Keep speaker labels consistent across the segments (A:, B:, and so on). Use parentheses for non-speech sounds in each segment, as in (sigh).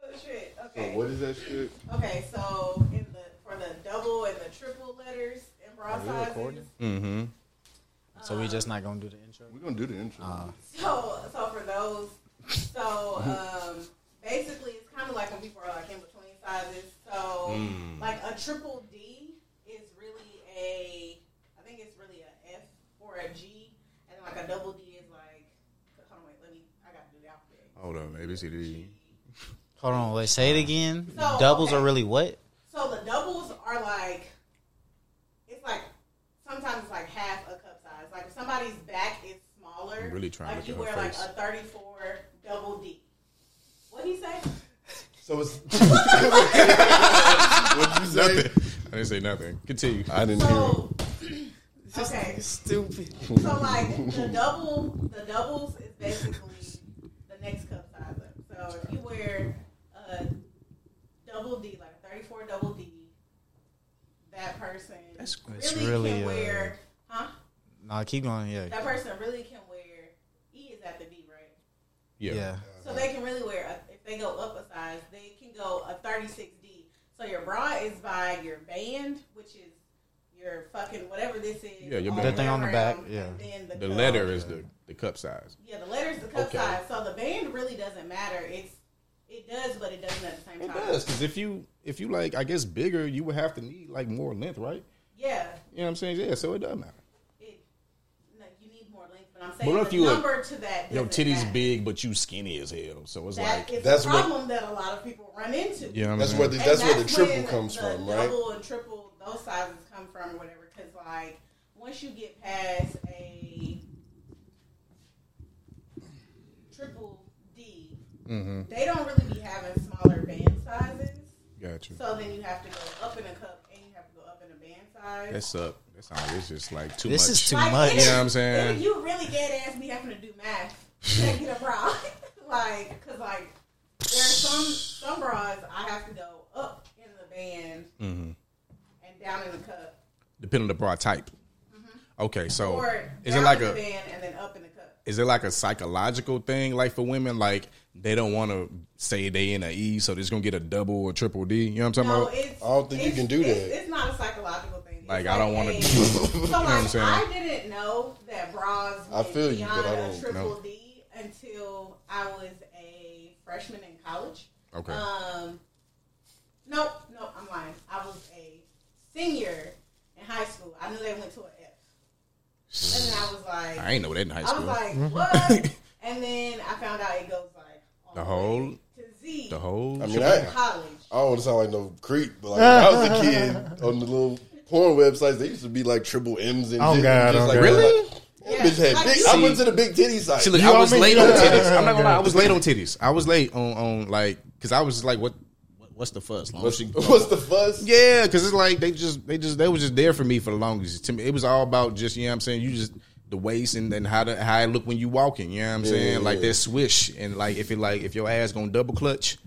A: the Oh, shit.
B: So
A: Okay.
B: what is that shit?
A: Okay, so in the for the double and the triple letters and
C: Are we
A: broadsides.
C: recording?
D: Mm-hmm.
C: So we just not gonna do the intro.
B: We're gonna do the intro.
C: Uh,
A: So so for those, so um, basically it's kind of like when people are like in between sizes. So like a triple D is really a, I think it's really a F or a G, and then like a double D is like, hold on wait, let me, I gotta do the alphabet.
B: Hold on, ABCD.
A: G.
C: Hold on, let's say it again.
A: So,
C: Doubles
A: okay.
C: are really what?
A: So the doubles are like, it's like sometimes it's like half a cup size. Like if somebody's back is smaller,
D: I'm really trying to
A: like
D: look
A: you wear
D: at her
A: like
D: face.
A: a thirty-four double D. What he say?
B: So
C: (laughs)
B: it's
D: (laughs) What you say? I didn't say nothing. Continue.
B: I didn't hear. it.
A: So
C: (laughs)
A: okay,
C: Stupid.
A: so like the double, the doubles is basically the next cup size. Up. So if you wear a double D, like a thirty-four double D, that person
D: That's
C: It's
A: really,
C: really,
A: can
C: uh,
A: wear, huh?
C: Nah, keep going. Yeah,
A: that person really can wear E is at the D, right?
D: Yeah.
C: yeah.
A: So they can really wear a, if they go up a size, they can go a 36D. So your bra is by your band, which is your fucking whatever this is.
D: Yeah, your
A: all
D: band.
A: the
C: That thing
A: way
C: on the
A: around,
C: back, yeah.
A: and then the,
D: The
A: cup.
D: letter is the, the cup size.
A: Yeah, the letter's the cup
D: Okay.
A: size. So the band really doesn't matter. It's it does, but it doesn't at the same
D: It
A: time.
D: does because if you if you like I guess bigger, you would have to need like more length, right?
A: Yeah,
D: You know what I'm saying? Yeah. So it does matter.
A: it. No, you need more length, but I'm saying
D: But if
A: the
D: you a-
A: number to that.
D: Your
A: doesn't
D: titties
A: matter.
D: big, but you skinny as hell. So it's
A: That
D: like
A: is
B: that's
A: a
B: what-
A: problem that a lot of people run into.
D: you know what I'm
B: That's
D: saying?
B: where the, that's, where the triple
A: when
B: comes
A: the
B: from, right?
A: Double and triple, those sizes come from, or whatever. Because like once you get past a triple D,
D: Mhm.
A: they don't really be having smaller band sizes.
D: Gotcha.
A: So then you have to go up in a cup, and you have to go up in a band size.
D: That's up. That's how it's just like too
C: This
D: much.
C: is too
A: Like,
C: much.
A: it
D: you
A: is-
D: know what I'm saying?
A: If you really dead ass be having to do math to get a bra, (laughs) like, cause like there are some some bras I have to go up in the band
B: Mm-hmm.
A: and down in the cup,
D: depending on the bra type. Okay, so
A: Mm-hmm. or
D: Oh. is it
A: down
D: like
A: in the
D: a
A: band and then up in the cup?
D: is it like a psychological thing? Like for women, like they don't want to say they in a E, so they're gonna get a double or triple D. You know what I'm talking
A: No,
D: about?
A: it's,
B: I don't think you
A: it's-
B: can do
A: it's-
B: that.
A: It's not a psychological thing. It's
D: Like, I don't wanna-
A: a-
D: (laughs) You know
A: (laughs) So like
D: what I'm saying?
A: I didn't know that bras.
B: I
A: went
B: feel you, but
A: beyond
B: I
A: a
B: don't
A: triple
D: know.
A: D until I was a freshman in college.
D: Okay.
A: Um, nope, nope, I'm lying. I was a senior in high school. I knew they went to an F. And then I was like,
D: I ain't know that in high
A: I
D: school.
A: was like,
D: (laughs)
A: what? and then I found out it goes like all
D: The
A: way
D: whole,
A: to Z.
D: the whole.
B: I mean,
D: shit.
B: I,
A: college.
B: I don't want to sound like no creep, but like when I was a kid on the little porn websites, they used to be like triple M's and
C: Oh,
B: shit,
C: God,
B: just
C: oh,
B: like,
C: God.
D: Really?
B: like,
A: Yeah.
B: Bitch had
A: Like,
B: big,
A: you
B: I
A: see-
B: went to the big titty site.
D: See, look,
C: You
D: I
C: know
D: was
C: what I
D: late
C: mean?
D: on
C: Yeah.
D: titties. I'm not gonna lie, I
C: (laughs)
D: was late on titties. I was late on on like because I was like, what, what what's the fuss? Long
B: What's,
D: she-
B: (laughs) what's the fuss?
D: Yeah, because it's like they just they just they was just there for me for the longest. To me, it was all about just you know what I'm saying. You just the waist and then how to how it look when you walking. You know what I'm saying? Like that swish and like if it like if your ass gonna
B: (laughs)
D: double clutch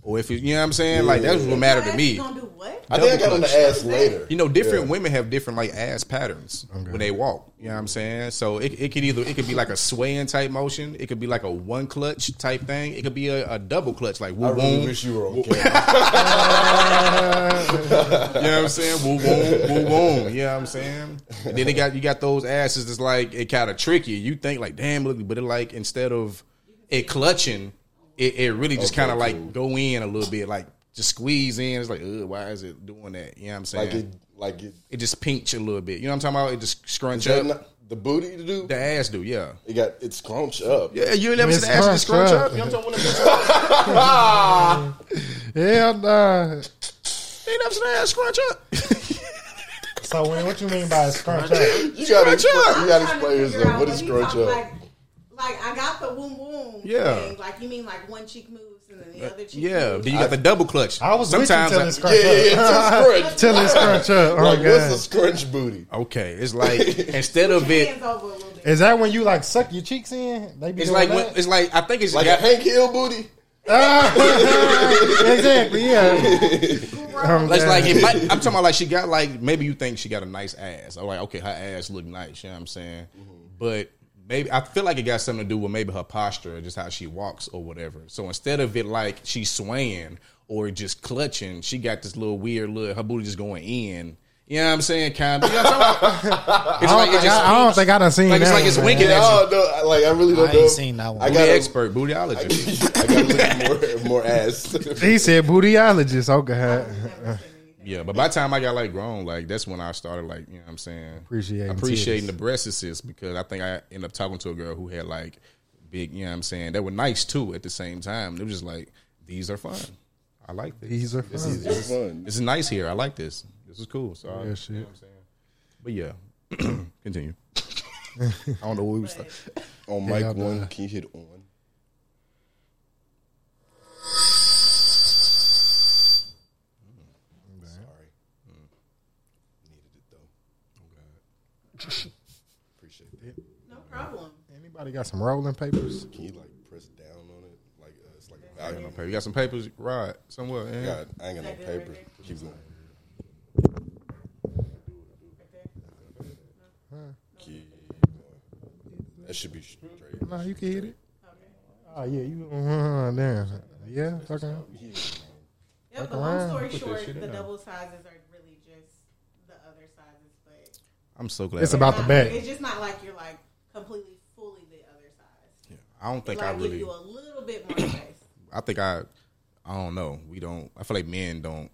D: or if it, you know what I'm saying. Like that's what mattered to me.
A: You gonna do what?
B: I think I got on the
D: Double
B: ass later.
D: You know, different
B: Yeah.
D: women have different like ass patterns when they walk. You know what I'm saying? So it, it could either it could be like a swaying type motion. It could be like a one clutch type thing. It could be a, a double clutch like
B: I
D: woo
B: really
D: woo.
B: wish you were on camera.
D: You know what I'm saying? Woo woo, woo woo. You know what I'm saying? And then they got you got those asses that's like it kind of tricky. You think like damn, look, but it like instead of it clutching, it, it really just
B: Okay,
D: kind of like
B: cool.
D: go in a little bit, like just squeeze in. It's like, ugh, why is it doing that? You know what I'm saying?
B: like it, like it.
D: it just pinch a little bit. You know what I'm talking about? It just scrunch
B: that
D: up.
B: not- the booty to do.
D: the ass do, yeah.
B: It got it scrunched up.
D: Yeah, you ain't never
C: Miss
D: seen the ass just scrunch
C: Crunch
D: up.
C: up.
D: You know what I'm talking about?
C: (laughs) Hell nah.
D: You (laughs) ain't never seen the ass scrunch up. (laughs)
C: So when, what you mean by scrunch up?
B: You gotta,
D: Scrunch up.
B: you
A: I'm trying to
B: gotta explain
A: figure
B: yourself.
A: out
B: What is
A: he
B: scrunch
A: talking-
B: up?
A: Like, like I got the womb womb.
D: Yeah.
A: Thing. Like you mean like one cheek moves and then the other cheek.
D: Yeah,
A: Moves.
D: then you got the double clutch.
C: I was sometimes
D: I-
C: till
B: (laughs)
C: it
B: Yeah,
C: scrunch
B: yeah, yeah. it's a
C: up.
B: Scrunch.
C: (laughs) till it scrunch up. Oh
B: like,
C: god.
B: what's a scrunch booty?
D: okay, it's
C: (laughs)
D: like instead of it,
A: Hands over a little bit.
C: Is that when you like suck your cheeks in? They be
D: it's
C: doing
D: like when,
C: that?
D: it's like I think it's
B: Like a
D: got,
B: Hank Hill booty?
C: Ah, exactly. Yeah. Oh,
D: it's
C: God.
D: like it might, I'm talking about like she got
C: Mm-hmm.
D: like maybe you think she got a nice ass. All right, okay, her ass look nice. You know what I'm saying? But maybe I feel like it got something to do with maybe her posture or just how she walks or whatever. So instead of it like she's swaying or just clutching, she got this little weird look. Her booty just going in. You know what I'm saying? Kind of. You know what I'm talking
C: (laughs)
D: about? It's
C: I
D: like
C: don't,
D: it
C: think,
D: just
C: I, I don't
D: winks.
C: think I done seen
D: Like, it's
C: that.
D: like it's
C: one, man.
D: winking at you.
B: No, no, I- like I really don't
E: I
B: know.
E: ain't seen that one.
B: I
D: Booty
B: got
D: expert,
B: (laughs)
D: bootologist.
B: I got to look more more
D: (laughs)
B: ass.
C: He said bootyologist. Oh God.
A: Never seen anything.
D: Yeah, but by the time I got like grown, like that's when I started like, you know what I'm saying?
C: Appreciating
D: appreciating
C: titties.
D: the breast assist because I think I ended up talking to a girl who had like big, you know what I'm saying? They were nice too at the same time. It was just like, these are fun. I like this.
C: These are fun.
B: It's fun.
D: This is nice here. I like this. This is cool. So I,
C: Yeah,
D: You
C: shit.
D: know what I'm saying? But yeah. (clears throat) Continue. I don't know what we was like.
B: On
C: Yeah,
B: mic
C: but-
B: one, can you hit on?
D: Mm.
B: Sorry. Mm. Needed it though. Appreciate that.
A: No problem.
C: Anybody got some rolling papers?
B: Can you like press down on it? Like uh, it's like a value.
D: You got some papers, Rod, somewhere. Yeah.
B: God, I ain't got no paper. Keep going. Keep going. That should be straight.
C: No, you can hit it. Oh yeah, you. Uh, damn. Yeah. Fucking.
A: Yep,
C: Fuck
A: but long
C: around.
A: story
D: Put that
A: short,
D: shit
A: the
D: in.
A: double sizes are really just the other sizes, but
D: I'm so glad.
C: It's about the
A: not-
C: bag.
A: It's just not like you're like completely fully the other size.
D: I don't think
A: like
D: I really.
A: give you a little bit more space.
D: I think I, I don't know. We don't. I feel like men don't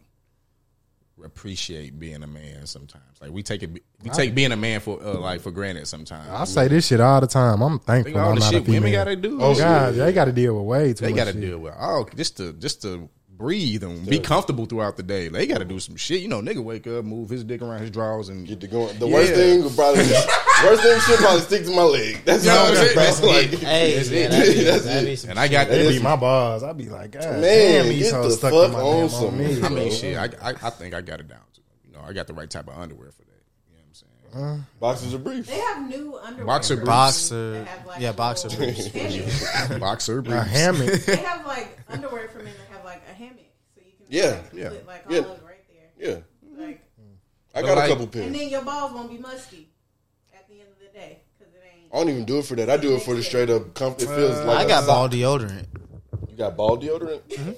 D: appreciate being a man sometimes. Like we take it, we take being a man for uh, like for granted sometimes.
C: I say this shit all the time. I'm
D: Think
C: thankful
D: all
C: I'm
D: the
C: not a
D: shit women
C: female.
D: gotta do.
C: Oh
D: Shit,
C: God, they got to deal with way too
D: they
C: much.
D: gotta
C: shit.
D: deal with. Oh, just to just to breathe and be comfortable throughout the day. They gotta do some shit. You know, nigga wake up, move his dick around his drawers, and
B: Get to going. The
D: Yeah.
B: worst thing would probably worst thing should probably stick to my leg. That's
D: Yeah,
B: all I
D: that's
B: got.
D: it.
B: That's like,
E: Hey,
D: That's
E: man,
D: it.
E: that'd be-
B: That's
E: that'd
B: it.
E: be some
D: and I got
C: That
D: that.
C: be my bars. I'd be like, God,
B: Man,
C: damn, these
B: get
C: hoes
B: the
C: stuck in
B: fuck
C: my
B: on
C: damn
B: some-
C: on me.
D: I
B: bro.
D: mean, shit. I, I I think I got it down. To, you know, I got the right type of underwear for that. You know what I'm saying?
B: boxes are brief.
A: They have new underwear.
D: Boxer
A: versions
E: boxer-
A: that have, like,
E: yeah, boxer
A: little
E: briefs. (laughs)
A: hammocks.
D: Boxer briefs.
C: A hammock.
D: (laughs)
A: they have like underwear for men that have like a hammock, so you can
B: Yeah,
A: like,
D: yeah,
A: put like all
B: yeah.
A: over right there.
B: Yeah,
A: Like,
B: I
D: But
B: got a
D: like-
B: couple
A: and
B: pairs.
A: then your balls won't be musty at the end of the day because it ain't.
B: I don't even do it for that. I do it for the straight up comfort. It feels like
E: I
B: a
E: got
B: sock.
E: ball deodorant.
B: You got ball deodorant.
C: Oh,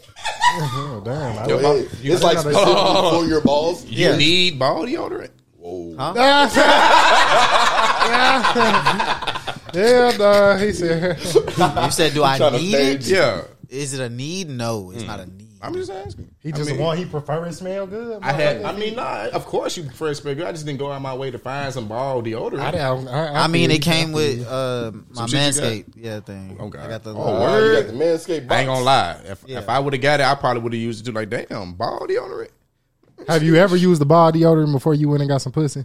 C: damn. I
D: Yo,
C: don't-
D: ball-
B: Hey, it's like specifically for your
D: (laughs)
B: balls.
D: You
E: Yeah.
D: need ball deodorant.
B: Whoa. Uh,
E: Huh?
C: (laughs) yeah, dog. He said,
E: You said, do I
B: Tryna
E: need
B: fade
E: it?
B: you.
D: Yeah,
E: Is it a need? No, it's not a need.
D: I'm just asking.
C: he
D: I
C: just
D: mean,
C: want. He prefer it smell good.
D: I had. I mean, nah, of course you prefer spray good. I just didn't go out my way to find some ball deodorant.
C: I, didn't- I, I
E: I mean,
C: feel
E: it
C: you.
E: came with uh, my
D: shit you got?
E: Manscaped yeah thing.
D: Okay.
E: I got the
D: Oh,
B: Wow,
D: word.
B: you got the Manscaped box.
D: I ain't gonna lie. If
E: Yeah.
D: if I would have got it, I probably would have used it too. Like, damn, ball deodorant.
C: Have you ever used the ball deodorant before you went and got some pussy?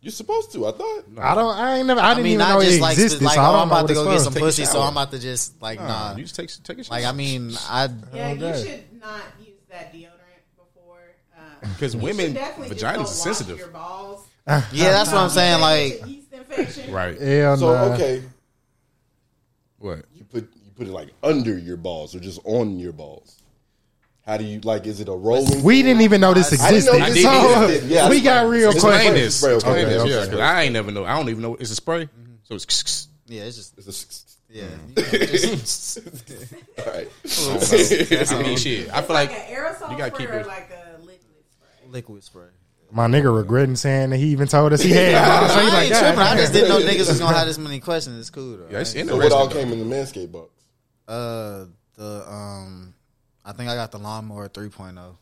B: You're supposed to. I thought.
C: I don't. I ain't never. I
E: I
C: didn't
E: mean,
C: even
E: not
C: know it
E: just like,
C: existed.
E: like
C: so
E: oh,
C: I
E: I'm
C: don't know
E: about
C: what
E: to
C: it's
E: go get
C: for.
E: some
D: Take a
E: pussy, so
D: shower.
E: I'm about to just like nah.
D: Nah, you just take take a shot.
E: Uh, Like I mean, I
A: Yeah,
C: Okay.
A: you should not use that deodorant before. Um,
D: because
A: you should
D: women
A: definitely just
D: vaginas
A: go wash
D: are
A: Your
D: sensitive,
A: balls.
E: yeah, that's what I'm saying.
A: Get
E: Like
A: the yeast infection.
D: right?
C: Hell
B: So
C: nah.
B: okay,
D: What?
B: you put you put it like under your balls or just on your balls. How do you like? Is it a rolling?
C: We didn't even know this
E: I
B: didn't know
C: existed.
D: this
C: so
B: existed. Yeah,
C: we
B: that's
C: got
B: right.
C: real
B: It's a
D: Explain
B: spray,
C: questions.
D: this.
B: spray, okay,
D: Explain
B: okay,
D: this.
B: okay.
D: Yeah, 'cause I ain't never know. I don't even know. It's a spray, so it's.
E: yeah, it's just
B: It's
E: yeah.
B: a,
D: (laughs)
B: all right.
D: That's a mean shit. I
A: It's
D: feel
A: like,
D: like
A: an aerosol
D: you gotta
A: spray
D: keep
A: or
D: it-
A: like a liquid spray.
E: liquid spray.
C: My nigga regretting saying that he even told us he had. one. So
E: I
C: he
E: ain't
C: like, God
E: tripping. I
C: damn.
E: just didn't know niggas was gonna have this many questions. It's cool though.
D: yeah, it's
B: So what all
D: interesting.
B: came in the Manscaped box?
E: Uh, the um, I think I got the lawnmower oh. 3.0.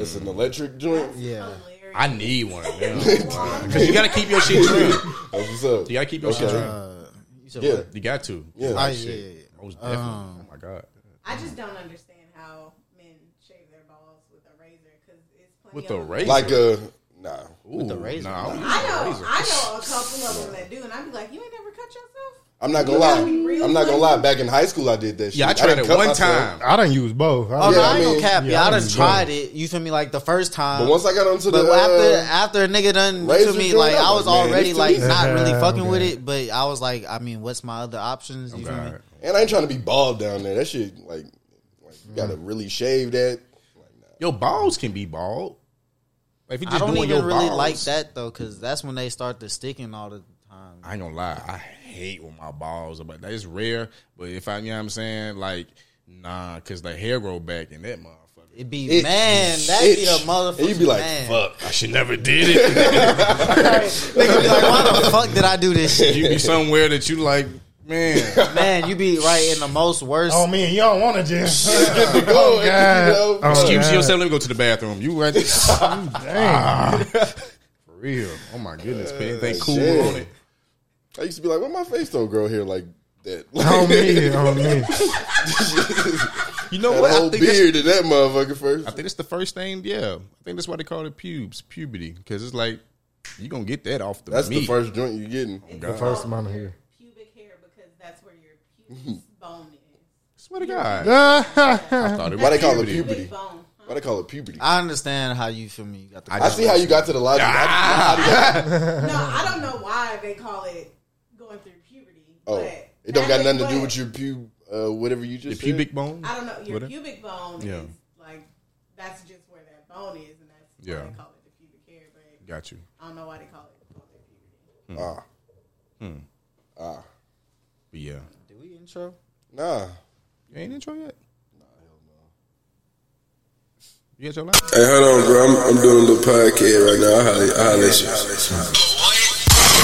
B: It's
D: Mm.
B: an electric joint.
E: Yeah.
A: Hilarious.
D: I need one because you gotta keep your shit trim.
B: That's what's up.
D: You gotta keep your shit
B: Okay.
D: trim.
E: Uh, you said
B: Yeah.
E: what?
D: You got to.
B: Yeah.
E: Oh, yeah,
B: Like,
E: yeah,
D: shit.
E: yeah.
D: Most definitely.
E: Um,
D: oh my god.
A: I just don't understand how men shave their balls with a razor because it's plenty
D: With
A: of
D: the
A: them-
D: razor.
B: like a nah.
D: Ooh,
E: the razor.
D: Nah, I don't
A: I know,
D: use the razor.
A: I know a couple of them that do, and I'd be like, you ain't never cut yourself.
B: I'm not gonna lie. I'm not gonna lie. Back in high school, I did that. Shit.
D: Yeah, I tried
B: didn't
D: it
B: cut
D: one
B: myself,
D: time.
C: I done used both. I
E: Oh
C: done-
E: no,
B: Yeah,
E: I
B: I
E: ain't gonna
B: mean,
E: cap.
C: yeah,
E: Yeah,
C: I
E: I done
C: mean,
E: tried it. You feel me? Like the first time.
B: But once I got onto
E: But
B: the
E: after
B: uh,
E: after a nigga done
B: razor
E: to me,
B: joint,
E: like
B: I'm
E: I was
B: like, man,
E: already
B: this
E: like
B: too
E: not
C: easy.
E: really fucking with
C: Okay.
E: it, but I was like, I mean, what's my other options? You feel me?
D: God.
B: uh, and I ain't trying to be bald down there. That shit like, like you gotta
D: Mm.
B: really shave that. Like, nah.
D: Your balls can be bald. Like, If you
E: I
D: just
E: don't
D: doing
E: even
D: your
E: really
D: balls,
E: like that though, because that's when they start to sticking all the time. time.
D: I ain't gonna lie, I hate when my balls are but that's rare. But if I you know what I'm saying, like nah, cause the hair grow back in that motherfucker.
E: It'd be
B: Itch.
E: man, that'd be the
B: Itch.
E: motherfucker.
B: And you be like,
E: man.
B: fuck.
D: I should never did
E: (laughs)
D: it.
E: Nigga be like, why the fuck did I do this shit?
D: you be somewhere that you like, man.
E: Man, you be right in the most worst.
C: Oh man, you don't want
E: (laughs)
C: to just.
B: Get the goal. you know?
C: Oh,
D: Excuse
C: God.
D: yourself, let me go to the bathroom. You right there. (laughs)
C: Dang. (laughs)
D: For real. Oh my goodness, man. Anything cool
B: shit.
D: on it.
B: I used to be like, why my face don't grow here like
D: (laughs)
B: that?
D: Oh,
C: On me, on me.
D: You know
B: (laughs) that
D: what?
B: whole
D: (laughs) I think that's
B: beard in that motherfucker first.
D: I think it's the first thing. Yeah, I think that's why they call it pubes, puberty, because it's like you gonna get that off the
B: That's
D: meat.
B: the first joint you're getting.
D: Oh,
A: The
C: first amount of hair.
A: Pubic hair because that's where your
B: Mm-hmm.
A: pubis bone is.
D: Swear to God, I
C: Ah,
D: thought it
B: Why
D: was
B: they call it
D: puberty.
B: puberty?
A: Pubic bone. huh?
C: (laughs)
B: Why they call it puberty? I,
E: I understand how you feel me. You got the
D: Ah, I Ah!
B: see how you got to the logic. I, I,
A: No, I don't know why they call it going through puberty.
B: oh,
A: but
B: it don't got nothing to do
A: but
B: with your pub, uh, whatever you
D: the
B: just
D: pubic bone.
A: I don't know. Your
D: What it-
A: pubic bone
D: Yeah.
A: is like that's just where that bone is, and that's why
D: Yeah.
A: they call it the pubic hair. But
D: Got you.
A: I don't know why they call it going through puberty.
B: said. Ah,
D: But yeah,
E: Do we intro?
B: nah.
D: you ain't intro yet. You got your life.
F: Hey, hold on, bro. I'm, I'm doing a little podcast right now. I'll holler, I'll holler at you.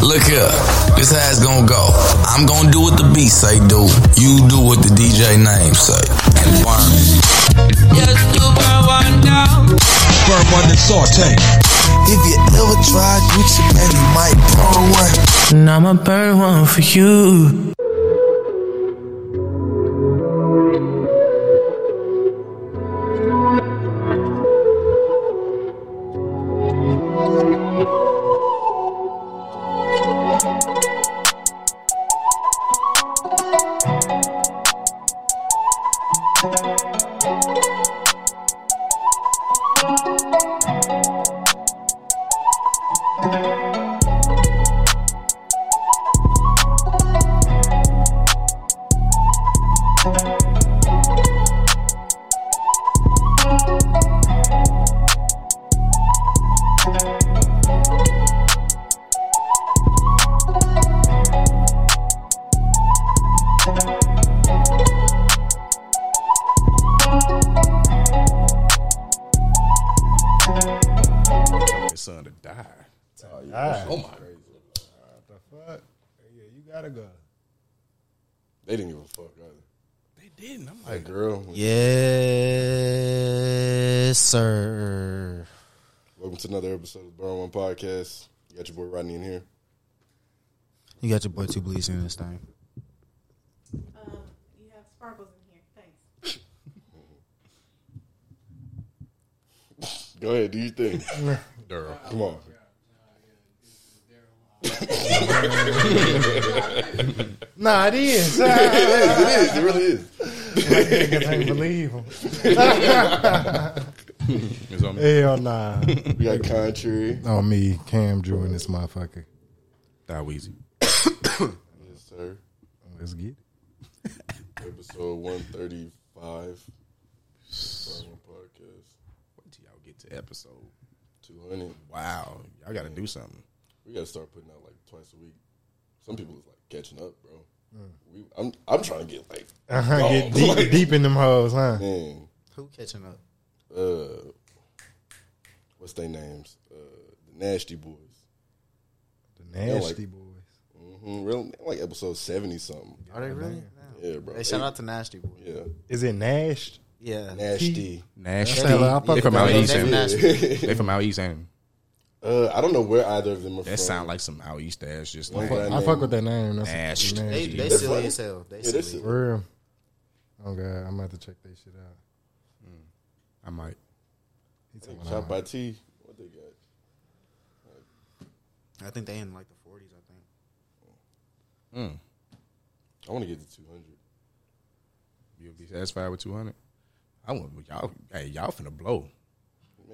G: Look here, this how it's gonna go. I'm gonna do what the beat say do. You do what the DJ name say. And burn.
H: Just to burn one down.
I: burn one and saute.
J: If you ever tried Gucci, man, you might burn one.
H: And I'ma burn one for you.
D: Your son to die.
C: Ah,
D: Oh my.
C: fuck. Yeah, you gotta go.
B: They didn't give a fuck either.
D: They didn't. I'm
B: That
D: like,
B: girl,
E: Yes, sir.
B: welcome to another episode of the Burn One Podcast. You got your boy Rodney in here.
E: You got your boy Two Bleeds in this thing.
A: Um, you have sparkles in here. Thanks.
B: Go ahead, do your thing.
D: girl.
B: Come on.
C: Nah, it is. I
B: It is. It is. It really is.
C: can't believe him.
D: It's on me.
C: Hell nah.
B: We got contrary.
C: on Oh, me, Cam Drew and this motherfucker.
D: Die Weezy.
B: Yes, sir.
C: Let's get it.
B: Episode one thirty five. Burn One Podcast.
D: Wait till y'all get to episode.
B: Two hundred.
D: Wow, y'all got to do something.
B: We gotta start putting out like twice a week. Some people is like catching up, bro. We, I'm I'm trying to (laughs) get like
C: Mm.
B: (laughs)
C: Uh-huh, get deep, deep in them hoes, huh?
B: man.
E: Who catching up?
B: Uh, what's their names? Uh, the Nasty Boys.
C: The nasty
B: like-
C: boys.
B: hmm Real like episode seventy something.
E: Are they really?
B: Yeah, bro.
E: Hey, shout out to Nasty Boy.
B: They- yeah,
C: Is it Nash?
E: Yeah.
B: Nasty.
D: Nasty.
C: Hell, I fuck
D: They from
C: with
D: out
C: them.
D: east. ain't
E: Nasty.
D: they? They from out east. ain't
B: (laughs) Uh, I don't know where either of them are
D: they?
B: from.
D: That sound like some out east ass. Just
B: One
D: like
B: black
C: I
B: name.
C: fuck with that name. That's
D: Nash.
C: Nasty.
E: They, they
D: They're
E: silly
B: funny.
E: as hell. They
B: Yeah,
E: silly.
B: that's it.
C: For real. Oh god, I'm about to check that shit out.
D: I might.
C: He talking
B: Shot
C: about
B: by T. What they got?
E: I think they in like the forties. I think.
B: I want to get to two hundred.
D: You'll be satisfied with two hundred. I want y'all. Hey, y'all finna blow.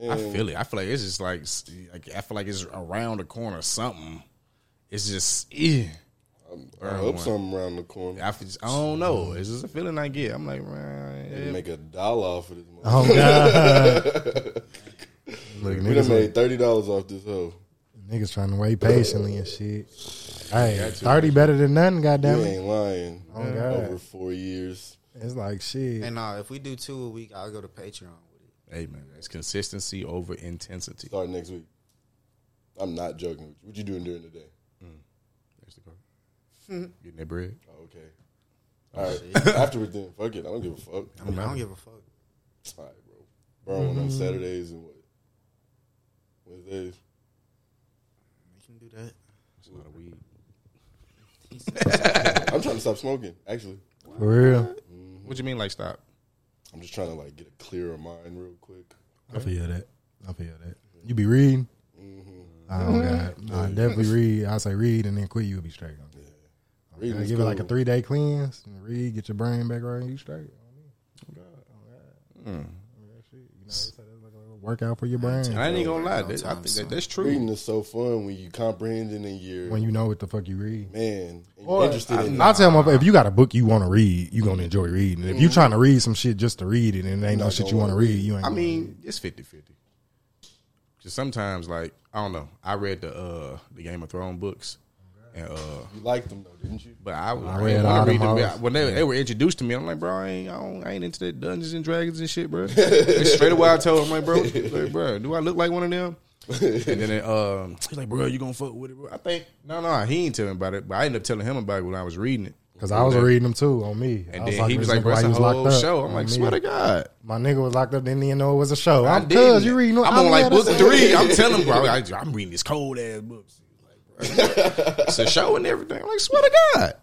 B: Man,
D: I feel it. I feel like it's just like, like I feel like it's around the corner. or Something. It's just. eh.
B: I hope something around the corner.
D: I, feel just- I don't know. It's just a feeling I get. I'm like, man.
B: (laughs) They Make a dollar off of this.
C: Oh god. Look,
B: We done
C: niggas,
B: made thirty dollars off this hoe.
C: niggas trying to wait patiently and shit. Hey, thirty better than nothing. Goddamn
B: You
C: it,
B: ain't lying.
C: Oh, God.
B: Over four years.
C: it's like shit.
E: And nah, if we do two a week, I'll go to Patreon with it.
D: Hey man, it's consistency over intensity.
B: Start next week. I'm not joking. with you. What you doing during the day?
D: There's the card. Getting that bread.
B: Oh, okay. All right. (laughs) Afterwards, then fuck it. I don't give a fuck. All
E: I mean, I don't give a fuck.
B: right, bro. Burn
C: Mm-hmm.
B: on Saturdays and what? Wednesdays.
E: We can do that.
D: It's not a weed.
B: I'm trying to stop smoking. Actually,
C: For real,
D: What you mean, like stop?
B: I'm just trying to like get a clearer mind real quick.
C: I feel that. I feel that. You be reading.
B: Mm-hmm.
C: Oh god, I definitely read. I say read and then quit. You'll be straight. on that.
B: Reading
C: Yeah,
B: is
C: give it like a
B: cool.
C: three day cleanse and read, get your brain back right, you straight. Oh,
D: Mm.
C: Workout for your
D: And
C: brain
D: I ain't gonna lie, that, I think that, that's true.
B: Reading is so fun when you comprehending and you're
C: when you know what the fuck you read.
B: man and
C: Or-
B: you're interested in.
C: I'll tell them if you got a book you want to read, you gonna enjoy reading. it. If you
D: Mm-hmm.
C: trying to read some shit just to read it and it ain't no shit you want to read, you ain't.
D: I
C: gonna read
D: mean, it's 50 50. Because sometimes, like, I don't know. I read the uh the Game of Thrones books. And, uh,
B: you liked them though, didn't you?
C: (laughs)
D: but I, was I,
C: read
D: read,
C: all
D: I read
C: them
D: them.
C: hoes.
D: When they, they were introduced to me, I'm like, bro, I ain't, I, don't, I ain't into that Dungeons and Dragons and
C: (laughs)
D: shit, bro. It's straight away, I told him, like, bro, like, bro, do I look like one of them? and then it, um, he's like, bro, you gonna fuck with it? Bro? I think no, no, he ain't telling about it, but I ended up telling him about it when I was reading it
C: because I was reading them too on me. I
D: And then
C: talking
D: he
C: to
D: was
C: this
D: like, bro,
C: nigga while
D: it's
C: he
D: a
C: was locked
D: whole
C: up
D: show. I'm
C: on
D: like,
C: me.
D: swear to God.
C: my nigga was locked up, didn't even know it was a show.
D: I
C: I'm cuz
D: didn't.
C: you reading.
D: I'm on like
C: glad I
D: book
C: said-
D: three. I'm telling bro, I, I'm reading this cold ass book.
C: (laughs)
D: Like, bro, it's a show and everything. I'm like, swear to God.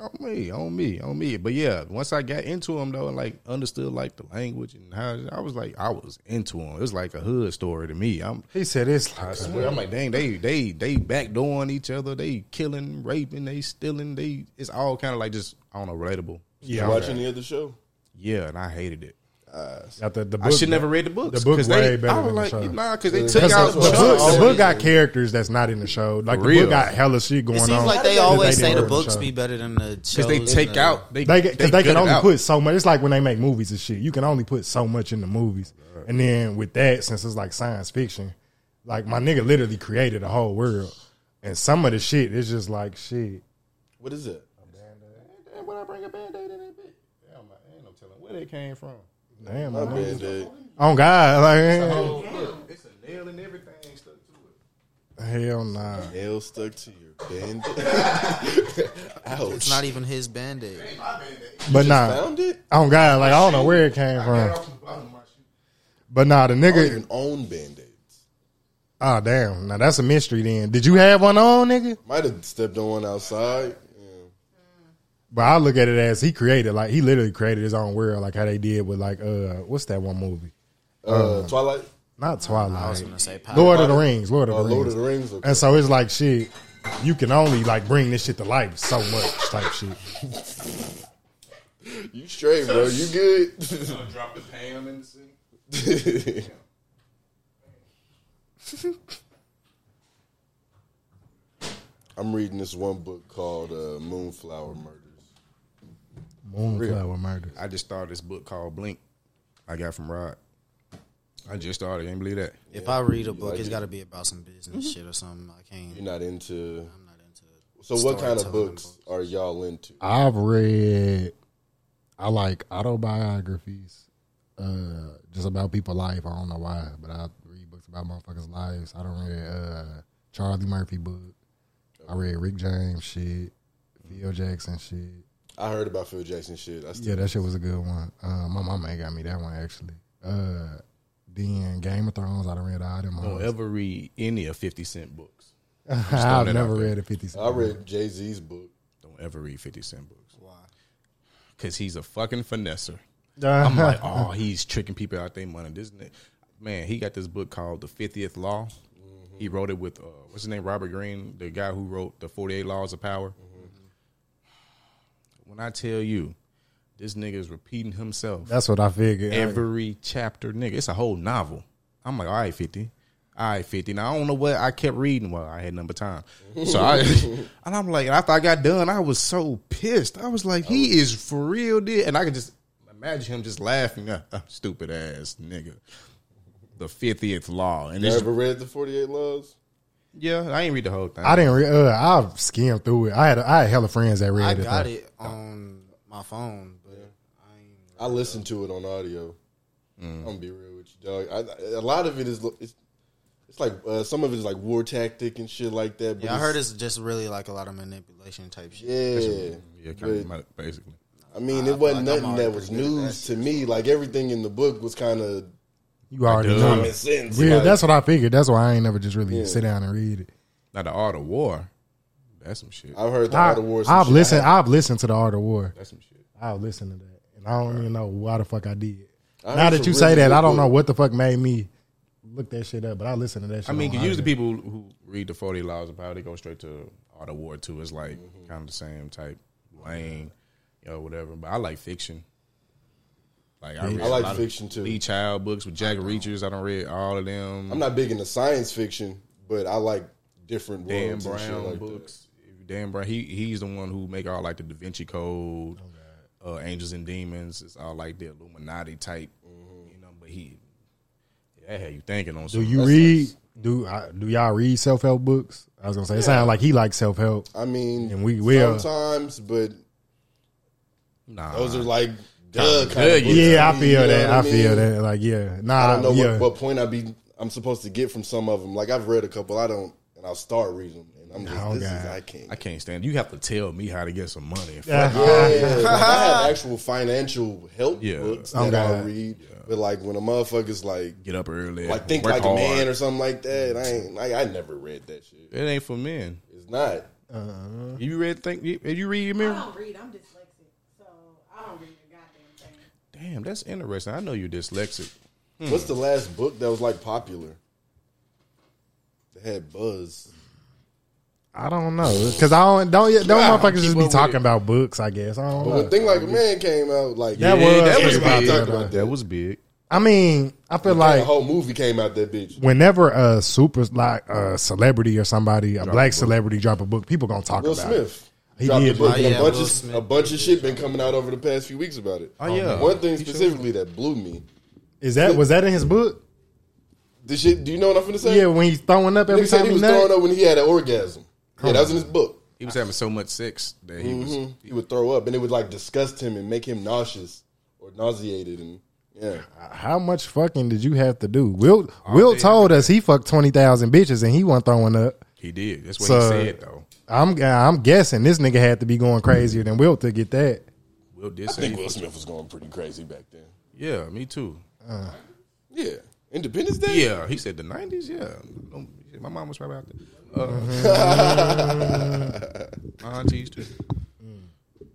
D: on me, on me, on me. But yeah, once I got into them though, and like understood like the language and how I was like, I was into them. It was like a hood story to me. I'm,
C: He said it's
D: I
C: like
D: swear, I'm like, dang, they they they backdooring each other. They killing, raping, they stealing. They it's all kind of like just I don't know, relatable.
B: You watching the other show?
D: Yeah, and I hated it.
C: got the, the
D: I
C: book.
D: should never read the books.
C: The book
D: 'cause they,
C: way better
D: I was
C: than the
D: like,
C: show.
D: nah, because they
C: Cause
D: took out
C: the, the book,
D: chunks.
C: the book got characters that's not in the show. Like the
D: Real.
C: book got hella shit going
E: It seems
C: on.
E: like they
C: that
E: always
C: didn't
E: say the
C: put in
E: books
C: show.
E: be better than the shows.
D: Because they take
E: and the-
D: out they
C: They because they,
D: gut
C: can
D: it
C: only
D: out.
C: put so much. It's like when they make movies and shit. You can only put so much in the movies. And then with that, since it's like science fiction, like my nigga literally created a whole world. And some of the shit is just like shit.
B: What is it?
D: Damn, when I bring a band-aid in that bitch, damn, I ain't no telling where they came from.
C: Damn,
B: My
C: my nigga.
B: bad, dude.
C: Oh God, like
D: Oh, look, it's a nail and everything stuck to it.
C: hell nah.
B: Nail stuck to your
C: (laughs)
B: band.
E: It's
B: Ouch.
E: not even his band aid.
C: But nah,
B: Found it?
C: oh God, like I don't know where it came from. But nah, the
B: Oh,
C: nigga.
B: your own band aids.
C: Oh damn, now that's a mystery. Then did you have one on, nigga?
B: Might have stepped on one outside. Yeah.
C: But I look at it as he created, like he literally created his own world, like how they did with like uh, what's that one movie?
B: Uh, Twilight.
C: Not
E: I was
C: Twilight,
E: gonna say Power.
C: Lord of the Rings, Lord of
B: Uh,
C: the
B: Lord of
C: Rings.
B: the Rings. Okay.
C: And so it's like shit. You can only like bring this shit to life so much, type shit.
B: You straight, bro. You
D: (laughs)
B: good?
D: Drop the pan in the sink.
B: (laughs) I'm reading this one book called uh, Moonflower Murders.
C: Moonflower murders.
D: I just started this book called Blink. I got from Rod. I just started. Can't believe that.
E: If I read a book, it's got to be about some business shit or something. I can't.
B: You're not into.
E: I'm not into it.
B: So, what kind of
E: Storytelling
B: books are y'all into?
C: I've read. I like autobiographies, uh, just about people's life. I don't know why, but I read books about motherfuckers' lives. I don't read uh, Charlie Murphy book. I read Rick James shit, Phil Jackson shit.
B: I heard about Phil Jackson shit. I still,
C: Yeah, that shit was a good one. Uh, my mama ain't got me that one actually. Uh, then Game of Thrones, I done read all them.
D: Don't
C: hoes.
D: ever read any of Fifty Cent books.
C: (laughs) I've
D: that out
C: never
D: there.
C: read a Fifty Cent.
B: I read Jay Z's book.
D: Don't ever read Fifty Cent books
E: Why?
D: because he's a fucking (laughs) finesser. I'm
C: I'm
D: like, oh, he's tricking people out their money. This ni- man, he got this book called The Fiftieth Law. He wrote it with uh, what's his name, Robert Greene, the guy who wrote the Forty Eight Laws of Power. When I tell you, this nigga is repeating himself
C: That's what I figured.
D: every chapter, nigga. It's a whole novel. I'm like, all right, fifty. All right, fifty. Now I don't know what I kept reading. Well, I had number time, so I (laughs) and I'm like, after I got done, I was so pissed. I was like, he is for Uh, real, dude. And I could just imagine him just laughing. "Ah, ah, stupid ass nigga. the fiftieth law, and
B: You
D: it's,
B: ever read the Forty Eight Laws?
D: yeah, I ain't read the whole thing.
C: I didn't. Re- uh, I skimmed through it. I had I had hella friends that read
E: I
C: it.
E: got
C: though.
E: it on my phone, but I ain't.
B: I listened to it on audio.
D: Mm.
B: I'm gonna be real with you, dog. I, a lot of it is it's, it's like uh, some of it is like war tactic and shit like that. But
E: Yeah, I heard it's just really like a lot of manipulation type shit.
B: Yeah,
D: Yeah,
B: But-
D: kind of, basically.
B: I mean,
E: I
B: it
E: feel
B: wasn't
E: like I'm
B: nothing that
E: already
B: was
E: pretty good at
B: news to me. Like everything in the book was kind of
C: You already know.
B: common sense.
C: Yeah,
B: like,
C: that's what I figured. That's why I ain't never just really sit down and read it.
D: Now the art of war, that's some shit.
B: I've heard the
C: I,
B: Art of War. some
C: have
B: shit.
C: listened. I've listened to the Art of War.
D: That's some shit.
C: I've listened to that, and I don't even know why the fuck I did.
B: I heard
C: now that
B: some
C: you say
B: really
C: that,
B: good
C: I don't
B: book.
C: know what the fuck made me look that shit up, but I listened to that shit.
D: I mean, 'cause
C: on
D: usually
C: audio.
D: people who read the Forty Laws of Power, they go straight to Art of War too. It's like
B: Mm-hmm.
D: kind of the same type lane, you know, whatever. But I like fiction. Like I, read
B: I
D: a
B: like
D: lot of
B: fiction, too.
D: Lee Child books with Jack Reachers. I don't read all of them.
B: I'm not big into science fiction, but I like different
D: Dan
B: worlds and shit
D: Brown
B: like that.
D: books. Dan Brown, he he's the one who make all like the Da Vinci Code,
B: Oh,
D: uh, Angels and Demons. It's all like the Illuminati type,
B: Mm-hmm.
D: you know. But he, that had you thinking on.
C: Do
D: something.
C: you
D: That's
C: read?
D: like-
C: Do I, do y'all read self help books? I was gonna say it sounded like he likes self help.
B: I mean,
C: And we will.
B: sometimes, but
D: Nah,
B: those are like duh kind
D: good,
B: of books.
C: Yeah, I
B: mean,
C: feel
B: you know
C: that.
B: what
C: I feel
B: mean?
C: that. Like, yeah,
B: I
C: nah,
B: don't know
C: Um, yeah.
B: what,
C: (laughs)
B: what point I be I'm supposed to get from some of them. Like I've read a couple, I don't, and I'll start reading them, and I'm just
C: Oh,
B: this
C: God.
B: is I can't.
D: I can't stand. You have to tell me how to get some money.
C: (laughs)
B: Yeah, like, I have actual financial help
D: Yeah.
B: books
C: Oh,
B: that I
C: God.
B: read, but like when a motherfucker's like
D: Get up early.
B: like think
D: work
B: like
D: hard.
B: a man or something like that, I ain't like I never read that shit.
D: It ain't for men.
B: It's not.
D: You read think you, you read your
A: I
B: Ah.
D: mirror?
A: don't read. I'm dyslexic, so I don't read a goddamn thing.
D: Damn, that's interesting. I know you're dyslexic. Hmm.
B: What's the last book that was like popular? That had buzz.
C: I don't know because I don't don't don't
B: Yeah,
C: motherfuckers just be
D: with
C: talking
D: it.
C: about books. I guess I don't
B: But
C: know.
B: when Think Like a Man came out, like
C: That was-
D: that was
B: everybody
D: big.
B: talked about
D: That
B: that.
D: was big.
C: I mean, I feel
B: like
C: like
B: a whole movie came out that bitch.
C: whenever a super like a celebrity or somebody, a black celebrity drop a book, people gonna talk
B: Will
C: about it.
B: Smith.
C: He
B: dropped
C: did,
B: a book,
E: but-
B: and
E: Yeah,
B: a bunch
E: Will
B: of
E: Smith
B: a bunch of shit been coming out over the past few weeks about it.
D: Oh, yeah.
B: One thing specifically that blew me.
C: Is that was that in his book?
B: This shit. Do you know what I'm finna say?
C: Yeah, when he's throwing up every
B: Nigga said
C: time
B: he
C: he
B: was
C: nut.
B: throwing up when he had an orgasm. yeah, that was in his book.
D: He was having so much sex that he was.
B: He would throw up, and it would like disgust him and make him nauseous or nauseated, and yeah.
C: How much fucking did you have to do? Will Will told us he fucked twenty thousand bitches and he wasn't throwing up.
D: He did. That's what
C: So-
D: he said though.
C: I'm I'm guessing this nigga had to be going crazier than Will to get that.
D: Will did
B: I
D: say.
B: think Will Smith was going pretty crazy back then.
D: Yeah, me too.
B: Yeah, Independence Day.
D: Yeah, he said the nineties. Yeah, No, shit, my mom was probably out there. Uh,
B: Mm-hmm.
D: (laughs) my aunties too.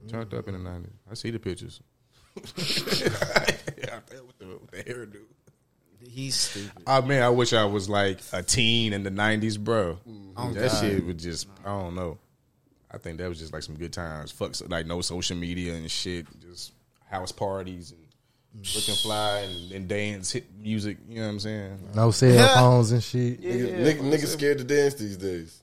D: Turned up in the nineties. I see
B: (laughs)
D: the pictures. (laughs) yeah, with the, with the hairdo.
E: He's stupid.
D: I mean, I wish I was like a teen in the nineties, bro.
E: Mm-hmm.
D: that shit would just I don't know. I think that was just like some good times. Fuck so- like no social media and shit, just house parties and looking fly and, and dance, hit music, you know what I'm saying?
C: No cell phones and shit.
B: Niggas, niggas, niggas scared to dance these days.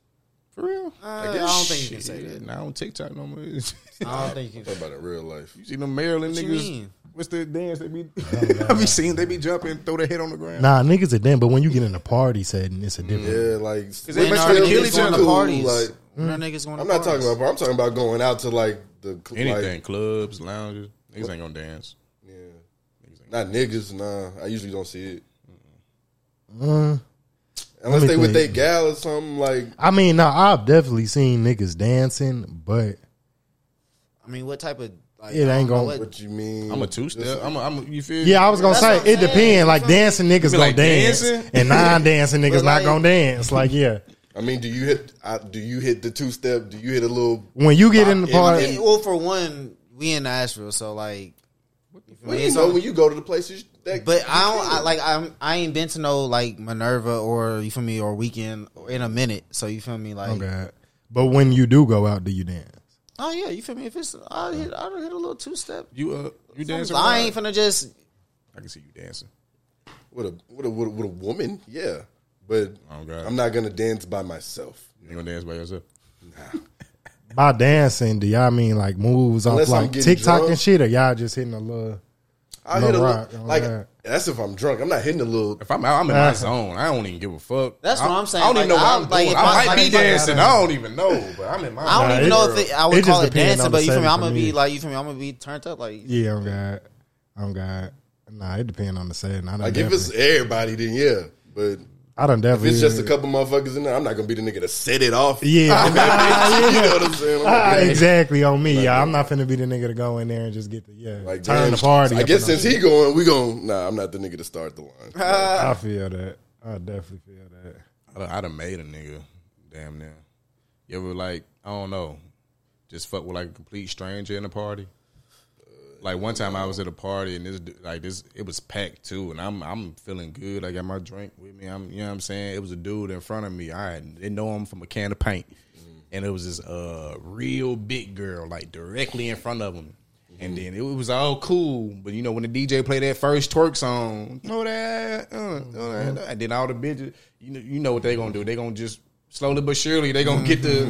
D: For real?
E: Uh, I don't think you can say
D: Shit,
E: that.
D: Now on TikTok no more. (laughs) you
E: I don't think you can.
B: Talk about it in real life.
D: see them Maryland
E: What you
D: niggas.
E: mean?
D: What's the dance they be? (laughs) I be seeing they be jumping, throw their head on the ground.
C: Nah, niggas are damn, but when you get in a party setting, it's a different.
B: Yeah, like
D: they
E: When
D: Bitch,
E: are
D: they
E: niggas
D: kill each
E: going
D: other.
E: to
D: Cool,
E: parties?
B: like-
E: When
C: Hmm.
E: are niggas going to
B: I'm not talking
E: parties?
B: about. I'm talking about going out to like the cl-
D: Anything,
B: Like,
D: clubs, lounges. Niggas ain't gonna dance.
B: yeah. Not niggas, nah. I usually don't see it. Unless
C: Uh, Let me
B: they with their
C: think.
B: gal or something like.
C: I mean, no, I've definitely seen niggas dancing, but
E: I mean, what type of. Like,
C: It
E: I don't
C: ain't
E: know
C: gonna-
E: what-
B: What you mean?
D: I'm a two step. I'm a, I'm a, you feel?
C: yeah, I was gonna
E: That's what I'm
C: say it
E: saying.
C: depends. Like
E: That's what
C: dancing niggas gonna
D: like,
C: dance,
D: dancing?
B: (laughs)
C: and non-dancing niggas not
E: like-
C: gonna dance. Like yeah,
B: I mean, do you hit? I, do you hit the two step? Do you hit a little?
C: when you get in the
B: It-
C: party, oh
E: Hey, well, for one, we in Nashville, so like, you feel
B: Well,
E: me?
B: you
E: So-
B: know when you go to the places. That,
E: But I don't I, like I'm I ain't been to no like Minerva or you feel me or weekend in a minute. So you feel me like
C: oh god. But when you do go out, do you dance?
E: oh yeah you feel me if it's I hit I done hit a little two step.
D: You uh, you dancing?
E: I
D: Rod?
E: ain't finna just
D: I can see you dancing.
B: with a with a with a, with a woman, yeah. But
D: Oh, God.
B: I'm not gonna dance by myself
D: You ain't gonna dance by yourself.
C: By dancing, do y'all mean like moves off
B: Unless I'm
C: like
B: getting
C: TikTok
B: drunk.
C: and shit, or y'all just hitting a little?
B: I
C: No
B: hit a
C: rock,
B: little,
C: no
B: like
C: rock.
B: that's if I'm drunk. I'm not hitting a little.
D: If I'm out, I'm in my zone. I don't even give a fuck.
E: That's what
D: I-
E: I'm saying.
D: I don't even know
E: Like,
D: what
E: I'm-
D: I'm,
E: like,
D: doing.
E: if
D: I
E: I-
D: might
E: like,
D: be
E: if I-
D: dancing. I don't even know, but I'm in my.
E: I don't
C: Nah,
E: even
C: it-
E: know if it, I
C: it
E: would
C: just
E: call it
C: depend
E: dancing,
C: on
E: but
C: the
E: you feel me?
C: setting
E: I'm
C: for
E: gonna
C: me.
E: be like, you feel me? I'm gonna be turned up, like
C: Yeah, I'm God. I'm God. Nah, it depends on the setting. I done
B: Like if it's
C: definitely,
B: everybody, then yeah. But
C: I done
B: if
C: definitely.
B: it's just a couple motherfuckers in there, I'm not gonna be the nigga to set it off. (laughs)
C: Yeah, I'm not-
B: you know what I'm saying? I'm
C: (laughs) Ah,
B: like,
C: exactly on me. yeah, I'm not finna be the nigga to go in there and just get the yeah
B: like,
C: turn
B: damn,
C: the party.
B: I
C: up
B: guess
C: and
B: since he going, we going. Nah, I'm not the nigga to start the
D: (laughs)
B: line.
D: Ah.
C: all. I feel that. I definitely feel that.
D: I done, I done made a nigga, damn near. You ever like I don't know, just fuck with like a complete stranger in a party. Like one time I was at a party and this du- like this it was packed too and I'm I'm feeling good I got my drink with me I'm you know what I'm saying it was a dude in front of me I had- didn't know him from a can of paint and it was this uh real big girl like directly in front of him and then it was all cool, but you know when the DJ played that first twerk song, know that, uh, uh, and then all the bitches, you know, you know what they gonna do? They gonna just slowly but surely they gonna get the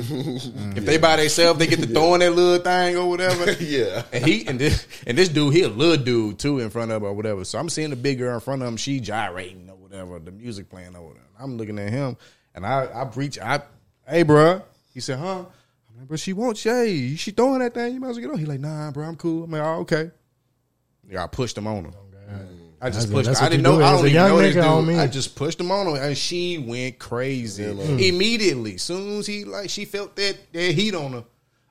D: if they by themselves they get to throwing that little thing or whatever.
B: Yeah.
D: and he and this and this dude he a little dude too in front of her or whatever. So I'm seeing the big girl in front of him, she gyrating or whatever, the music playing or whatever. I'm looking at him and I I reach I hey bruh. he said huh. I'm like, Bro, she wants Shay. She throwing that thing. You might as well get on. He like, nah, bro, I'm cool. I'm like, oh, okay. Yeah, I pushed him on him. I just
C: Oh, That's-
D: pushed.
C: that's
D: I
C: what
D: didn't
C: you
D: know.
C: do
D: I
C: as
D: don't
C: a
D: even
C: young
D: know this
C: nigga,
D: dude.
C: homie.
D: I just pushed him on him, and she went crazy immediately. Soon as he like, she felt that that heat on her.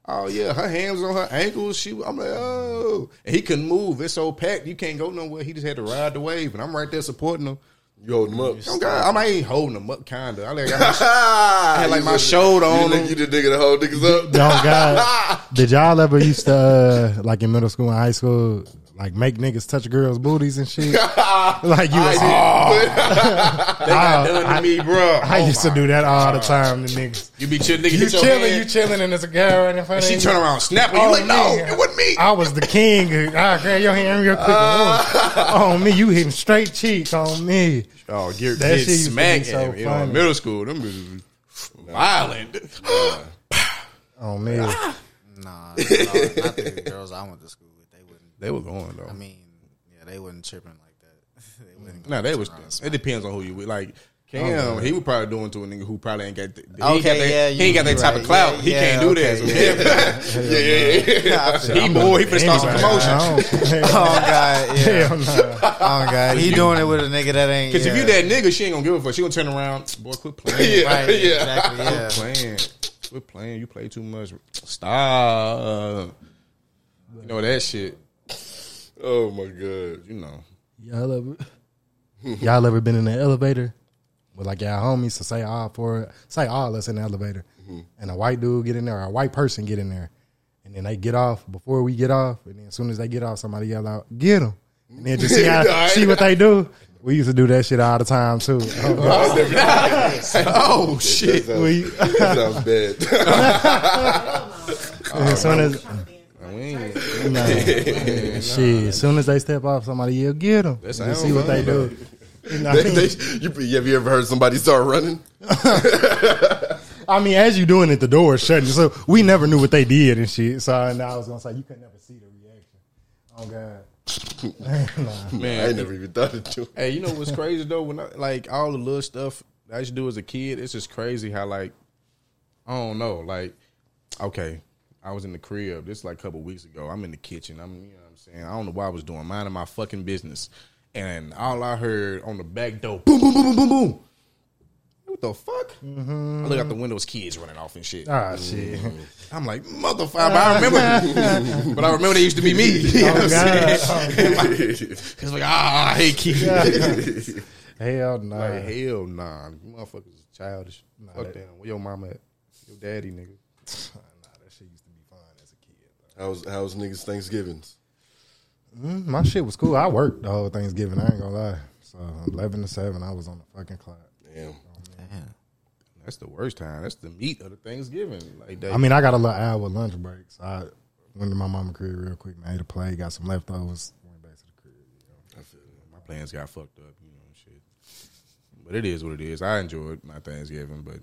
D: Oh yeah, her hands on her ankles. She, I'm like, oh, and he couldn't move. It's so packed, you can't go nowhere. He just had to ride the wave, and I'm right there supporting him.
B: You hold him up.
D: Oh, God, I'm I ain't holding him up, kinda. I like, I
C: (laughs)
D: had- I had like my shoulder
B: Ah, You
D: on
B: think
D: him.
B: you the nigga to hold niggas
C: (laughs)
B: up?
C: Y'all got did y'all ever used to uh, like in middle school and high school like make niggas touch girls' booties and (laughs) shit? like you was,
D: They got done to me, bro.
C: (laughs) I used to do that all the time to niggas.
D: You be chill, nigga.
C: You
D: hit your
C: chilling,
D: hand.
C: you chilling, and there's a guy right in front of
D: She
C: you.
D: turn around, snap her. You
C: Oh,
D: like, no,
C: nigga.
D: it wasn't me. (laughs)
C: (laughs) I was the king. I grab your hand real quick. on me, you hitting straight cheeks on me.
D: Oh, get,
C: That
D: that
C: shit used to be
D: smacked.
C: so
D: you know,
C: funny.
D: in middle school, them bitches was violent.
C: On me.
E: nah, nah, not the girls I went to school with. They wouldn't.
D: (gasps) they were going though.
E: I mean, yeah, they wouldn't tripping like that. (laughs) they wouldn't.
D: no, they was. It depends on who you with. Like Cam, he was probably doing to a nigga who probably ain't got. The, he ain't got
E: Okay,
D: that,
E: yeah,
D: he ain't got
E: you-
D: that type
E: you
D: of clout.
E: right.
D: he
E: Yeah,
D: can't do that.
E: okay,
D: So (laughs) yeah, yeah, yeah. He boy, he finna start some commotion.
C: promotion.
E: Oh god,
C: (laughs)
E: yeah.
C: Hell nah.
E: Oh god, he doing it with a nigga that ain't.
D: Because
E: yeah.
D: if you that nigga, she ain't gonna give a fuck. She gonna turn around. Boy, quit playing. (laughs)
B: Yeah.
E: right? Exactly. Yeah.
D: Quit playing. Quit playing. You play too much. Stop. You know that shit.
B: Oh my god.
D: You know.
C: Y'all ever, y'all ever been in an elevator with like y'all homies to say all for say all us in the elevator,
B: Mm-hmm.
C: and a white dude get in there, or a white person get in there, and then they get off before we get off, and then as soon as they get off, somebody yell out, "Get him!" and then just
B: (laughs)
C: see how, see what they do. We used to do that shit all the time too.
D: Oh
B: (laughs)
D: shit.
B: That
C: we,
B: sounds, that sounds bad. (laughs)
C: as soon as
D: We
B: (laughs)
D: ain't-
C: no, shit, as soon as they step off, somebody yell, "Get him!"
D: That's-
C: Just
D: I
C: see what they
D: don't know.
C: do. You know what I
B: They-
C: mean?
B: they- you, have you ever heard somebody start running?
C: I mean, as you doing it, the door is shutting. So we never knew what they did and shit. So I, and I was gonna say you could never see the reaction. Oh God,
B: I ain't
D: Man,
B: never even thought of doing.
D: hey, you know
C: (laughs)
D: what's crazy though? When I, like all the little stuff I used to do as a kid, it's just crazy how like I don't know. Like, okay, I was in the crib. This like a couple weeks ago. I'm in the kitchen. I'm, you know what I'm saying. I don't know what I was doing. Minding my fucking business, and all I heard on the back door, boom, boom, boom, boom, boom, boom. What the fuck? I look out the windows, kids running off and shit.
C: ah shit.
D: I'm like, motherfucker. But I remember,
C: (laughs)
D: but I remember they used to be me. You know what I'm
C: Oh, God.
D: saying? (laughs) it's like, ah, I hate kids.
C: Hell no.
D: Like hell nah, you motherfuckers is childish. Fuck them. Where your mama at? Your daddy, nigga.
B: How's how's niggas Thanksgivings?
C: Mm, My shit was cool. I worked the whole Thanksgiving. I ain't gonna lie. So eleven to seven, I was on the fucking clock.
B: Damn.
D: (sighs) That's the worst time. That's the meat of the Thanksgiving. Like that.
C: I mean, I got a little hour lunch break, so I went to my mama crib real quick, made a play, got some leftovers, went back to the crib.
D: my plans got fucked up. You know shit. But it is what it is. I enjoyed my Thanksgiving, but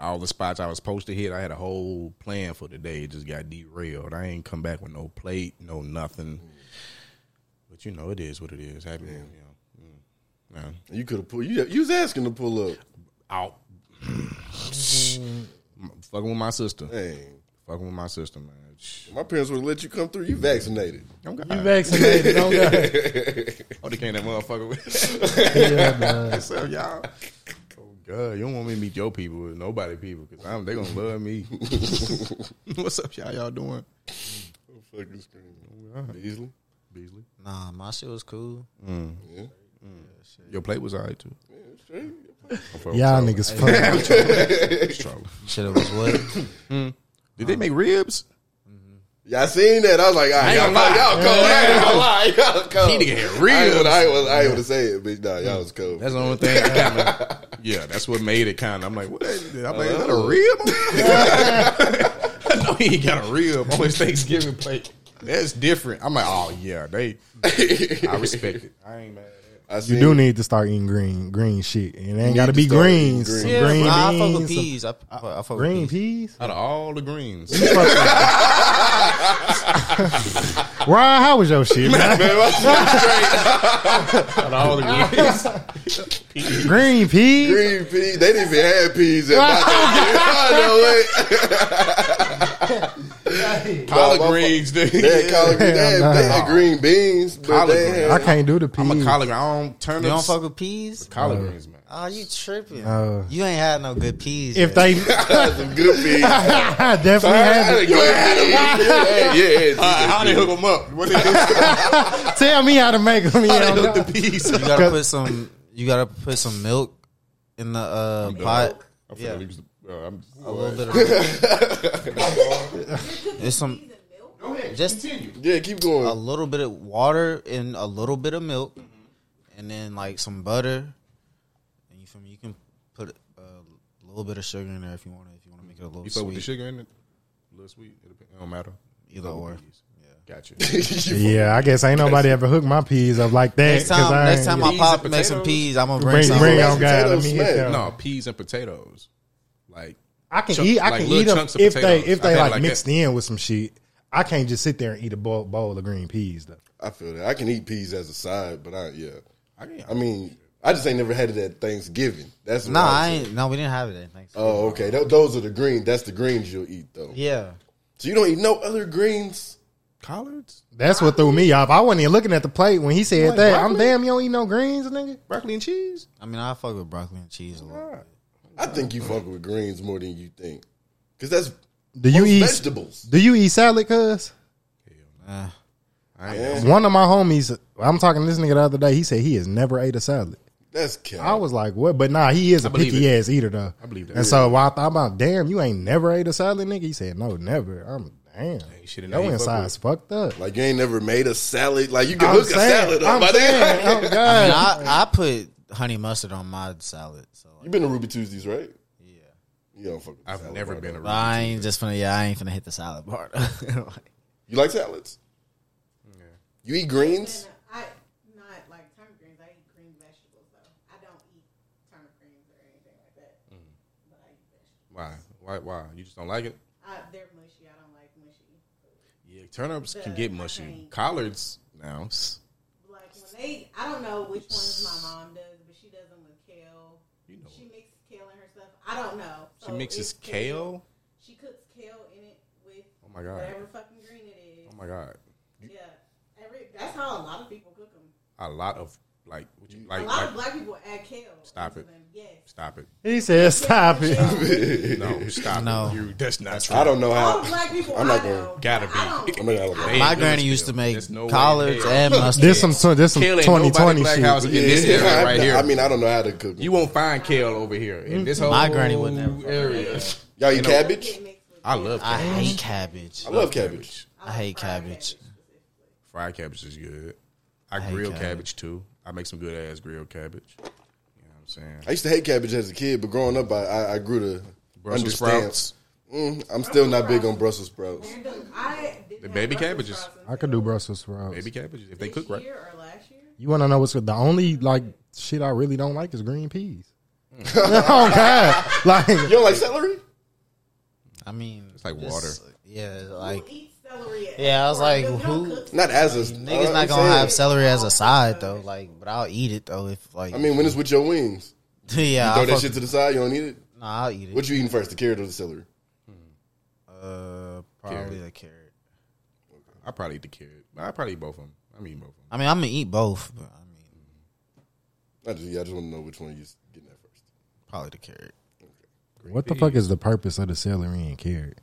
D: all the spots I was supposed to hit, I had a whole plan Mm. for the day. It just got derailed. I ain't come back with no plate, no nothing. But you know, it is what it is. Happy, you know, mm, man.
B: You could have pulled. You, you was asking to pull up.
D: out. fucking with my sister.
B: Dang.
D: Fucking with my sister, man. Shh.
B: My parents would have let you come through. You vaccinated.
D: Oh, God.
C: You vaccinated? Don't go.
D: Oh, they came that motherfucker with.
C: Yeah,
D: (laughs)
C: man.
D: What's up, y'all? Oh, God. You don't want me to meet your people with nobody people because they going to love me. (laughs) What's up, y'all? Y'all doing?
B: I'm fucking screaming. Beasley.
D: Beasley.
E: Nah, my shit was cool.
B: Yeah.
D: Your plate was all right, too.
B: Yeah, it's true.
C: Y'all niggas fuck.
D: It's trouble.
E: Shit it was what?
D: Did they make ribs?
B: Yeah, I seen that. I was like, all right, y'all, y'all cold. I ain't gonna lie. Y'all cold.
D: Need to get
B: I ain't
D: ribs.
B: gonna- I ain't gonna- I ain't gonna say it, but nah, y'all was cold.
D: That's the only thing. Kinda, (laughs) yeah, that's what made it kind of. I'm like, what? I'm like, is that a (laughs) rib? (laughs) I know he ain't got a rib on his Thanksgiving plate. That's different. I'm like, oh yeah, they.
B: (laughs)
D: I respect it. (laughs) I ain't mad.
B: I seen,
C: You do need to start eating green green shit, and it ain't got to
B: to
C: be
B: start eating
C: greens.
B: green.
E: (laughs)
C: Some
E: Yeah,
C: green
E: nah, I fuck with
C: beans, some
E: peas. I, I, I fuck
C: green
E: with peas.
C: peas.
D: Out of all the greens,
C: Ron, how was your shit? man?
D: out of all the (laughs) greens,
C: green peas.
B: green peas. They didn't even have peas at my Thanksgiving.
D: collard
B: my
D: greens, dude.
B: no way. They had collard
C: Hell
B: greens. They, had- they had
C: no.
B: green beans, but
D: Collard
B: they
D: greens.
B: had,
C: I can't do the
D: I'm
C: peas.
D: a collard. green. I don't turn
E: You don't fuck with peas?
D: collard greens, man.
E: Oh, you tripping.
C: Uh,
E: you ain't had no good peas.
C: if
E: yet.
C: they (laughs)
B: some good peas. (laughs)
C: I definitely
B: I
C: have
B: had
C: it.
B: good peas. Yeah, yeah, yeah.
D: (laughs) How they hook them up? What (laughs) they do?
C: Tell me how to make them.
D: How
C: Yeah,
D: they hook the peas?
E: you gotta put some you gotta put some milk in the uh, pot.
D: I'm finna
E: Yeah.
D: lose the- uh, I'm-
E: A little bit of it's some just
B: Yeah, keep going.
E: a little bit of water and a little bit of milk, and then like some butter. And you feel me? You can put a little bit of sugar in there if you want to. If you want to make it a little
D: You fuck with the
E: sweet,
D: sugar in it? A little sweet. It, depend- it don't matter.
E: either or.
D: Gotcha.
C: yeah, I guess ain't nobody ever hooked my peas up like that.
E: Next
C: 'cause
E: time,
C: I
E: next
C: ain't-
E: time my
D: Peas
E: pop
D: and
E: makes some
D: potatoes?
E: peas, I'm gonna bring,
C: bring,
E: some.
C: bring
B: Mashed
C: on God. Let
B: potatoes
C: me hit
B: smack.
C: that.
D: no, peas and potatoes. Like
C: I can
D: chunk-
C: eat. I
D: like
C: can
D: little
C: eat them
D: chunks of
C: if they
D: potatoes.
C: if
D: I
C: they
D: had
C: like,
D: like
C: mixed
D: that.
C: in with some shit. I can't just sit there and eat a bowl, bowl of green peas though.
B: I feel that. I can eat peas as a side, but I yeah.
D: I can.
B: I mean, I just ain't never had it at Thanksgiving. That's what
E: Nah,
B: I
E: I
B: was-
E: ain't. No, we didn't have it. Thanks.
B: Oh, okay. Tho- those are the green. That's the greens you'll eat though.
E: Yeah,
B: So you don't eat no other greens.
D: collards,
C: That's what threw me off. I wasn't even looking at the plate when he said
D: like
C: that. I'm
D: broccoli?
C: damn, you don't eat no greens, nigga.
D: broccoli and cheese.
E: I mean, I fuck with broccoli and cheese a lot.
B: I think you fuck with greens more than you think, because that's
C: Do you
B: most
C: eat
B: vegetables.
C: Do you eat salad? Cuz
D: I
B: Yeah.
D: ain't
C: one of my homies, I'm talking to this nigga the other day. He said he has never ate a salad.
B: That's cow.
C: I was like, what? But nah, he is a
D: believe
C: picky
D: it.
C: ass eater though. I
D: believe that.
C: And so while I thought about, damn, you ain't never ate a salad, nigga. He said, no, never. I'm damn.
D: shit in there
C: Your
D: you fuck
C: inside's fucked up.
B: like you ain't never made a salad. Like you can
C: I'm
B: hook
C: saying,
B: a salad up.
C: I'm
B: my nigga.
C: saying, oh,
D: (laughs)
E: And
C: God.
E: I, I put honey mustard on my salad, so
B: (laughs)
E: like,
B: you been to Ruby Tuesdays, right? Yeah. You don't fuck. With
D: I've
B: salad,
D: never
B: bro.
D: been a. I,
E: I ain't just finna. Yeah, I ain't finna hit the salad part.
B: You like salads? You
A: (laughs)
B: eat greens? (laughs)
A: I not like turnip greens. I eat green vegetables though. I don't eat turnip greens or anything like that.
D: Mm-hmm.
A: But I eat vegetables.
D: why? Why? Why? You just don't like it?
A: I, they're mushy. I don't like mushy.
D: Yeah, turnips can
A: Uh,
D: get
A: I
D: mushy.
A: can't.
D: Collards now.
A: Like when they, I don't know which ones my mom does, but she does them with kale.
D: You know
A: she mixes kale in her stuff. I don't know.
D: She
A: So
D: mixes
A: it's
D: kale.
A: She cooks kale in it with
D: Oh my god.
A: whatever fucking green it is.
D: Oh my god.
A: Yeah, every that's how a lot of people cook them.
D: A lot of like. Would you
A: A
D: like?
A: lot of
D: like
A: black people add kale.
D: Stop
A: into
D: it.
A: Them. Yes.
D: stop it.
C: He said, stop it.
D: No, stop
E: No.
D: it. You, that's not true.
B: I don't know
A: All
B: how.
A: the
E: (laughs)
A: black people
B: I'm
A: I
B: not gonna-
A: know
D: Gotta
A: I don't-
D: be.
B: I'm not gonna lie.
D: They
E: my
D: ain't doing
E: granny
D: it
E: used to
D: still.
E: make
D: There's no way in
E: collards
D: hell.
E: and mustard.
C: This some this some
D: Kale ain't
C: 2020
D: nobody black
C: shit.
D: house in this
B: Yeah,
D: area right
B: I,
D: here.
B: I mean, I don't know how to cook.
D: You won't find kale over here in this whole
E: My granny would never fuck
D: area.
B: Y'all eat
A: It doesn't
B: cabbage?
A: get mixed with
D: I
A: kale.
D: love
E: I
D: cabbage.
E: hate cabbage.
B: I love cabbage.
E: I hate cabbage.
D: Fried cabbage is good. I,
E: hate
D: grill
E: cabbage.
D: cabbage. too. I make some good ass grilled cabbage. You know what I'm saying?
B: I used to hate cabbage as a kid, but growing up, I, I, I grew to
D: Brussels
B: understand.
D: sprouts.
B: Mm, I'm still not big on Brussels sprouts.
A: I didn't
D: The
A: have
D: baby
A: Brussels
D: cabbages.
A: sprouts until
C: I could do Brussels sprouts.
D: Baby cabbage if they
A: this
D: cook right.
A: year or last year.
C: You want to know what's good? The only like shit I really don't like is green peas.
B: Mm.
C: (laughs) oh God! Like
B: You don't like celery?
E: I mean,
D: It's like
E: just-
D: water.
E: Yeah,
A: Who
E: like
A: eats celery. at-
E: Yeah, I was
A: or
E: like,
A: you don't
E: who-
A: cook-
B: Not as a
E: Niggas
B: I'm
E: not gonna
B: saying,
E: have celery as a side though, like, but I'll eat it though if like.
B: I mean, when it's with your wings,
E: (laughs) yeah,
B: throw
E: I'll
B: that
E: fuck-
B: shit to the side. You don't need it.
E: nah, I'll eat it.
B: What you eating first, the carrot or the celery?
E: uh, probably a carrot.
D: I probably eat the carrot. I probably eat both of them. I'm eating both of them.
E: I mean, I'm gonna eat both, but I mean,
B: I just, yeah, I just want to know which one you s- getting at first.
E: probably the carrot.
C: What the fuck is the purpose of the celery and carrot?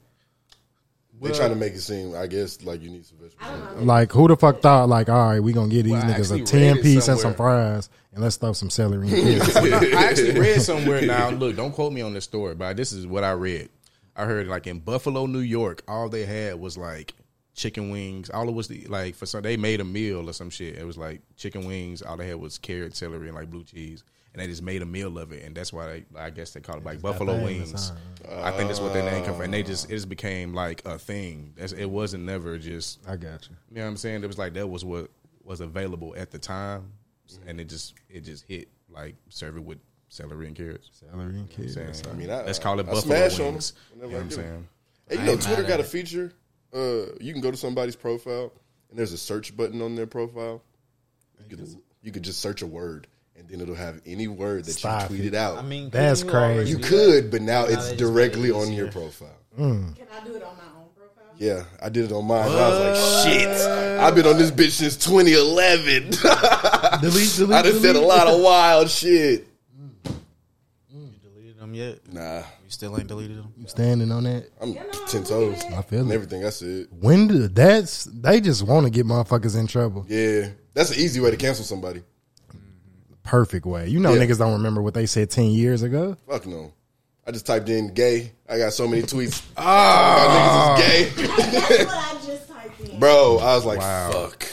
B: They're trying to make it seem, I guess, like you need some vegetables.
C: Like, who the fuck thought, like, all right, we gonna get these
D: Well, I
C: niggas
D: actually
C: a 10
D: read it
C: piece and
D: somewhere.
C: some fries and let's stuff some celery
B: (laughs)
C: and
D: (laughs)
C: carrot.
D: I actually read somewhere now. Look, don't quote me on this story, but this is what I read. I heard like in Buffalo, New York, all they had was like chicken wings. All it was the, like for some they made a meal or some shit. It was like chicken wings. All they had was carrot, celery, and like blue cheese. And they just made a meal of it, and that's why they, I guess they call it like buffalo wings. I think that's what their name come from. And they just it just became like a thing. That's, it wasn't never just
C: I got you.
D: you know what I'm saying? It was like that was what was available at the time, and it just it just hit like serve it with celery and carrots.
C: Celery and carrot.
D: You know what I'm saying?
B: I mean, I-
D: let's call it
B: I
D: buffalo
B: smash on
D: wings.
B: them
D: You know
B: whenever
D: what
B: I
D: I'm
B: get
D: saying?
B: Hey, you know, Twitter got a feature. Uh, you can go to somebody's profile, and there's a search button on their profile. You could, you could just search a word, and then it'll have any word that
C: Stop
B: you tweeted out.
E: I mean,
C: That's
E: couldn't you already
C: crazy.
B: you
E: do
B: could, but now
E: they just
B: it's
E: made it
B: directly on your
E: easier.
B: profile.
A: Can I do it on my
E: (laughs)
A: own profile?
B: Yeah, I did it on mine. and I was like, shit, I've been on this bitch since (laughs) 2011.
C: Delete, delete,
B: I done said a lot of wild shit.
E: that? You deleted them yet?
B: Nah,
E: You still ain't deleted them.
C: You standing on that?
B: I'm
A: You know,
B: ten
A: I'm
B: toes
A: looking
C: I
A: at-
C: feel
B: and
C: it.
B: everything. That's it.
C: When do that's they just want to get motherfuckers in trouble?
B: Yeah, that's an easy way to cancel somebody.
C: Perfect way. You know,
B: Yeah.
C: niggas don't remember what they said ten years ago.
B: Fuck no. I just typed in gay. I got so many
C: (laughs)
B: tweets.
C: Oh.
B: Ah, niggas is gay,
A: That's what I just typed in.
B: bro. I was like, fuck.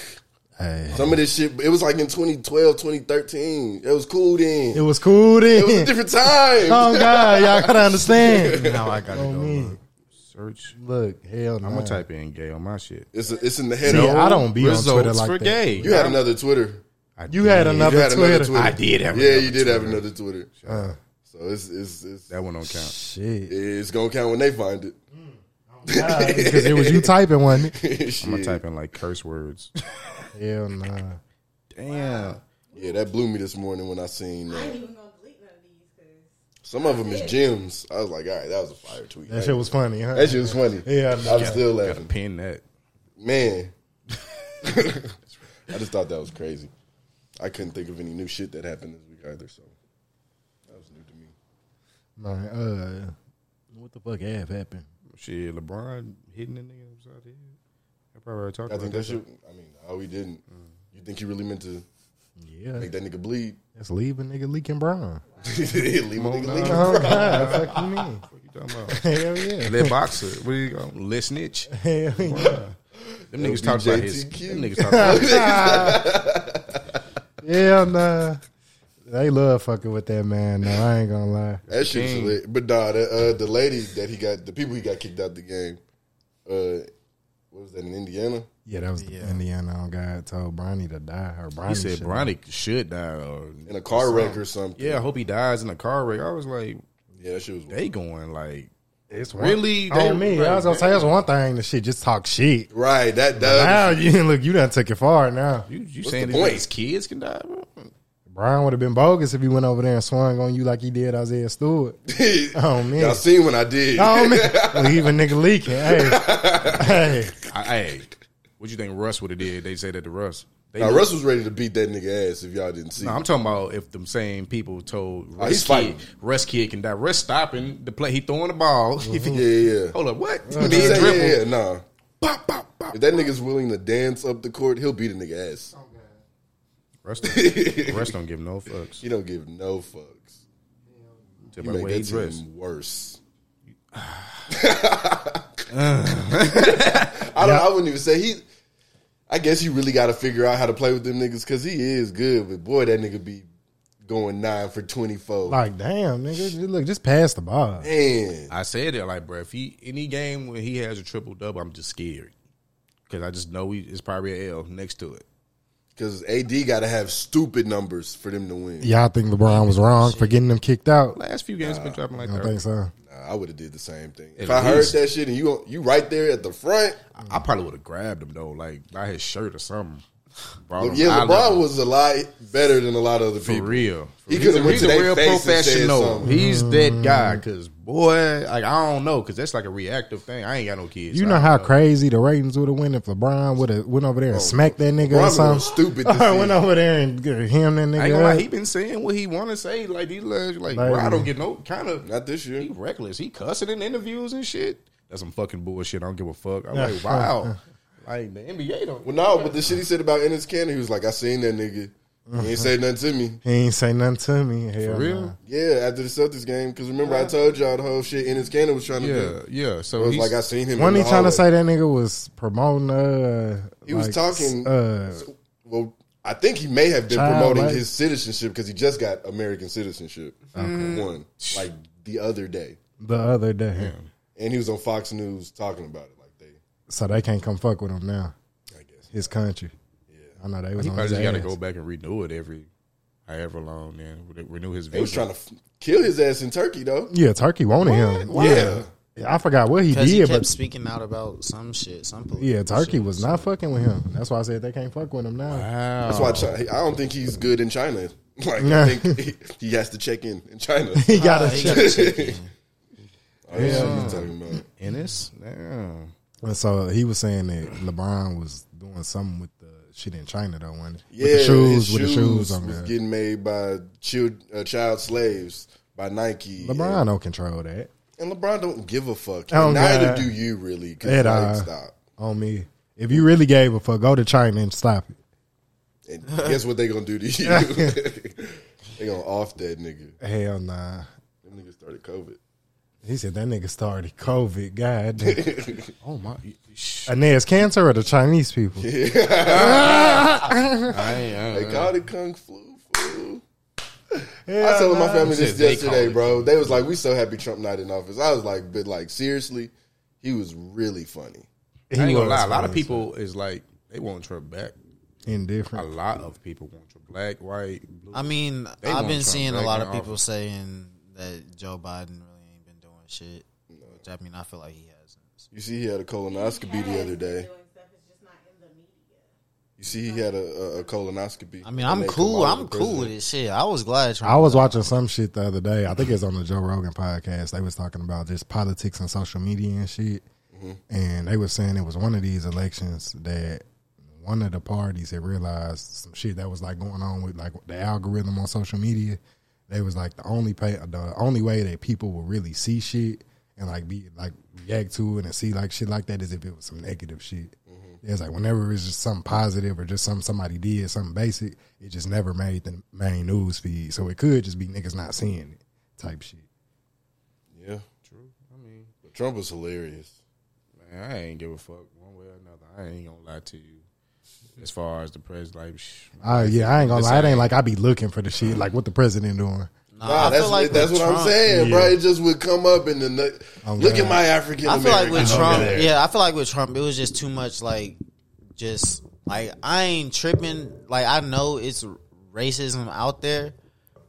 C: Hey,
B: Some of this shit. It was like in 2012, 2013. It was cool then.
C: it was cool then.
B: It was a different time.
C: oh God, y'all
B: (laughs)
C: gotta understand.
E: Now I gotta
C: Oh,
E: go
C: man.
E: look.
D: Search.
C: Look, hell, no.
D: I'm gonna type in gay on my shit.
B: It's a, it's in the header.
C: See, I don't be on
D: Results
C: Twitter like
D: for
C: that.
D: gay.
B: You had another Twitter.
D: I
C: You had
D: did.
C: another
B: You had
C: Twitter.
B: another Twitter.
D: I did have
B: Yeah,
D: another
B: you did have
D: Twitter.
B: another Twitter. So it's it's it's,
D: That one don't count.
C: Shit,
B: it's gonna count when they find it. (laughs)
C: because it was you typing one.
D: I'm gonna
B: Shit.
D: type in like
B: (laughs)
D: curse words.
C: (laughs) Hell no. Nah.
D: Damn.
B: Yeah, that blew me this morning when I seen
A: I ain't
B: that.
A: even gonna delete none of these because
B: Some of them is gems. I was like, all right, that was a fire tweet.
C: That shit was funny, huh?
B: That shit was funny.
C: Yeah,
B: I was still
D: Gotta
B: laughing.
D: pin that.
B: Man. I just thought that was crazy. I couldn't think of any new shit that happened this week either, so that was new to me.
C: Man, uh, what the fuck have happened?
D: Shit, LeBron hitting the nigga upside the head. I probably already talked
B: I
D: about
B: think that
D: that.
B: shit I mean, how we didn't. You think you really meant to
C: Yeah,
B: make that nigga bleed? (laughs)
C: that's leaving nigga leaking (laughs) brown.
B: Leave a nigga leak.
C: Oh God, fuck you mean?
D: What you talking about?
C: Hell yeah,
D: That boxer, what do you call him? Let snitch.
C: hell yeah.
D: Them niggas talk about his.
B: LBJTQ.
D: Them niggas talk about his.
C: Hell nah. They love fucking with that man. No, I ain't gonna lie.
B: That shit's lit. But nah, the, uh, the lady that he got, the people he got kicked out the game, uh, what was that in Indiana?
C: Yeah, that was the Indiana on God told Bronny to die. Or Bronny
D: He said
C: should
D: Bronny should die. Or,
B: In a car wreck or something.
D: yeah, I hope he dies in a car wreck. I was like,
B: Yeah, that shit was.
D: they going like
C: die. It's
D: really.
C: One,
D: They,
C: on me. I was gonna say that's one thing. The shit just talk shit.
B: Right, that (laughs) does.
C: Now (laughs) you look, you done took it far. Now
D: You, you saying
B: the
D: these
B: point?
D: niggas kids can die? Bro?
C: Brian would have been bogus if he went over there and swung on you like he did Isaiah Stewart. Oh man,
B: Y'all seen when I did.
C: oh man, leave a nigga leaking. Hey, hey,
D: I, hey, what you think Russ would have did? They said that to Russ. They
B: Now,
D: look-
B: Russ was ready to beat that nigga ass if y'all didn't see.
D: No, I'm talking about if them same people told Russ
B: he's
D: kid,
B: fighting.
D: Russ kid can die. Russ stopping the play. He throwing the ball. (laughs) If
B: yeah,
D: he,
B: yeah, yeah.
D: hold up, what?
B: Mm-hmm. He
D: Mid
B: said,
D: Oh, dribble.
B: Yeah, yeah, nah.
D: Pop, pop, pop.
B: If that nigga's willing to dance up the court, he'll beat a nigga ass.
D: Russ don't, Russ don't give no fucks.
B: He don't give no fucks.
D: Tell
B: You
D: by the
B: make
D: way he
B: that team
D: dressed. (sighs)
B: worse. (laughs) I don't. I wouldn't even say he. I guess you really got to figure out how to play with them niggas because he is good, but boy, that nigga be going nine for twenty four.
C: like damn, nigga, just- look, just pass the ball.
B: Man,
D: I said it like, bro, if he any game when he has a triple double, I'm just scared because I just know he is probably an L next to it.
B: because AD got to have stupid numbers for them to win.
C: Y'all think LeBron was wrong for getting them kicked out?
D: Last few games have been dropping like
C: I don't
D: that.
C: think so.
B: I I would have did the same thing.
D: At
B: if I heard
D: least.
B: that shit and you you right there at the front,
D: I, I probably would have grabbed him though, like by his shirt or something. Brought him
B: Oh, yeah,
D: out of-
B: LeBron was a lot better than a lot of other
D: for
B: people.
D: real.
B: He
D: He's
B: could've
D: a-
B: went
D: he's
B: to
D: a
B: they
D: real
B: face and said
D: professional.
B: something.
D: He's that guy
C: Mm.
D: because boy, like I don't know because that's like a reactive thing. I ain't got no kids.
C: You
D: so
C: know
D: I
C: how
D: don't
C: crazy the ratings would have went if LeBron would have went over there and smacked that nigga or
B: LeBron
C: something.
B: was stupid. this
C: Or (laughs) went
B: season.
C: over there and him that nigga.
D: I ain't gonna lie,
C: up.
D: he been saying what he want to say. Like these, like, like
C: Like-
D: bro, I don't get no kind of.
B: Not this year.
D: He reckless. He cussing in interviews and shit. That's some fucking bullshit. I don't give a fuck. I'm
C: (laughs)
D: like, wow. Like the NBA don't.
B: Well, no, but the shit he said about Ennis Cannon, he was like, I seen that nigga. He ain't say nothing to me.
C: He ain't say nothing to me. Hell
D: real?
C: nah.
B: Yeah, after the Celtics game, because remember I told y'all the whole shit Ennis Cannon was trying to
D: Yeah,
B: do.
D: yeah. So
B: It was
D: he's,
B: like I seen him.
C: When
B: in
C: he
B: the
C: trying
B: hallway.
C: to say that nigga was promoting, uh,
B: He was
C: like,
B: talking-
C: Uh,
B: Well, I think he may have been
C: Child,
B: promoting
C: right?
B: his citizenship because he just got American citizenship. One, like the other day,
C: the other day,
B: and he was on Fox News talking about it. Like they,
C: so they can't come fuck with him now.
B: I guess.
C: His country. I know they was
D: he
C: on
D: probably
C: his
D: just got to
C: ass.
D: go back and renew it every, however long. Then re- renew his
B: They
D: visa.
B: was trying to f- kill his ass in Turkey though.
C: Yeah, Turkey wanted him.
B: Why?
C: Yeah. Yeah, I forgot what he
E: Because he
C: did,
E: kept
C: but
E: speaking out about some shit. Some political
C: yeah, Turkey
E: shit.
C: was not fucking with him. That's why I said they can't fuck with him now.
D: Wow.
B: That's why China,
C: Oh.
B: I don't think he's good in China. (laughs) Like I think he,
C: (laughs)
B: he has to check in in China.
C: Ah, He got
E: Uh,
C: a
E: he gotta check in.
B: (laughs) Oh, shit, he's talking about.
D: Ennis. Damn.
C: And so he was saying that LeBron was doing something with the shit in China though, wasn't he?
B: Yeah,
C: with the shoes,
B: his
C: with the shoes on
B: was
C: there.
B: getting made by child, uh, child slaves by Nike.
C: LeBron don't control that
B: and, and LeBron don't give a fuck.
C: Oh,
B: And neither
C: God.
B: do you really. 'cause,
C: At
B: like,
C: all.
B: stop.
C: on me. If you really gave a fuck, go to China and stop it.
B: And guess what they gonna do to
C: (laughs)
B: you? (laughs) they gonna off that nigga.
C: Hell nah.
B: That nigga started COVID.
C: He said that nigga
B: (laughs)
C: started COVID. God damn. oh my. And there's cancer or the Chinese people.
D: I ain't.
B: They
C: Uh-huh.
D: I-
B: called it kung flu. fool.
C: Hell
B: I told my
C: nah.
B: family this
D: Said they
B: yesterday,
D: called it
B: bro. They was like, "We so happy Trump not in office." I was like, "But like seriously, he was really funny."
C: He
D: I ain't gonna
C: was
D: lie. A lot of
C: crazy.
D: people is like they want Trump back. A
C: indifferent.
D: lot of people want Trump black, white, blue.
E: I mean,
D: They
E: I've
D: want
E: been
D: Trump
E: seeing a
D: back
E: lot
D: in
E: of people
D: office.
E: saying that Joe Biden really ain't been doing shit. Which I mean, I feel like he hasn't.
B: You see, he had a colonoscopy the other day. You see, he had a, a, a colonoscopy.
E: I mean,
B: And
E: I'm
B: they come
E: cool.
B: out of
E: I'm
B: the
E: cool
B: prison.
E: with this shit. I was glad. Trump
C: I was watching some shit the other day. I think it's on the Joe Rogan podcast. They was talking about just politics and social media and shit.
B: Mm-hmm.
C: And they was saying it was one of these elections that one of the parties had realized some shit that was like going on with like the algorithm on social media. They was like the only pay, the only way that people will really see shit and like be like react to it and see like shit like that is if it was some negative shit. It's like whenever it's just something positive or just something somebody did, something basic, it just never made the main news feed. So it could just be niggas not seeing it type shit.
B: Yeah, true. I mean, but Trump was hilarious.
D: Man, I ain't give a fuck one way or another. I ain't gonna lie to you. As far as the president, like, shh,
C: Oh yeah, I ain't gonna lie. It ain't like I be looking for the shit like what the president doing.
B: Nah,
E: Nah, I
B: that's
E: feel like
B: what- that's
E: with
B: what I'm
E: Trump-
B: saying, bro. It just would come up and then the-
C: Oh,
B: look
C: God.
B: at my African.
E: I feel
B: (laughs)
E: like with
B: American over
E: Trump,
B: there.
E: yeah, I feel like with Trump, it was just too much. Like, just like I ain't tripping. Like I know it's racism out there,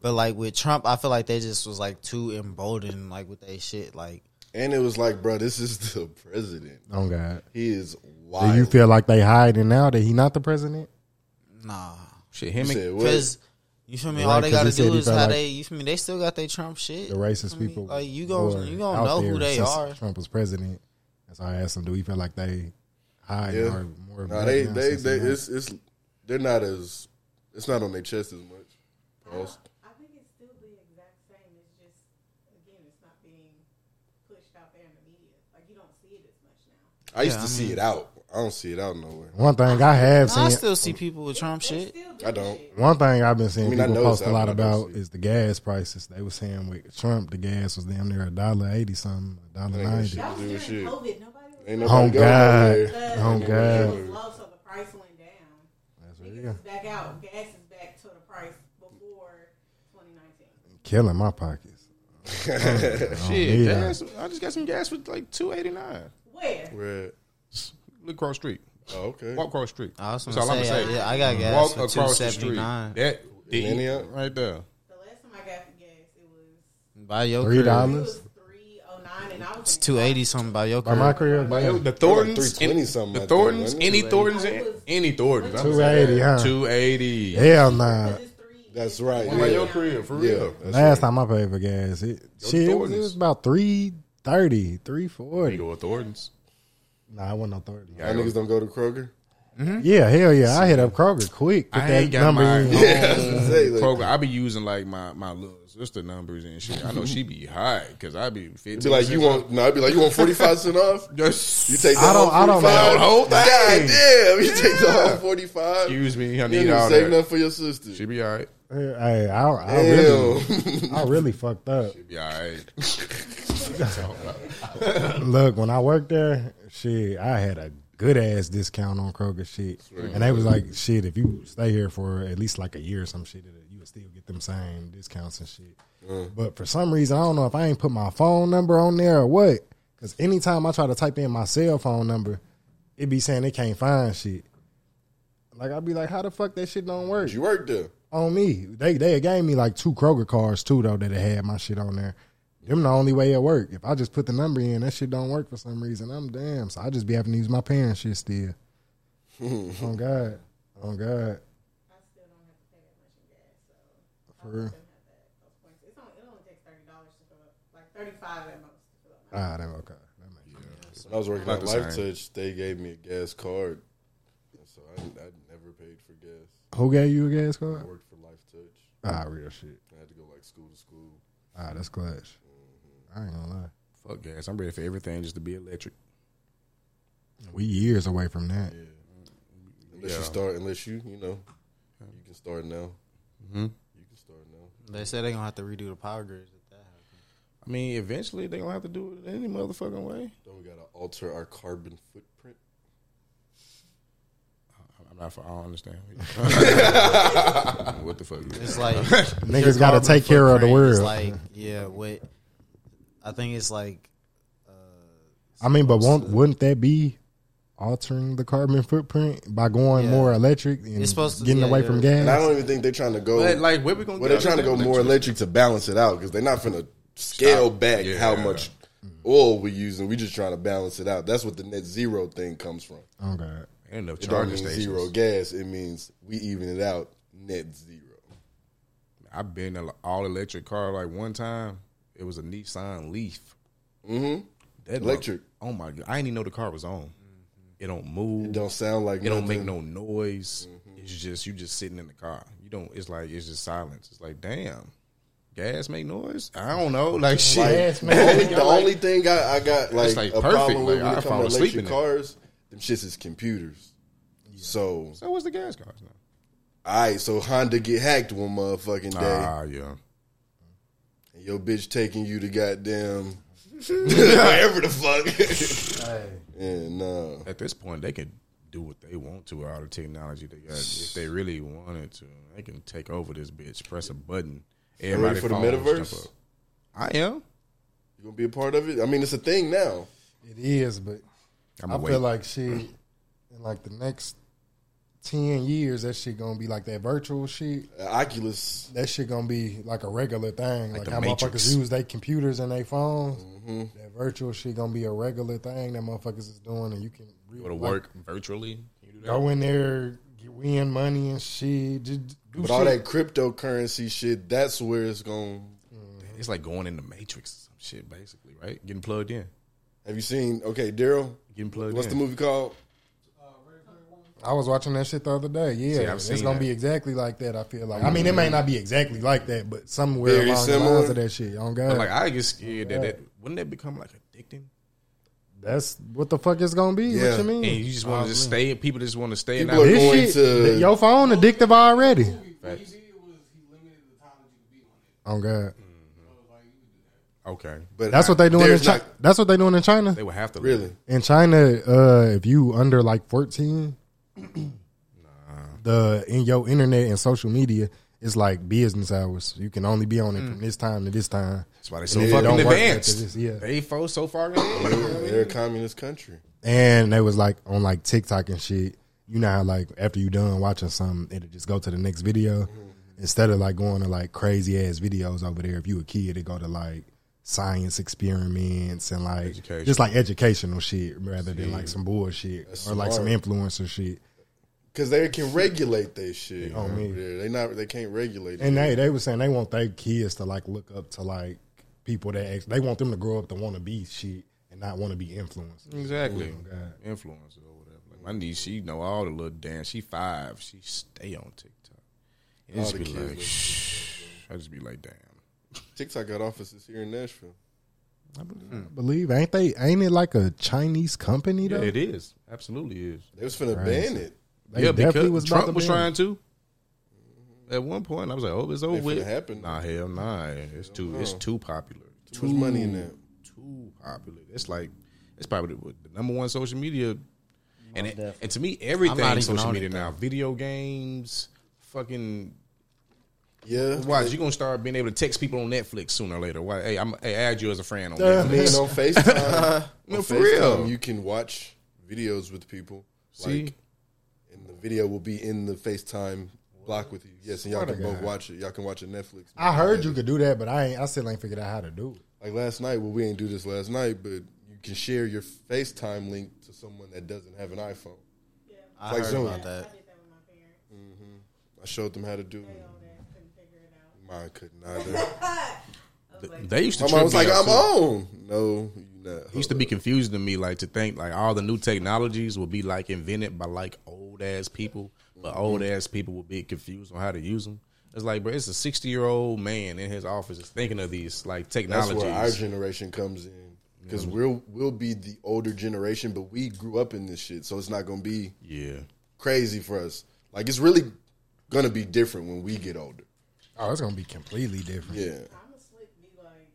E: but like with Trump, I feel like they just was like too emboldened, like with they shit. Like
B: and it was like, bro, this is the president.
C: Oh God,
B: He is
C: do
B: wild.
C: you feel like they hiding now that he not the president?
E: nah,
D: shit, him
B: You
D: and
B: said what?
E: because. You feel me?
C: Right,
E: All they
C: 'cause
E: gotta
C: he said
E: do
C: he
E: is how
C: felt like
E: they. You feel me? They still got their Trump shit.
C: The racist
E: me?
C: people,
E: Like, you gon-
C: were
E: you gon'
C: out
E: know who
C: there
E: they
C: since
E: are.
C: Trump was president. That's why I asked him, do you feel like they hiding
B: Yeah.
C: or more?
B: Nah, they they, they it's it's they're not as it's not on their chest as much. Pause.
A: I think it's still the exact same. It's just again, it's not being pushed out there in the media. Like you don't see it as much now.
B: I used to
E: Yeah, I
B: see it out. I don't see it out nowhere.
C: one thing I have
E: I
C: seen.
E: still see people with Trump shit.
A: Still do
B: I don't.
A: shit.
C: One thing I've been seeing
B: I mean, I
C: people
B: know
C: post
B: it's
C: a lot
B: up, but I don't
C: about
B: see it.
C: is the gas prices. They were saying with Trump, the gas was damn near a dollar eighty something, a dollar
B: Ain't
C: ninety.
A: That was
B: Do
A: during
B: shit.
A: COVID. Nobody was
B: Ain't
A: going
B: nobody
C: Oh,
B: going
C: God.
B: over
A: because
B: there.
C: Oh,
A: the
C: God.
A: It was low, so the price went down.
C: That's
A: Niggas
C: real.
A: is back out. Gas is back to the price before 2019.
C: Killing
B: (laughs)
C: my pockets. Oh,
D: shit.
C: yeah.
D: Gas, I just got some gas for like two eighty nine.
A: Where?
B: Red.
D: Look across street,
B: Oh, okay.
D: walk across street.
E: I was
D: That's
E: gonna
D: all I'ma
E: say, I- yeah, I got gas
D: walk
E: for
D: across the street.
E: 279.
D: That E,
B: Millennium?
D: right
A: The
D: there.
A: last time I got the gas, it was
E: Buy your
C: Three
E: crib.
C: dollars?
A: it was
C: Honest?
A: 309 nine, and I was
E: It's 280 something by your
C: By my
E: career.
C: career, yeah.
D: The
B: It was
D: Thorntons,
B: like 320
D: any-
B: something, I
D: the
B: think,
D: Thorntons,
B: wasn't it?
D: any Thorntons,
A: I was-
D: any Thorntons. I'm
C: 280, huh?
D: sorry. 280.
C: Hell nah.
A: It's three.
B: That's right.
D: One by your career, for
B: Yeah,
D: real.
B: that's
C: Last
B: right.
C: time I paid for gas, it, shit, it was, it
D: Thorntons.
C: was about 330, 340.
D: go with Thorntons.
C: Nah, I wasn't on 30.
B: Y'all niggas don't go to
D: (laughs)
B: Kroger.
C: Yeah, hell yeah. I hit up Kroger quick. Put
D: I
C: that
D: ain't got
C: number
D: my
C: in.
B: (laughs)
E: (laughs)
B: Say, like,
D: program. I be using like my my little sister numbers and shit. I know she be high because I be fifteen.
B: be like you want? No, I'd be like you want forty five cent off.
D: Just
B: You take the
C: I don't- I
B: whole
C: don't
B: 45?
C: know.
D: The whole thing.
B: God damn, you take the whole forty five. You
D: excuse me. I
B: didn't
D: need
B: even
D: all
B: save
D: that.
B: nothing for your sister.
D: She be all right.
C: Hey, I, I, really,
B: Damn.
C: I really
D: (laughs)
C: fucked up.
D: Be all right.
C: Look, when I worked there, shit, I had a good ass discount on Kroger shit, and they was like, shit, if you stay here for at least like a year or some shit, it'll- you would still get them same discounts and shit. But for some reason, I don't know if I ain't put my phone number on there or what, because anytime I try to type in my cell phone number, it be saying they can't find shit. Like I'd be like, how the fuck that shit don't work?
B: you worked there.
C: on me. They they gave me like two Kroger cards too though that had my shit on there. Them the only way it work. If I just put the number in, that shit don't work for some reason. I'm damn. So I just be having to use my parents' shit still. oh God. Oh God. For real.
A: It's only, it only takes thirty dollars to fill up, like thirty five at most. To fill up.
C: Ah, that okay. That makes sense.
B: When I was working at
D: the
B: Life
D: same.
B: Touch, they gave me a gas card, And so I, I never paid for gas.
C: Who gave you a gas
B: I
C: card?
B: worked for Life Touch.
C: Ah, real shit.
B: I had to go like school to school.
C: Ah, that's clutch. I ain't gonna lie.
D: Fuck gas. I'm ready for everything just to be electric.
C: We years away from that.
B: Unless you start, unless you, you know, you can start now.
D: Mm-hmm.
B: You can start now.
E: They said they're going to have to redo the power grids if that happens.
D: I mean, eventually they gonna have to do it any motherfucking way.
B: Then we gotta alter our carbon footprint.
D: I'm not for. I don't understand. (laughs) Ah, what the fuck?
B: (laughs)
E: It's like.
C: Niggas gotta take care of the
E: footprint is
C: world.
E: Like, yeah, what. I think it's like.
C: I mean, but won't, wouldn't that be altering the carbon footprint by going
E: Yeah.
C: more electric and
E: It's supposed to-
C: getting
E: yeah,
C: away
E: yeah.
C: from
B: And I
C: gas?
B: don't even think they're trying to go.
D: But like, where we gonna?
B: well,
D: get
B: they're trying to go
D: all this
B: more
D: electric?
B: electric to balance it out because they're not finna scale back
D: Yeah.
B: how much oil we're using. We're just trying to balance it out. That's what the net zero thing comes from.
C: Oh God,
D: Ain't enough
B: It don't
D: charging
B: mean
D: stations.
B: zero gas. It means we even it out net zero.
D: I've been in an all electric car like one time. It was a Nissan Leaf. Mm-hmm. That
B: Electric.
D: mother- oh my god! I didn't even know the car was on. It don't move.
B: It don't sound like
D: It don't make
B: nothing. Mm-hmm.
D: no noise. It's just you just sitting in the car. You don't. It's like it's just silence. It's like damn. Gas make noise? I don't know. Like shit.
C: Gas make
B: only, the only thing I, I got like,
D: like
B: a
D: perfect.
B: problem with
D: Like,
B: when
D: I
B: it
D: fall
B: comes to
D: asleep in
B: electric
D: it.
B: cars, them shits is computers. So,
D: So what's the gas cars now?
B: all right, so Honda get hacked one motherfucking day,
D: Ah, yeah.
B: and your bitch taking you to
D: (laughs)
B: goddamn wherever the fuck. and uh,
D: At this point, they can do what they want to with all the technology they got. If they really wanted to, they can take over this bitch. Press a button. Everybody
B: for the
D: phones jump
B: metaverse?
D: up. I am.
B: you gonna be a part of it? I mean, it's a thing now.
C: it is. But
D: I'm
C: i
D: awake.
C: feel like shit in like the next ten years, that shit gonna be like that virtual shit.
B: Uh, Oculus,
C: That shit gonna be like a regular thing. Like,
D: the
C: how
D: Matrix.
C: motherfuckers use their computers and their phones. That virtual shit gonna be a regular thing that motherfuckers is doing, and you can
D: go to
C: like,
D: work virtually. Can you do that?
C: go in there, get win money and shit. Just
B: but
C: do shit.
B: all that cryptocurrency shit, that's where it's going.
D: It's like going in the matrix, or some shit, basically, right? Getting plugged in,
B: Have you seen? Okay, Daryl,
D: getting plugged
B: what's
D: in.
B: the movie called?
C: I was watching that shit the other day. Yeah,
D: See, I've
C: it's
D: seen
C: gonna
D: that. Mm.
C: be exactly like that. I feel like. I mean, it may not be exactly like that, but somewhere
B: Very
C: along the
B: similar.
C: lines of that shit. On God,
D: But like I get scared that that wouldn't that become like addicting?
C: that's what the fuck it's gonna be.
B: Yeah.
C: What you
D: And
C: mean?
D: you just want to just stay. People just want to stay.
B: People
D: and
B: are-
D: out.
B: going
C: This shit,
B: to-
C: th- your phone addictive already.
D: Facts.
C: On Oh, God,
D: Okay,
B: But
C: that's what they doing in
B: there's
C: China.
B: not-
C: That's what they doing in China.
D: they would have to
B: Really?
C: In China, uh, if you under like fourteen, the in your internet and social media is like business hours. You can only be on it from this time to this time.
D: Mm. That's why they so
C: Yeah,
D: fucking
C: don't work after
D: advanced.
C: this, yeah.
D: They fo so far. ahead.
B: They're a communist country.
C: and they was like on like TikTok and shit. You know how like after you done watching something, it'll just go to the next
D: Mm-hmm.
C: video instead of like going to like crazy ass videos over there. If you a kid, it go to like science experiments and like
D: Education.
C: just like educational shit rather than like some bullshit or like some
B: smart.
C: influencer shit.
B: Because they can regulate their shit.
C: on me.
B: over there. They not. They can't regulate.
C: And
B: it.
C: they they were saying they want their kids to like look up to like people that act, they want them to grow up to want to be shit and not want to be influencers.
D: Mm. Exactly. Influencer or whatever. Like my niece, she know all the little dance. She five. She stay on TikTok. And it
B: All
D: just
B: the
D: be
B: kids
D: like,
B: look-
D: shh. I just be like, damn.
B: TikTok got offices here in Nashville.
C: I believe ain't they? Ain't it like a Chinese company
D: Yeah,
C: though?
D: it is. Absolutely is.
B: They was finna
C: Crazy.
B: ban it.
C: They
D: yeah,
C: definitely
D: because
C: was about
D: Trump
C: to
D: was
C: ban it.
D: trying to. At one point, I was like, oh, it's over
B: finna
D: with.
B: happen.
D: Nah, hell nah. It's too. It's
C: Uh-huh.
D: too popular.
B: Too much money in that.
D: Too popular. It's like it's probably the, the number one social media.
C: Oh,
D: And it, and to me, everything
E: even
D: social
E: on
D: media
E: it,
D: now. Video games, fucking
B: Yeah.
D: Watch, you're gonna start being able to text people on Netflix sooner or later. Why, hey, I'm hey, add you as a friend on
B: I
D: Netflix.
B: mean,
C: (laughs)
B: on FaceTime,
D: No,
B: on
D: for
B: FaceTime,
D: real.
B: you can watch videos with people.
D: See?
B: Like, and the video will be in the FaceTime block with you. Yes, and y'all can both watch it. Y'all can watch it Netflix.
C: I heard you could do that, but I ain't. I still ain't figured out how to do it.
B: Like last night, well, we didn't do this last night, but you can share your FaceTime link to someone that doesn't have an iPhone.
E: I
B: Like
E: heard
B: Zoom.
E: about that.
A: did that with my parents.
B: I showed them how to do it.
A: They couldn't figure it out.
B: Mine couldn't either.
D: (laughs) They used to.
B: My mom
D: trip
B: was
D: me
B: like,
D: out,
B: I'm
D: too.
B: on. No, you're not.
D: It used to be confusing to me, like to think like all the new technologies will be like invented by like old ass people, but
B: Mm-hmm.
D: old ass people will be confused on how to use them. It's like, bro, it's a sixty year old man in his office is thinking of these like
B: That's
D: technologies.
B: where our generation comes in because we'll we'll be the older generation, but we grew up in this shit, so it's not gonna be
D: yeah,
B: crazy for us. Like it's really gonna be different when we get older.
C: Oh, it's gonna be completely different.
B: Yeah,
A: I'm asleep. Be like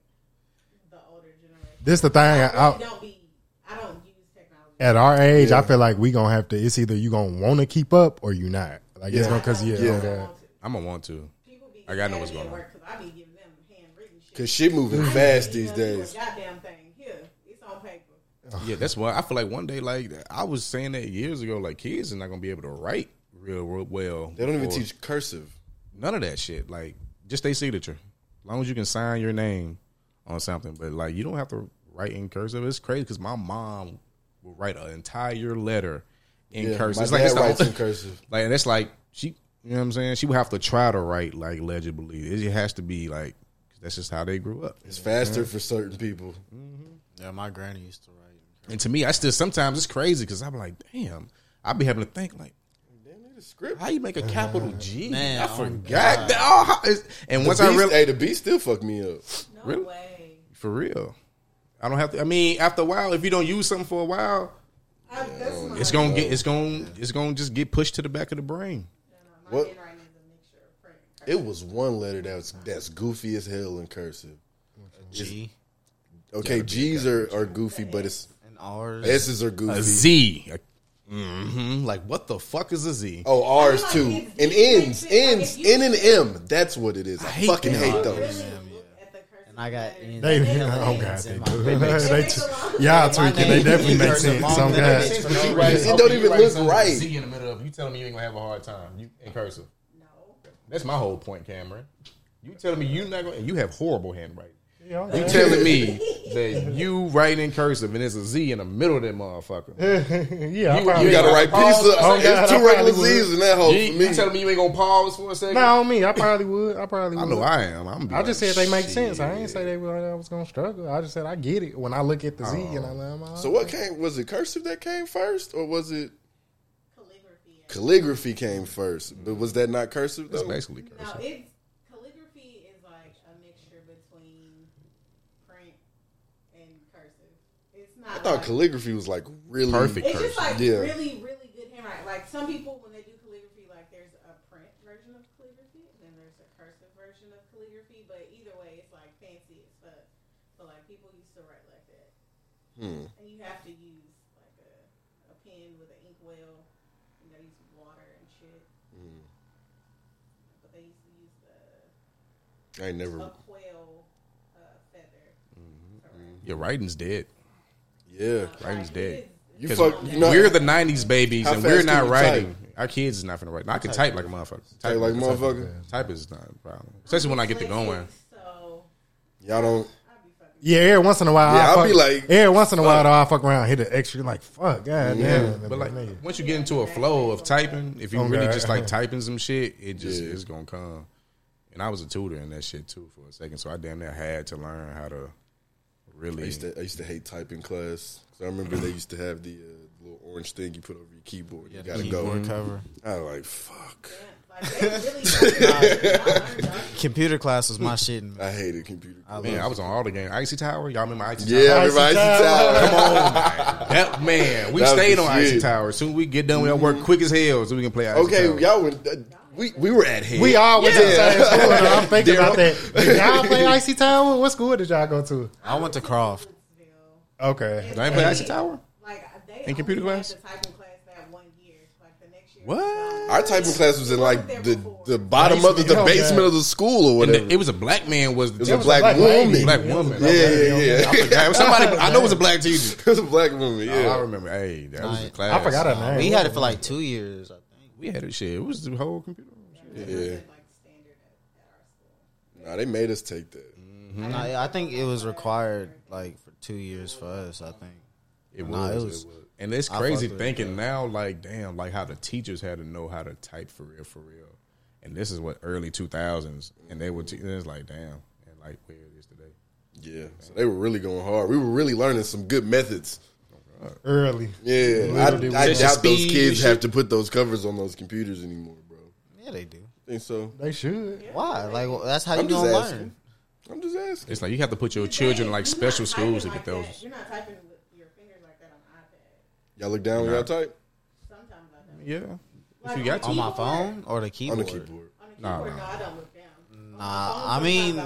A: the older generation.
C: This the thing. I,
A: I
C: I-
A: don't be. I don't use technology.
C: at our age, I feel like we gonna have to. It's either you gonna want to keep up or you not. Like it's
B: Yeah.
C: gonna cause yeah,
B: Yeah.
C: oh, God.
D: I'm gonna want to.
A: People be
D: I gotta know what's
A: mad at
D: going on.
A: work 'cause I be giving them handwritten shit.
B: because shit
D: (laughs)
B: moving fast these days.
A: Goddamn thing. Here, it's on paper.
D: Yeah, that's why I feel like one day, like I was saying that years ago, like kids are not gonna be able to write real, real well.
B: They don't even
D: or-
B: teach cursive.
D: none of that shit. Like just they signature. As long as you can sign your name on something, but like you don't have to write in cursive. It's crazy because my mom will write an entire letter in
B: Yeah,
D: cursive.
B: my
D: It's like it's
B: dad
D: the
B: writes
D: only-
B: in cursive.
D: (laughs) Like and it's like she, you know what I'm saying? She would have to try to write like legibly. It has to be like 'cause that's just how they grew up.
B: It's faster for certain people.
E: Yeah, my granny used to write.
D: And to me, I still sometimes it's crazy because I'm like, damn, I be having to think like.
B: Damn, the script.
D: How you make a capital G? I
E: Man, oh my
D: forgot that. Oh, how- it's- and once
B: Beast,
D: I realized,
B: hey, the beat still fucked me up.
A: No
D: Really?
A: way.
D: For real. I don't have to I mean, after a while, if you don't use something for a while,
A: I, that's my,
D: it's gonna get it's gonna it's gonna just get pushed to the back of the brain.
A: my
B: What?
A: handwriting is a mixture of print. and
B: It was one letter that's that's goofy as hell in cursive.
E: G
B: Okay, G's are, are goofy, but it's
E: and R's.
B: S's are goofy.
D: A Z. Mm-hmm. Like what the fuck is a Z?
B: Oh, R's
A: like
B: too.
A: if
B: And
A: you-
B: ends,
A: if you-
B: ends,
A: if you-
B: N and M. That's what it is. I,
D: hate
B: fucking
D: them.
B: hate
A: cursive.
B: those.
A: Really look at the cursive
E: And I got
A: letters.
E: N's.
C: They,
A: They make
C: (laughs) oh god,
E: sense
C: they
E: in
C: do. (laughs)
E: my- they make
C: they
A: sense.
C: t- y'all tweaking. They
E: name
C: definitely
E: is
C: make
E: Curtis
C: sense.
E: Long.
C: Some
E: That makes
C: guys.
E: sense.
D: You
B: write- it don't even
D: you write
B: look
D: something with
B: right.
D: a Z in the middle of you telling me you ain't gonna have a hard time. You in cursive.
A: No.
D: That's my whole point, Cameron. You telling me you not gonna and you have horrible handwriting.
C: Yeah,
D: You telling
C: (laughs)
D: me that you write in cursive and there's a Z in the middle of that motherfucker.
C: (laughs) yeah, I
D: You-
C: probably
B: You gotta write
D: Pause.
B: pizza.
D: Oh,
C: God,
B: it's two
C: I
B: regular
C: probably would.
B: Z's in that whole
D: You,
B: for me.
D: you telling me you ain't gonna pause for a second?
C: Nah, on me. I probably would. I probably.
D: I
C: Would.
D: know I am. I'm
C: I just said they make sense. I ain't say they were, I was gonna struggle. I just said I get it when I look at the Z and I'm like, I'm all
B: Oh. So what came? Was it cursive that came first, or was it
A: Calligraphy.
B: calligraphy came first? But was that not cursive
D: That's
B: though?
D: basically
A: No,
D: cursive.
A: it's calligraphy is like a mixture between print and cursive. It's not.
B: I thought
A: like,
B: calligraphy was like really
D: Perfect.
A: It's just like
B: Yeah.
A: really, really good handwriting. Like some people, when they do calligraphy, like there's a print version of calligraphy, and then there's a cursive version of calligraphy. But either way, it's like fancy as fuck. So like people used to write like that,
B: Hmm.
A: and you have to use like a, a pen with an inkwell, and they use water and shit. But they used to use the
B: I ain't
A: a
B: never.
A: quail uh, feather. to write.
D: Your writing's dead.
B: Yeah,
D: Writing's
A: Like,
D: dead.
A: it's-
B: you
D: 'Cause
B: fuck. You know,
D: we're the '90s babies,
B: How
D: and
B: fast
D: we're
B: can
D: not
B: you
D: writing. Our kids is not gonna write. Now, I can type, like a motherfucker.
B: Type like a
D: is-
B: motherfucker.
D: Type is not a problem, especially when I get to
A: dyslexic,
D: going.
A: So
B: y'all don't.
A: I'd be fucking.
C: Yeah, every once in a while,
B: Yeah,
C: I
B: I'll
C: fuck,
B: be like,
C: every once in a while, though, I fuck around, hit an extra, like fuck, god damn.
D: But like, once you get into a flow of typing, if you
C: Oh,
D: really
C: God.
D: just like typing some shit, it just
B: Yeah.
D: it's gonna come. And I was a tutor in that shit too for a second, so I damn near had to learn how to
B: I
D: really.
B: used to I used to hate typing class. 'Cause I remember they used to have the uh, little orange thing you put over your keyboard. You gotta
E: Keyboard
B: go.
E: cover.
B: I was like, fuck.
A: Like, they really.
E: Computer class was my
C: (laughs)
E: shit.
B: I hated computer. class.
D: Man, I was on all the games. Icy Tower, y'all remember Icy Tower?
B: Yeah, everybody's tower.
D: Come on, man. that man. We
B: That was
D: stayed
B: the
D: on Icy
B: shit.
D: Tower. Soon we get done, we all work quick as hell, so we can play. Icy
B: Okay,
D: Tower.
B: y'all went. Uh, we we were at head.
C: We all went to the
B: Yeah.
C: same school. though. I'm thinking
B: (laughs)
C: about that.
B: Daryl.
C: Did y'all play Icy Tower? What school did y'all go to?
E: I went to Croft.
C: Okay.
D: Y'all ain't play Icy Tower.
A: Like they
D: In computer
A: only
D: class?
A: had the typing class that one year. Like the next year.
D: What?
B: Our typing class was in like the the bottom of the, the
C: Basement.
B: basement of the school or
D: And
B: whatever.
D: the- it was a black man. Was the
B: It was a
D: teacher.
B: black,
C: black
B: woman.
C: lady.
D: Black woman.
B: Yeah, yeah, yeah.
D: I forgot. It was somebody. I know it was a black teacher.
B: it was a black woman.
D: Oh,
B: (laughs)
D: I
B: Yeah,
D: remember. Hey, that was a
E: Nice.
D: class.
C: I forgot her name.
E: We had it for like two years. I think.
D: We had it. Shit, it was the whole computer.
B: yeah. Nah, they made us take that.
C: Mm-hmm.
E: Nah, I think it was required like for two years for us. I think.
D: It,
E: Nah,
D: was,
E: it was-
D: it was. And it's
E: I
D: crazy
E: fucked with it,
D: thinking now, like damn, like how the teachers had to know how to type for real, for real. And this is what early two thousands, and they were. Te- it's like damn, and like where it is today.
B: Yeah, so they were really going hard. We were really learning some good methods.
C: Early.
B: Yeah, I,
C: did we-
B: I
D: Just
B: doubt those
D: speed
B: kids
D: and
B: have to put those covers on those computers anymore, bro.
E: Yeah, they do.
B: Think so?
C: They should.
E: Why? Like well, that's how
B: I'm
E: you
B: just
E: gonna
B: asking.
E: learn.
B: I'm just asking.
D: It's like you have to put your children in like special schools to get those.
A: You're not typing with your fingers like that on iPad.
B: Y'all look down when y'all type
A: Sometimes I don't.
D: Yeah, if you got
E: On
D: to.
E: my phone or the
B: on
E: keyboard.
B: the keyboard.
A: On the
D: Nah,
A: keyboard, no,
D: nah. Mm.
A: I don't look down.
E: Nah, I mean,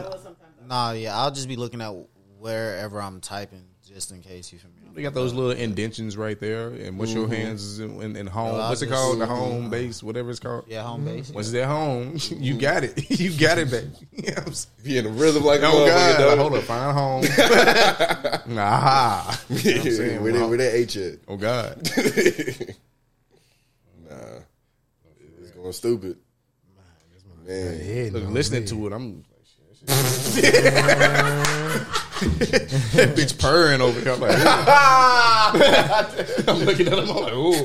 E: nah, yeah. I'll just be looking at wherever I'm typing, just in case you familiar.
D: They got those little indentions right there, and what's your hands is in, in, in home?
E: Mm-hmm. Well, I
D: what's it
E: just- Mm-hmm.
D: called? The home base, whatever it's called.
E: Yeah, Mm-hmm. home base.
D: Once it's at home, (laughs) you got it. (laughs) You got it back. You know what I'm saying?
B: Be in a rhythm like
D: Oh God!
B: a (laughs)
D: Like,
B: motherfucker,
D: hold up, find
E: (laughs)
D: home. nah.
B: dog.
D: You know what I'm saying?
B: where, they, where they H
D: (laughs)
B: at?
D: Oh God!
B: nah, it's going stupid. Man,
C: Yeah,
D: Look,
C: no,
D: listening to
E: (laughs)
D: it, I'm. that (laughs) bitch purring over there. I'm like, ooh. (laughs) I'm looking at him. I'm like, ooh.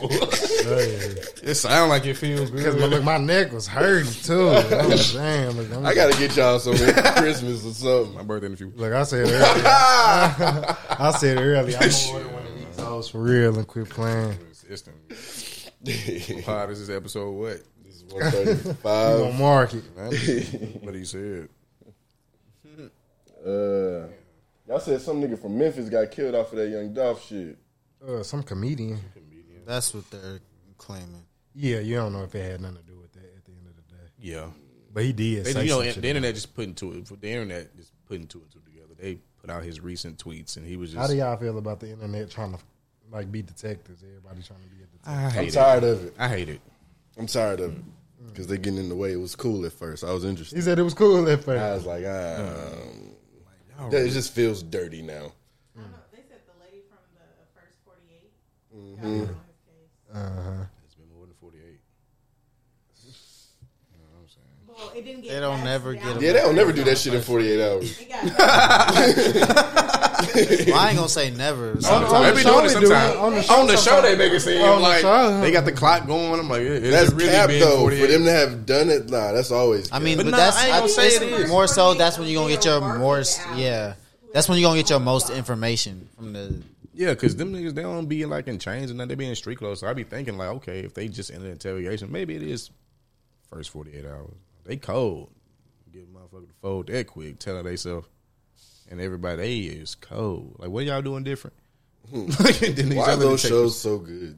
D: it sound like it feels
C: Cause my,
D: good.
C: look, my neck was hurting too. I was like, damn, look, I'm-
B: I gotta get y'all something
D: (laughs)
B: for Christmas or something.
D: My birthday in a few.
C: look, I said earlier. I said earlier. I'm gonna order one of these hoes for real and quit playing.
D: System. (laughs) Pod, this is episode what?
B: (laughs) This is
D: (laughs)
B: 135.
C: On market.
D: what he said.
B: Uh, y'all said some nigga from Memphis got killed off of that Young Dolph shit.
C: Uh, some comedian.
E: That's what they're claiming.
C: Yeah, you don't know if it had nothing to do with that at the end of the day.
D: Yeah.
C: But he did.
D: And,
C: say
D: you know,
C: some
D: the
C: shit.
D: internet just putting two. The internet is putting two and two together. They put out his recent tweets, and he was just.
C: How do y'all feel about the internet trying to like be detectives? Everybody trying to be a detective.
D: I
B: I'm
D: hate it.
B: tired of it.
D: I hate it.
B: I'm tired of it because they getting in the way. It was cool at first. I was
C: He
B: interested.
C: said it was cool at
B: I
C: first.
B: was like,
D: Uh,
B: ah, um, that- it just feels dirty now.
A: I don't know. They said the lady from the first 48 got
B: Mm-hmm.
A: on his case.
D: It's been more than forty-eight.
A: Well, it didn't get
E: They don't
A: passed
E: never
A: down.
E: get
B: Yeah,
E: a-
B: they'll never do that shit in 48 hours.
A: It got passed
E: Well, I ain't gonna say
D: (laughs)
E: never.
C: On- on
D: They
C: the
D: be
C: show
D: doing it
C: they do
D: sometimes.
C: On the show,
D: On the show, they make it seem
C: On the
D: like
C: show.
D: they got the clock going. I'm like, yeah, it's
B: That's
D: really
B: cap
D: been
B: though. For
D: 48.
B: them to have done it, nah, that's always.
E: I
B: cap.
E: mean,
D: But
E: but,
D: nah,
E: that's
D: I ain't gonna
E: I-
D: say
E: it's
D: it is.
E: more so. That's when you're gonna get your more. s- Yeah, that's when you're gonna get your most information from the.
D: yeah, because them niggas they don't be like in chains and nothing. they be in street clothes. So I be thinking like, okay, if they just in an interrogation, maybe it is first forty-eight hours. They cold. Get a motherfucker to fold that quick. Telling themselves and everybody they is cold. Like, what y'all doing different? (laughs) Than these
B: Hmm. why are
D: other
B: those
D: detectives.
B: shows so good?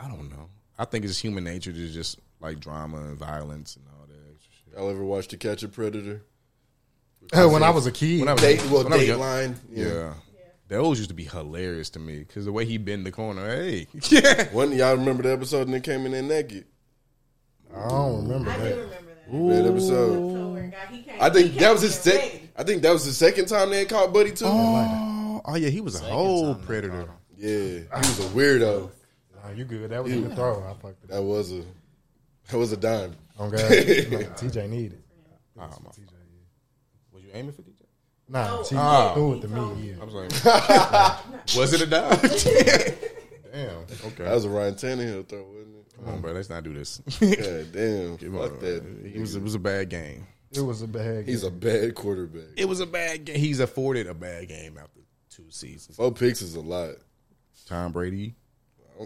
D: I don't know. I think it's human nature to just like drama and violence and all that extra shit.
B: Y'all ever watch To Catch a Predator?
C: Uh, (laughs) when I was a kid,
D: When I was
B: Date, well,
D: when I was young-
B: Dateline.
D: Yeah.
B: Yeah.
D: Those used to be hilarious to me because the way he bend the corner, hey, yeah,
B: One, y'all remember the episode and they came in there naked?
C: I don't remember
A: I do
C: that.
A: remember that.
B: That
A: So
B: episode.
A: where God,
B: (laughs)
A: he came,
B: I think
A: he
B: that
A: came
B: was his
A: there
B: second.
A: ready.
B: I think that was the second time they had caught Buddy too.
D: oh, oh yeah, he was a whole
E: time they
D: predator.
B: Yeah, he was a weirdo.
C: Nah, you good? That was a good throw. I
B: (laughs)
C: fucked it. up.
B: That was a that was a dime.
C: Oh God, Nah, TJ needed.
D: Oh, my. Was you aiming for DJ?
C: Nah, see,
D: Oh.
C: do it to me.
D: I
C: Yeah.
D: was like, (laughs) was it a dog? Damn. (laughs) Okay.
B: That was a Ryan Tannehill throw, wasn't it?
D: Come on, bro. Let's not do (laughs) this.
B: God damn.
D: Come on,
B: fuck
D: bro.
B: that.
D: It was, it was a bad game.
C: It was a bad.
B: He's a bad quarterback.
D: It was a bad game. He's afforded a bad game after two seasons.
B: Four picks is a lot.
D: Tom Brady,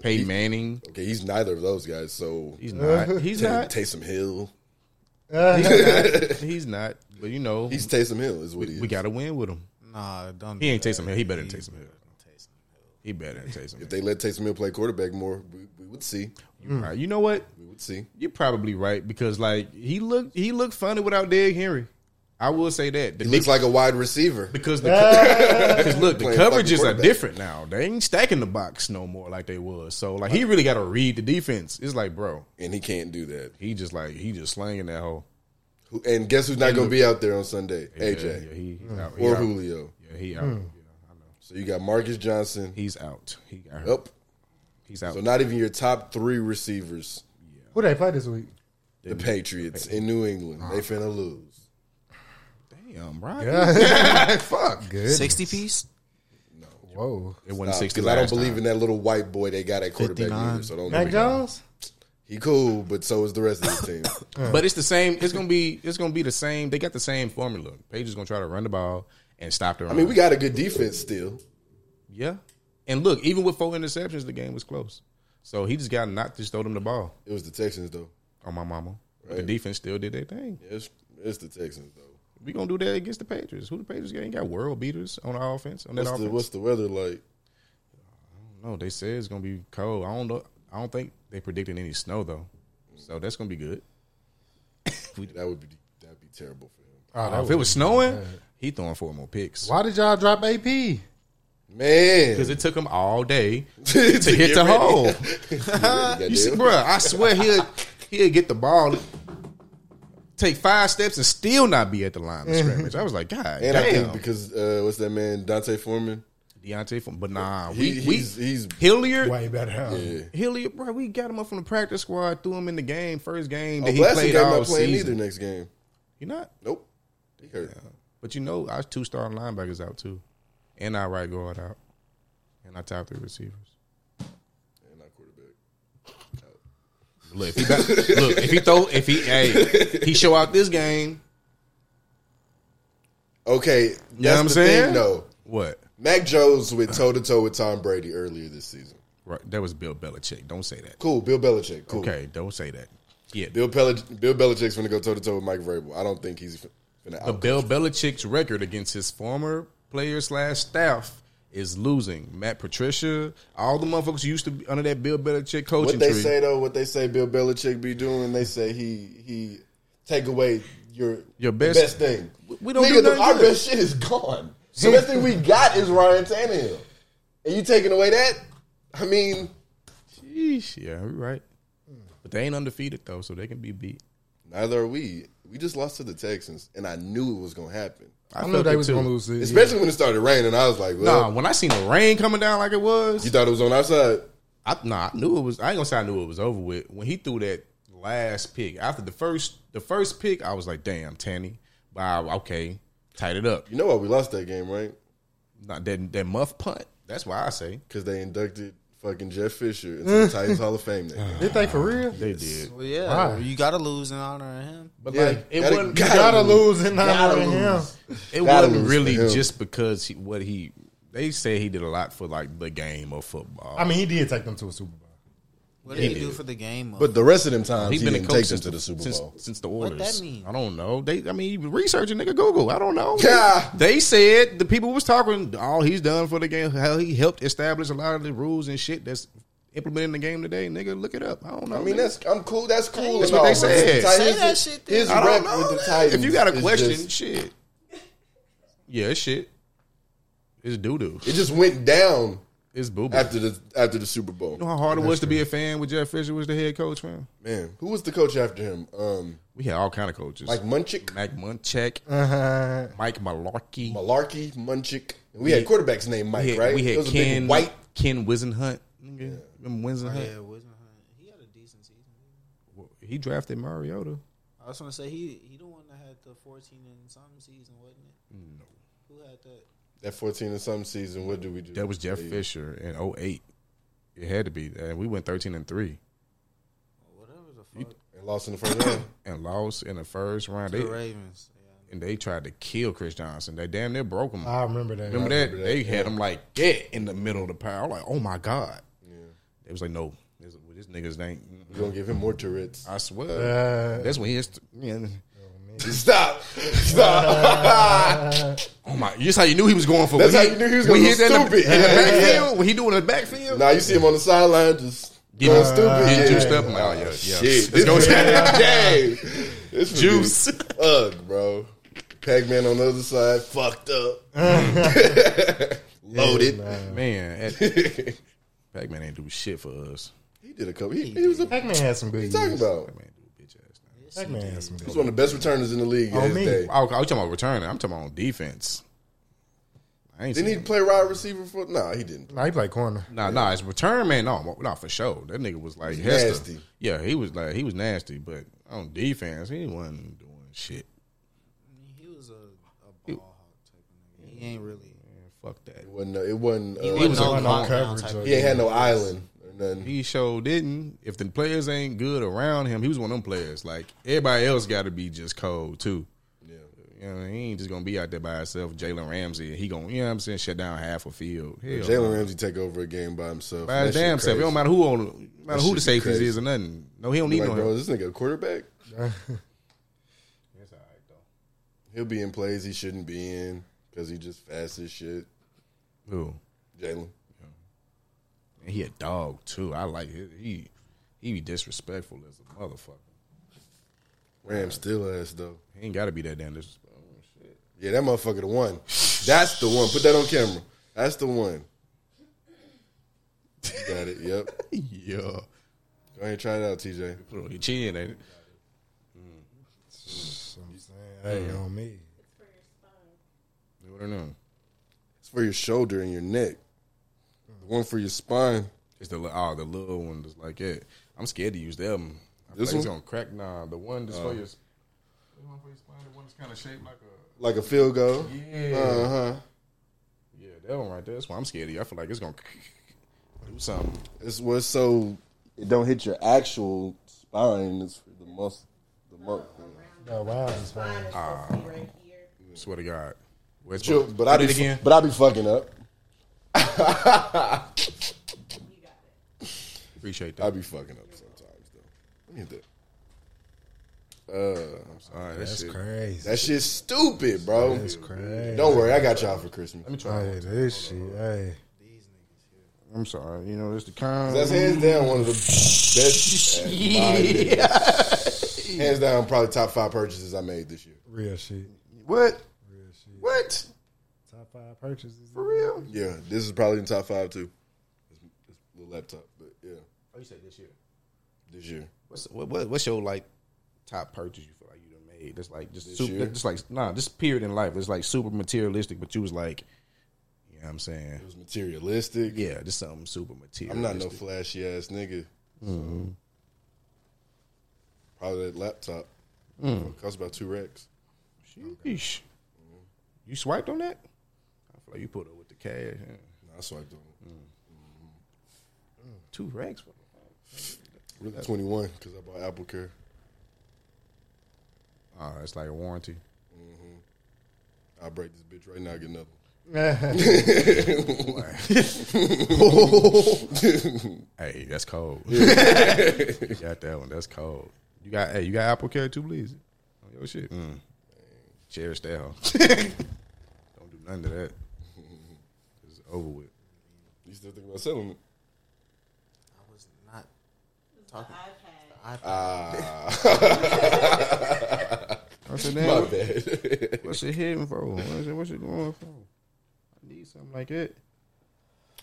D: Peyton Manning.
B: Okay, he's neither of those guys, so
D: He's (laughs) not. He's
B: Ta-
D: not.
B: Taysom Hill.
D: He's not. He's not. But you know,
B: He's Taysom Hill, is what he is.
D: we got to win with him.
E: Nah, don't.
D: He
E: do
D: ain't
E: that.
D: Taysom Hill. He better than Taysom Hill. He better than Taysom
B: if
D: Hill.
B: they let Taysom Hill play quarterback more, we, we would see.
D: All right, You know what?
B: We would see.
D: You're probably right because like he looked he looked funny without Derrick Henry. I will say that the
B: He looks
D: Knicks-
B: like a wide receiver.
D: because the co- because look the
B: Playing fucking
D: coverages are
B: quarterback.
D: different now. They ain't stacking the box no more like they was. So like he really got to read the defense. It's like bro,
B: And he can't do that.
D: he just like he just slanging that hole.
B: Who- And guess who's not going to be out there on Sunday?
D: yeah,
B: AJ
D: he, he's out. He
B: or
D: out.
B: Julio.
D: Yeah, he out. Yeah, I know.
B: So you got Marcus Johnson.
D: He's out. He got hurt.
B: Up.
D: He's out.
B: So not even your top three receivers.
C: Who they play this week?
B: The Patriots in New England.
D: Uh-huh.
B: They finna lose.
D: Damn, right?
B: Fuck.
C: Good.
E: sixty piece.
C: Whoa.
D: It wasn't sixty.
B: Because I don't
D: last
B: believe
D: time.
B: in that little white boy they got at quarterback
E: 59.
B: either. So don't
C: Mac
B: look at him.
C: Jones.
B: He cool, but so is the rest
D: (coughs)
B: of the team.
D: But it's the same. It's gonna be. It's gonna be the same. They got the same formula. Page is gonna try to run the ball and stop the run.
B: I mean, we got a good defense still.
D: yeah. And look, even with four interceptions, the game was close. So he just got to not just throw them the ball.
B: It was the Texans though.
D: On my mama, the defense still did their thing.
B: It's it's the Texans though.
D: We gonna do that against the Patriots. Who the Patriots got? Ain't got world beaters on the offense. On that
B: What's the,
D: offense.
B: what's the weather like?
D: no, they said it's gonna be cold. I don't know. I don't think they predicted any snow though. So that's gonna be good.
B: That would be that'd be terrible for him.
C: Oh, that
D: Uh, if it was snowing, he throwing four more picks.
C: Why did y'all drop AP?
B: Man,
D: Because it took him all day
B: to,
D: to
B: get
D: hit the
B: ready.
D: hole.
B: Goddamn.
D: You see, bruh, I swear he'll he'll get the ball, take five steps, and still not be at the line of scrimmage. I was like, God
B: Mm-hmm. And I
D: damn,
B: think because uh, what's that man Dante Foreman?
D: Deontay. From, but nah,
B: He,
D: we we
B: he's he's
D: Hilliard.
C: Way better. huh?
D: Hilliard, bro, we got him up from the practice squad, threw him in the game, first game that
B: oh,
D: he
B: Blassie
D: played
B: game
D: all
B: not playing
D: season.
B: either next game.
D: You not,
B: Nope, he hurt.
D: but you know, our two starting linebackers out too, and our right guard out, and our top three receivers.
B: And not quarterback.
D: Look, if
B: (laughs)
D: he back, look, if he throw, if he, hey, he show out this game.
B: Okay, that's
D: know what I'm
B: the
D: saying?
B: thing though.
D: What?
B: Mac Jones went toe to toe with Tom Brady earlier this season.
D: Right, that was Bill Belichick. Don't say that.
B: Cool, Bill Belichick. Cool.
D: Okay, don't say that. Yeah,
B: Bill, Belich- Bill Belichick's gonna go toe to toe with Mike Vrabel. I don't think he's gonna
D: the
B: out.
D: Bill Belichick's record against his former player slash staff is losing. Matt Patricia, all the motherfuckers who used to be under that Bill Belichick coaching
B: What they
D: tree.
B: say though, what they say Bill Belichick be doing, they say he he take away your
D: Your
B: the
D: best-
B: thing.
D: we don't
B: Nigga, the,
D: do nothing
B: our
D: good.
B: best shit is gone. The best thing we got is Ryan Tannehill, and you taking away that? I mean,
D: Yeesh, yeah, you're right. But they ain't undefeated though, so they can be beat.
B: neither are we. We just lost to the Texans, and I knew it was gonna happen.
C: I
D: felt
C: knew they
D: it,
C: was
D: too.
C: gonna lose it. yeah.
B: Especially when it started raining, I was like, "Well,
D: Nah, when I seen the rain coming down like it was,
B: you thought it was on our side."
D: I, nah, I knew it was. I ain't gonna say I knew it was over with when he threw that last pick. After the first, the first pick, I was like, "Damn, Tanny, wow, okay, tied it up."
B: You know why we lost that game, right?
D: Not that that muff punt. That's why I say
B: Because they inducted fucking Jeff Fisher into
D: (laughs)
B: the Titans Hall of Fame. That year.
C: Did they for real?
D: they did.
E: Well, yeah,
C: Why?
E: you gotta lose in honor of him.
D: But
B: Yeah,
D: like it
B: gotta-
D: wasn't,
B: gotta
C: Gotta lose in honor of
B: lose.
C: him.
D: it
B: gotta
D: wasn't
B: lose
D: really
B: to him.
D: just because he, what he. They said he did a lot for like the game of football.
C: I mean, he did take them to a Super Bowl.
E: What did he do for the game? of-
B: But the rest of them times,
D: He's
B: he
D: been a
B: didn't
D: coach
B: take them
D: since
B: to the Super
D: since,
B: Bowl.
D: Since the orders.
E: that mean?
D: I don't know. They, I mean, researching nigga Google. I don't know.
B: Yeah.
D: They said the people was talking. All he's done for the game, how he helped establish a lot of the rules and shit that's implemented in the game today. Nigga, look it up. I don't know.
B: I mean,
D: nigga.
B: that's I'm cool. That's cool.
D: That's
B: and
D: what
B: all,
D: they
B: but
D: said.
B: the Titans-
E: Say that shit, then.
B: His rep
D: I don't know.
B: with the
D: nigga.
B: Titans.
D: if you got a
B: is
D: question,
B: just-
D: shit. Yeah, it's shit. It's doo doo.
B: it just went down
D: It's boo boo. You
B: after the after the Super Bowl.
D: know how hard it was to be a fan with Jeff Fisher was the head coach, man.
B: Man, who was the coach after him? Um,
D: We had all kind of coaches.
B: like Munchik,
D: Mike Munchak,
C: Uh-huh.
D: Mike Malarkey.
B: Malarkey, Munchik. We had quarterbacks named Mike,
D: We had,
B: right?
D: we had
B: it was a
D: Ken
B: big white.
D: Ken Wisenhunt. Nigga. Remember Wisenhunt?
E: Oh, yeah, wasn't he? He had a decent season.
D: He drafted Mariota.
E: I was gonna say he he the one that had the fourteen and something season, wasn't it? No. Who
K: Who had that?
B: That 14 and something season, what do we do?
D: That was Jeff
B: Hey,
D: Fisher in 08. It had to be. And we went 13 and 3
B: And lost in the first
D: (coughs)
B: round.
D: and lost in the first round.
E: The
D: They,
E: Ravens.
D: and they tried to kill Chris Johnson. They damn near broke him.
C: I remember that.
D: Remember,
C: I
D: that? They had him like get in the middle of the power. I'm like, oh my God.
B: Yeah.
D: It was like, no, this, this nigga's name.
B: We're going to give him more Tourette's.
D: I swear.
C: Uh.
D: That's when he is. Yeah.
B: (laughs) Stop. (laughs)
D: (laughs)
B: Stop.
D: Oh my! That's how you knew he was going for.
B: That's
D: when
B: how you knew he was
D: when
B: gonna
D: hit
B: look
D: that in the-
B: stupid.
D: In
B: (laughs)
D: the,
B: Yeah, yeah.
D: backfield, when he doing in the backfield,
B: now you see him on the sideline just
D: getting
B: going stupid.
D: getting
B: Yeah.
D: juiced up. I'm like, oh yeah, yeah.
B: Shit. (laughs)
D: Let's go. (laughs)
B: Dang. This was
D: Juice.
B: Ugh, bro. Pac-Man on the other side, fucked up.
D: (laughs)
B: (laughs) Loaded. (laughs)
D: Man, at- Pac-Man ain't do shit for us.
B: he did a couple. He, he was a what
C: Pac-Man had some good
B: you talking
C: years.
B: about.
D: Man, do bitch ass. now.
C: Pac-Man had some
B: He was
C: good.
B: one of the best returners in the league
C: On
B: at his
C: me.
B: day.
D: I was, I was oh, talking about returning. I'm talking about on defense. I ain't
B: Didn't he
D: seen-
B: play wide receiver for? Nah, he didn't.
C: Nah, he played corner.
D: Nah, nah, it's return man. No, not for sure. That nigga was like Hester.
B: nasty.
D: Yeah, he was like he was nasty, but on defense, he wasn't doing shit.
E: He was a, a ball hawk type of nigga. He ain't really.
D: Man, fuck that.
B: It wasn't. It wasn't. Uh, he,
E: wasn't no
C: on no
E: lockdown
C: coverage.
E: type
C: though.
E: of
B: ain't had no island or nothing.
D: He sure didn't. If the players ain't good around him, he was one of them players. Like everybody else got to be just cold too.
B: yeah.
D: You know, he ain't just gonna be out there by himself. Jalen Ramsey, he gonna you know what I'm saying shut down half a field. Hell, no.
B: Jalen Ramsey take over a game by himself.
D: by his
B: That shit
D: damn self. It
B: crazy.
D: don't matter who on, no matter
B: That
D: who
B: shit
D: the
B: be
D: safeties
B: crazy.
D: is or nothing. No, he don't
B: Be
D: need
B: Like,
D: no
B: bro,
D: help.
B: is this nigga a quarterback?
D: (laughs) It's all right though.
B: He'll be in plays he shouldn't be in because he just fast as shit.
D: Who?
B: Jalen.
D: And he a dog too. I like his, he he be disrespectful as a motherfucker.
B: Ram still ass though.
D: He ain't got to be that damn disrespectful. Oh, shit.
B: Yeah, that motherfucker the one. That's the one. Put that on camera. That's the one. You Got it. Yep.
D: Yeah,
B: Go ahead and try it out, TJ.
D: put it on your chin, ain't it?
C: So I'm saying, hey, on me.
D: You don't know.
B: It's for your shoulder and your neck. The one for your spine.
D: It's the li- oh the little one that's like it. I'm scared to use them. I
B: This
D: feel like
B: one?
D: it's gonna crack. Nah, the one that's for your. sp- The one for your spine, the one that's kind of shaped like a.
B: Like a field goal.
D: Yeah.
B: Uh huh.
D: Yeah, that one right there. That's why I'm scared of you. I feel like it's gonna do something.
B: It's what's so it don't hit your actual spine. It's for the muscle. The muscle.
C: Oh, wow, that's fine.
A: Mine is supposed to be right here.
D: Swear to God. Where's
B: Chill, but I
D: did
B: be,
D: it again.
B: But I be fucking up.
A: You got it.
D: Appreciate
B: I
D: that.
B: be fucking up sometimes though. Let me hit that. Uh,
D: All right, that's,
C: That's
D: it.
C: crazy.
B: that shit's stupid, bro.
C: That's crazy.
B: Don't worry, I got y'all for Christmas.
C: Hey, this shit. Hey,
D: I'm sorry. You know, that's the kind.
B: That's hands down one of the best.
D: (laughs)
B: Hands down, probably top five purchases I made this year.
C: real shit.
D: What?
C: Real shit.
D: What?
C: Top five purchases.
D: For real?
B: Yeah, this is probably in top five too. This, this little laptop, but yeah,
D: Oh, you said this year.
B: this year.
D: What's what, what, what's your like top purchase you feel like you done made? That's like just
B: This
D: super.
B: year?
D: Just like nah, this period in life it's like super materialistic, but you was like, you know what I'm saying?
B: It was materialistic.
D: Yeah, just something super materialistic. Mm-hmm.
B: I'm not no flashy ass nigga. Probably that laptop.
D: Mm.
B: It cost about two racks.
D: Sheesh. You swiped on that? I feel like you put up with the cash. yeah.
B: Nah, I swiped on it.
D: Mm. Two racks. for it.
B: Really 21 because I bought Apple Care.
D: Oh, it's like a warranty.
B: I'll break this bitch right now. Get another.
D: (laughs) Hey, that's cold. you got that one. That's cold. You got hey, you got Apple Care too, please. Oh, yo, shit. Mm. Cherish that. (laughs) Huh? Don't do nothing to that. It's over with.
B: (laughs) You still think about selling it?
E: I was not talking.
A: iPad.
E: I,
D: I said,
B: My
D: damn,
B: (laughs)
D: what, (laughs)
B: bad.
D: what's it hitting for? What's it, what's it going for? I need something like it.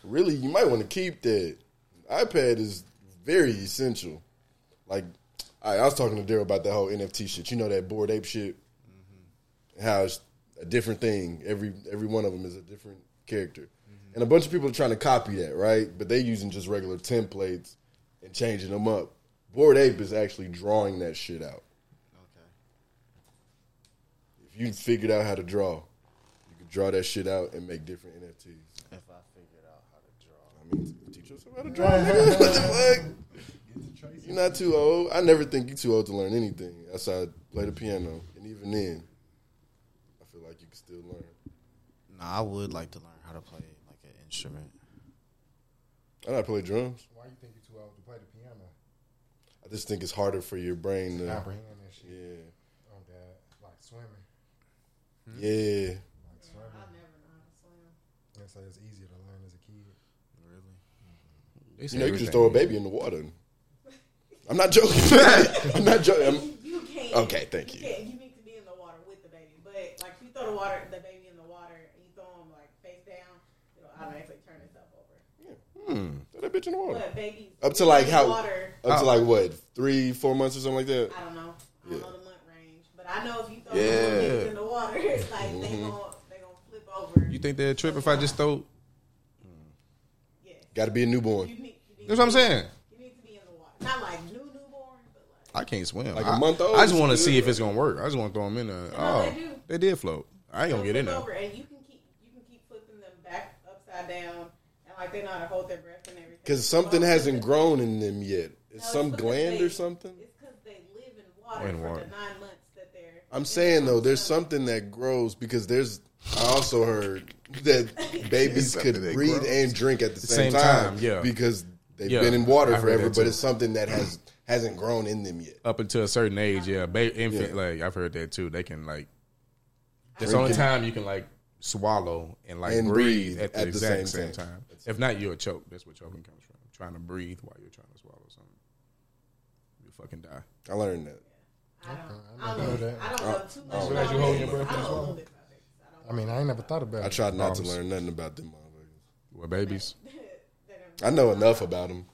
B: really, you might want to keep that. iPad is very essential. Like, I, I was talking to Daryl about that whole NFT shit. You know that board ape shit. How it's a different thing. Every every one of them is a different character, and a bunch of people are trying to copy that, right? But they using just regular templates and changing them up. Board ape is actually drawing that shit out.
E: okay.
B: If you figured out how to draw, you can draw that shit out and make different NFTs.
E: If I figured out how to draw.
B: I mean, teach yourself how to draw, nigga. (laughs) what the fuck? You're not too old. I never think you're too old to learn anything outside play the piano, and even then, I feel like you can still learn.
E: Nah, I would like to learn how to play like an instrument.
B: I know how to play drums.
C: Why you think you're too old to play the piano?
B: I just think it's harder for your brain to.
C: Comprehend that shit.
B: Yeah,
C: Oh God, like swimming.
B: yeah.
C: Like swimming.
A: I'll never know how to swim.
C: They say it's easier to learn as a kid.
D: They say
B: You know, you can
D: everything.
B: just throw a baby in the water. I'm not joking. (laughs) I'm not joking. I'm-
A: You can't.
B: Okay, thank you.
A: can't. You need to be in the water with the baby, but like if you throw the water, the baby in the water, and you throw him like face down, it'll automatically turn itself over.
B: throw that bitch in the water.
A: But babies
B: Up to like
A: in
B: how?
A: water.
B: Up to like what? Three, four months or something like that.
A: I don't know. I don't
B: Yeah.
A: know the month range, but I know if you throw
B: Yeah. Mm-hmm.
A: the babies in the water, (laughs) it's like they gonna they gonna flip over.
D: You think they'd trip if I just throw?
A: Yes.
B: Got to be a
A: You
B: newborn,
A: need. You need
D: That's what I'm saying.
A: You need to be in the water, not like new newborn, but like
D: I can't swim.
B: Like a
D: I-
B: month old?
D: I just want to see if it's gonna work. I just want to throw them in
A: No,
D: there. Oh,
A: they
D: they,
A: do.
D: did float. I ain't gonna get in
A: flip
D: there.
A: over, and you can keep you can keep flipping them back upside down, and like they know how to hold their breath and everything.
B: because something
A: Well,
B: hasn't grown in them yet. It's
A: No,
B: some
A: it's
B: gland
A: because
B: or
A: they-
B: something.
A: It's because they live in water
D: In
A: for
D: water.
A: the nine months that they're.
B: I'm
A: in
B: saying
A: the
B: though, there's
A: stomach.
B: something that grows because there's. I also heard that babies could
D: something that
B: breathe
D: grows.
B: and drink at the same,
D: Same time,
B: time,
D: yeah.
B: because they've
D: Yeah,
B: been in water
D: I heard
B: forever,
D: that
B: but
D: too.
B: it's something that has hasn't grown in them yet.
D: Up until a certain age, yeah, ba-
B: Yeah.
D: infant. Like I've heard that too. They can like.
B: Drink
D: That's the only
B: it.
D: time you can like swallow and like
B: And
D: breathe,
B: breathe
D: at the
B: at the
D: exact
B: same time.
D: same, time. If not, you'll choke. That's where choking comes from. Trying to breathe while you're trying to swallow something, you fucking die.
B: I learned that.
A: I don't, I don't know.
C: that. Oh.
A: I don't know too much.
C: glad
A: about
C: you
A: babies.
C: holding your breath
A: I
C: as
A: don't know a
C: well.
A: little bit about babies. I don't.
C: I mean, I ain't never thought about it.
B: I tried not to
D: Moms.
B: learn nothing about them motherfuckers.
D: Well, babies.
A: They don't,
B: I know enough about them,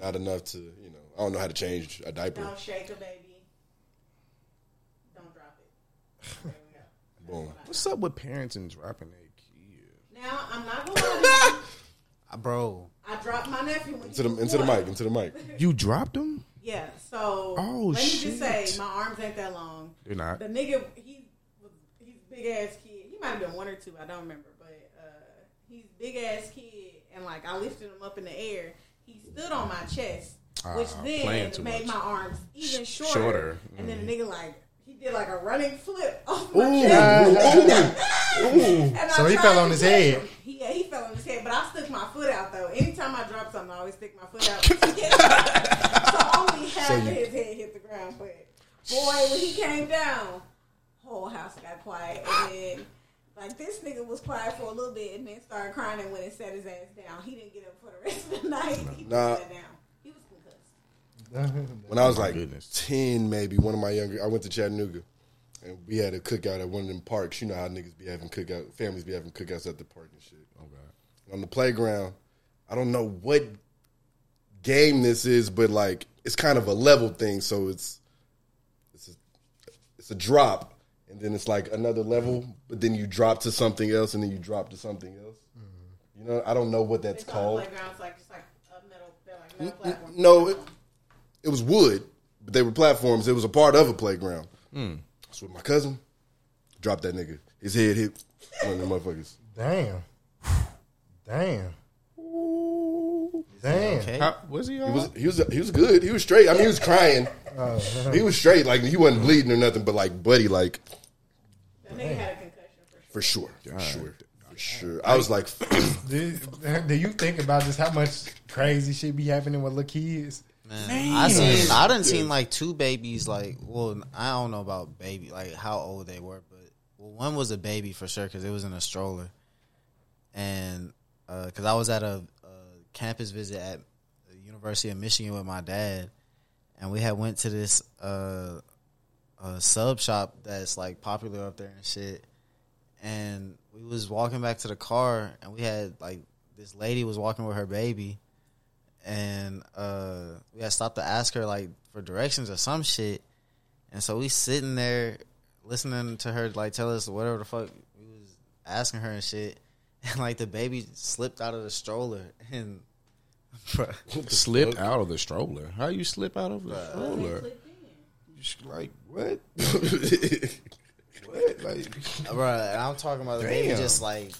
B: not enough to you know. I don't know how to change a diaper.
A: don't shake a baby. Don't drop it. There we go.
B: Boom.
D: What's up with parents and dropping their kid?
A: Now I'm not gonna lie. to you.
E: Uh, bro,
A: I dropped my nephew when
B: Into
A: he
B: the
A: was
B: into the
A: one.
B: mic. Into the mic.
D: You dropped them?
A: Yeah. So
D: Oh,
A: let
D: shit.
A: me just say, my arms ain't that long.
D: They're not.
A: The nigga, he was he's big ass kid. He might have been one or two, I don't remember, but uh, he's big ass kid, and like I lifted him up in the air. He stood on my chest, which
D: Ah, playing
A: then
D: too
A: made
D: much.
A: my arms even
D: Sh-
A: shorter.
D: shorter. Mm-hmm.
A: And then the nigga like he did like a running flip (laughs) off
B: Ooh,
A: my chest. And I
C: So he
A: tried
C: fell
A: to
C: on his
A: catch
C: head.
A: him. He, yeah, he fell on his head, but I stuck my foot out though. Anytime I drop something, I always stick my foot
C: (laughs)
A: out. (laughs) so only half of his head hit the ground. But boy, when he came down, whole house got quiet, and then like this nigga was quiet for a little bit, and then started crying. And when it sat his ass down, he didn't get up for the rest of the night. He just
B: Nah.
A: sat down. He was concussed.
B: When I was like
D: Oh, goodness.
B: ten, maybe one of my younger, I went to Chattanooga, and we had a cookout at one of them parks. You know how niggas be having cookout, families be having cookouts at the park and shit.
D: Oh God.
B: on the playground. I don't know what game this is, but like it's kind of a level thing, so it's it's a, it's a drop, and then it's like another level, but then you drop to something else, and then you drop to something else.
D: Mm-hmm.
B: You know, I don't know what that's
A: It's on the
B: called.
A: playground. It's like just like a metal, they're like metal platform.
B: No, it, it was wood, but they were platforms. It was a part of a playground.
D: Hmm.
B: That's what my cousin dropped that nigga. His head hit one of them motherfuckers.
C: Damn. Damn. Damn.
E: okay.
D: How, was he all
B: He
D: right?
B: was he was he was good. He was straight. I mean, he was crying. He was straight. Like he wasn't bleeding or nothing. But like, buddy, like
A: That nigga had a concussion for sure.
B: for sure, for sure, for sure. I was like, (laughs)
C: Do, do you think about just how much crazy shit be happening with little kids? (laughs)
E: Man, I seen I done seen like two babies like well I don't know about baby like how old they were but well one was a baby for sure because it was in a stroller and because I was at a, a campus visit at the University of Michigan with my dad and we had went to this uh, uh sub shop that's like popular up there and shit and we was walking back to the car and we had like this lady was walking with her baby and uh we had stopped to ask her like for directions or some shit and so we sitting there listening to her like tell us whatever the fuck we was asking her and shit (laughs) and like the baby slipped out of the stroller and bruh,
D: Slipped out of the stroller. How you slip out of the stroller?
A: Clipped in.
D: You sh- Like what?
B: What? Like,
E: Bruh, and I'm talking about the baby
D: Damn.
E: just like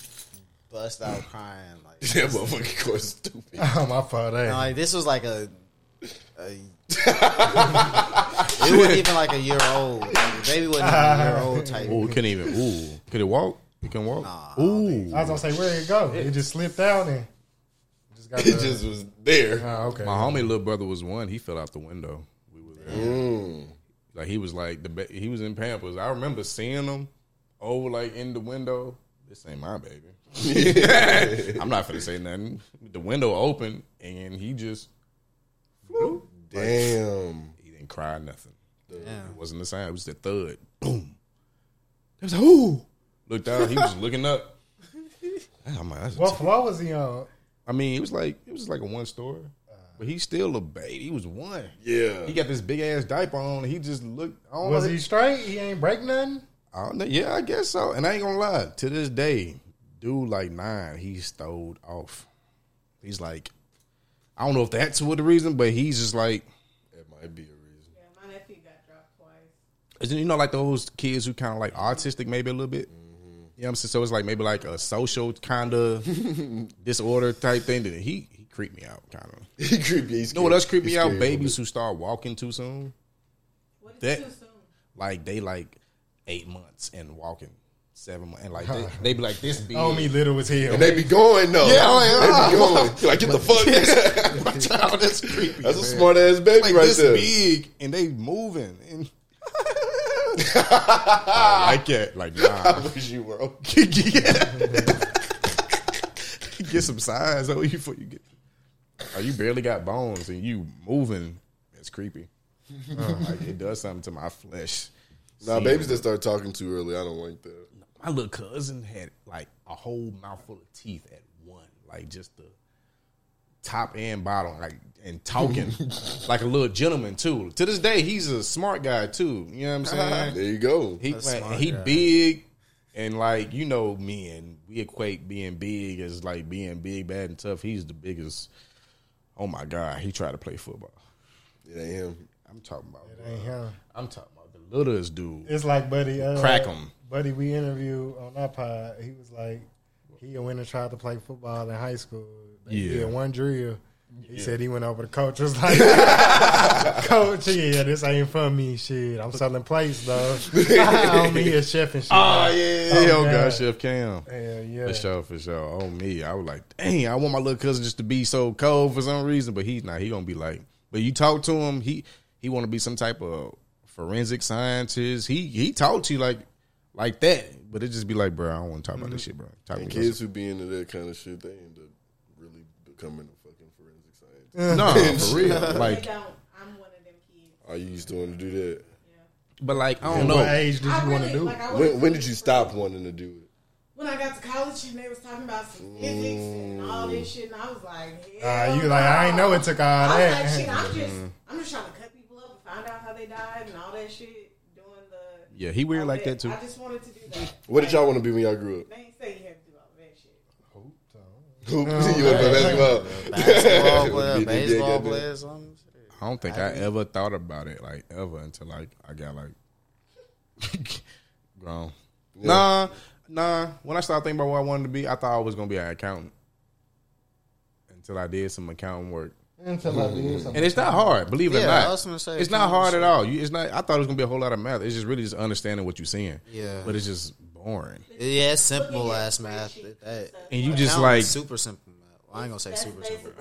E: bust out crying.
B: (laughs)
E: Like,
B: that motherfucking court stupid.
C: Oh, my fault. Hey.
E: and, like this was like a.
B: (laughs)
E: a it wasn't even like a year old. Like, the baby wasn't even a year
B: (laughs)
E: old type.
D: Ooh, it couldn't even. Ooh, could it walk? It can walk.
C: Ooh. I was gonna say, where did it go? It just slipped out and just got.
B: It
C: the-
B: just was there.
C: oh, okay.
D: My homie little brother was one. He fell out the window. We were there.
B: Mm.
D: Like he was like the ba- he was in Pampers. I remember seeing him over like in the window. This ain't my baby. I'm not finna say nothing. The window open and he just
B: Damn.
D: he didn't cry nothing.
E: Yeah.
D: It wasn't the sound. It was the thud. Boom. It was who looked down. He was looking up. (laughs) I'm like, that's a
C: What floor was he on?
D: I mean, it was like it was like a one story, but he's still a baby. He was one.
B: Yeah.
D: He got this big ass diaper on. And he just looked. I don't
C: Was
D: know,
C: he straight? He ain't break nothing.
D: I don't know. Yeah, I guess so. And I ain't gonna lie. To this day, dude, like nine, he stowed off. He's like, I don't know if that's what the reason, but he's just like,
B: That might be a reason.
A: Yeah, my nephew got dropped twice.
D: isn't you know like those kids who kind of like autistic maybe a little bit. You know what I'm saying? So it's like maybe like a social kind of disorder type thing. That he he creeped me out kind of.
B: He creepy. He's
D: You know what else creeped
B: He's
D: me out?
B: scared.
D: Babies who start walking too soon.
A: What is
D: That-
A: too soon?
D: Like they like eight months and walking seven months, and
B: (laughs)
D: like they, they be like this big.
C: Homie Oh, little was here.
B: And they be going though. they be
D: Yeah, I'm like,
B: going. You're like get the fuck.
D: (laughs) my child, that's creepy.
B: That's a
D: man.
B: smart ass baby
D: Like
B: right
D: this
B: there.
D: big, and they moving.
B: (laughs)
D: And I like it. Like nah, (laughs)
B: I (laughs) wish you were. okay.
D: get some size on you before you get. Oh, you barely got bones, and you moving. That's creepy.
B: Uh-huh.
D: Uh, like, it does something to my flesh.
B: Nah, babies that start talking too early, I don't like that.
D: my little cousin had like a whole mouthful of teeth at one, like just the top and bottom, like and
C: (laughs)
D: talking like a little gentleman too. To this day, he's a smart guy too. You know what
C: (laughs)
D: I'm
B: There
D: saying?
B: you go.
D: he like, he big and like you know men, we equate being big as like being big, bad and tough. He's the biggest. Oh my god, he tried to play football.
B: it ain't him.
D: I'm talking about.
C: Ain't him.
D: I'm talking about the littlest dude.
C: It's like buddy. Uh,
D: Crack 'em.
C: buddy. We interviewed on our pod. He was like, he went and tried to play football in high school. They
D: Yeah.
C: did one drill. He said he went over to coach. Was
D: (laughs)
C: like, coach, yeah, this ain't for me. Shit, I'm selling
D: (laughs)
C: plates though. (laughs) I'm here chef and shit.
D: Oh yeah, oh,
C: God.
D: gosh, Chef Cam.
C: Hell yeah.
D: For sure, for sure. Oh me, I was like, dang, I want my little cousin just to be so cold for some reason, but he's not. He gonna be like, but you talk to him, he he want to be some type of forensic scientist. He he talk to you like like that, but it just be like, bro, I don't want to talk about this shit, bro. Talk
B: And
D: about
B: kids who be into that kind of shit, they end up really becoming a fucking forensic scientist.
D: no, for real.
A: They
D: Like,
A: don't. I'm one of them kids.
B: Are you used to want to do that?
D: but like I don't
C: What
D: know.
C: age did
A: I
C: you want to
A: really-
C: do?
A: like, I
B: When,
A: was-
B: when did you stop wanting to do it?
A: When I got to college and they was talking about some physics and all this shit, and I was like,
C: Ah,
A: hell
C: you like I ain't know it
A: no.
C: took all
A: I was
C: that.
A: like, shit, I'm
B: Mm-hmm.
A: just, I'm just trying to cut people up and find out how they died and all that shit. Doing the
D: Yeah, he weird
A: all
D: like that too.
A: I just wanted to do that.
B: What did y'all want to be when y'all grew up? (laughs)
A: They ain't say you had to do all that shit.
B: Hoop. you want to play basketball? (laughs)
E: Basketball player,
B: Be the big
E: baseball
B: goddamn-
E: player, something.
D: I don't think I, ever thought about it like ever until like I got like (laughs) grown. Nah, nah. When I started thinking about what I wanted to be, I thought I was gonna be an accountant. Until I did some accounting work,
C: Until I did something.
D: and it's not hard. Believe it or
E: Yeah,
D: not,
E: I was gonna say
D: it's not hard at all. You, it's not. I thought it was gonna be a whole lot of math. It's just really just understanding what you're seeing.
E: Yeah.
D: but it's just boring.
E: Yeah, it's simple ass math. That-
D: And you just
E: Accounting
D: like
E: super simple math. Well, I ain't gonna say super simple.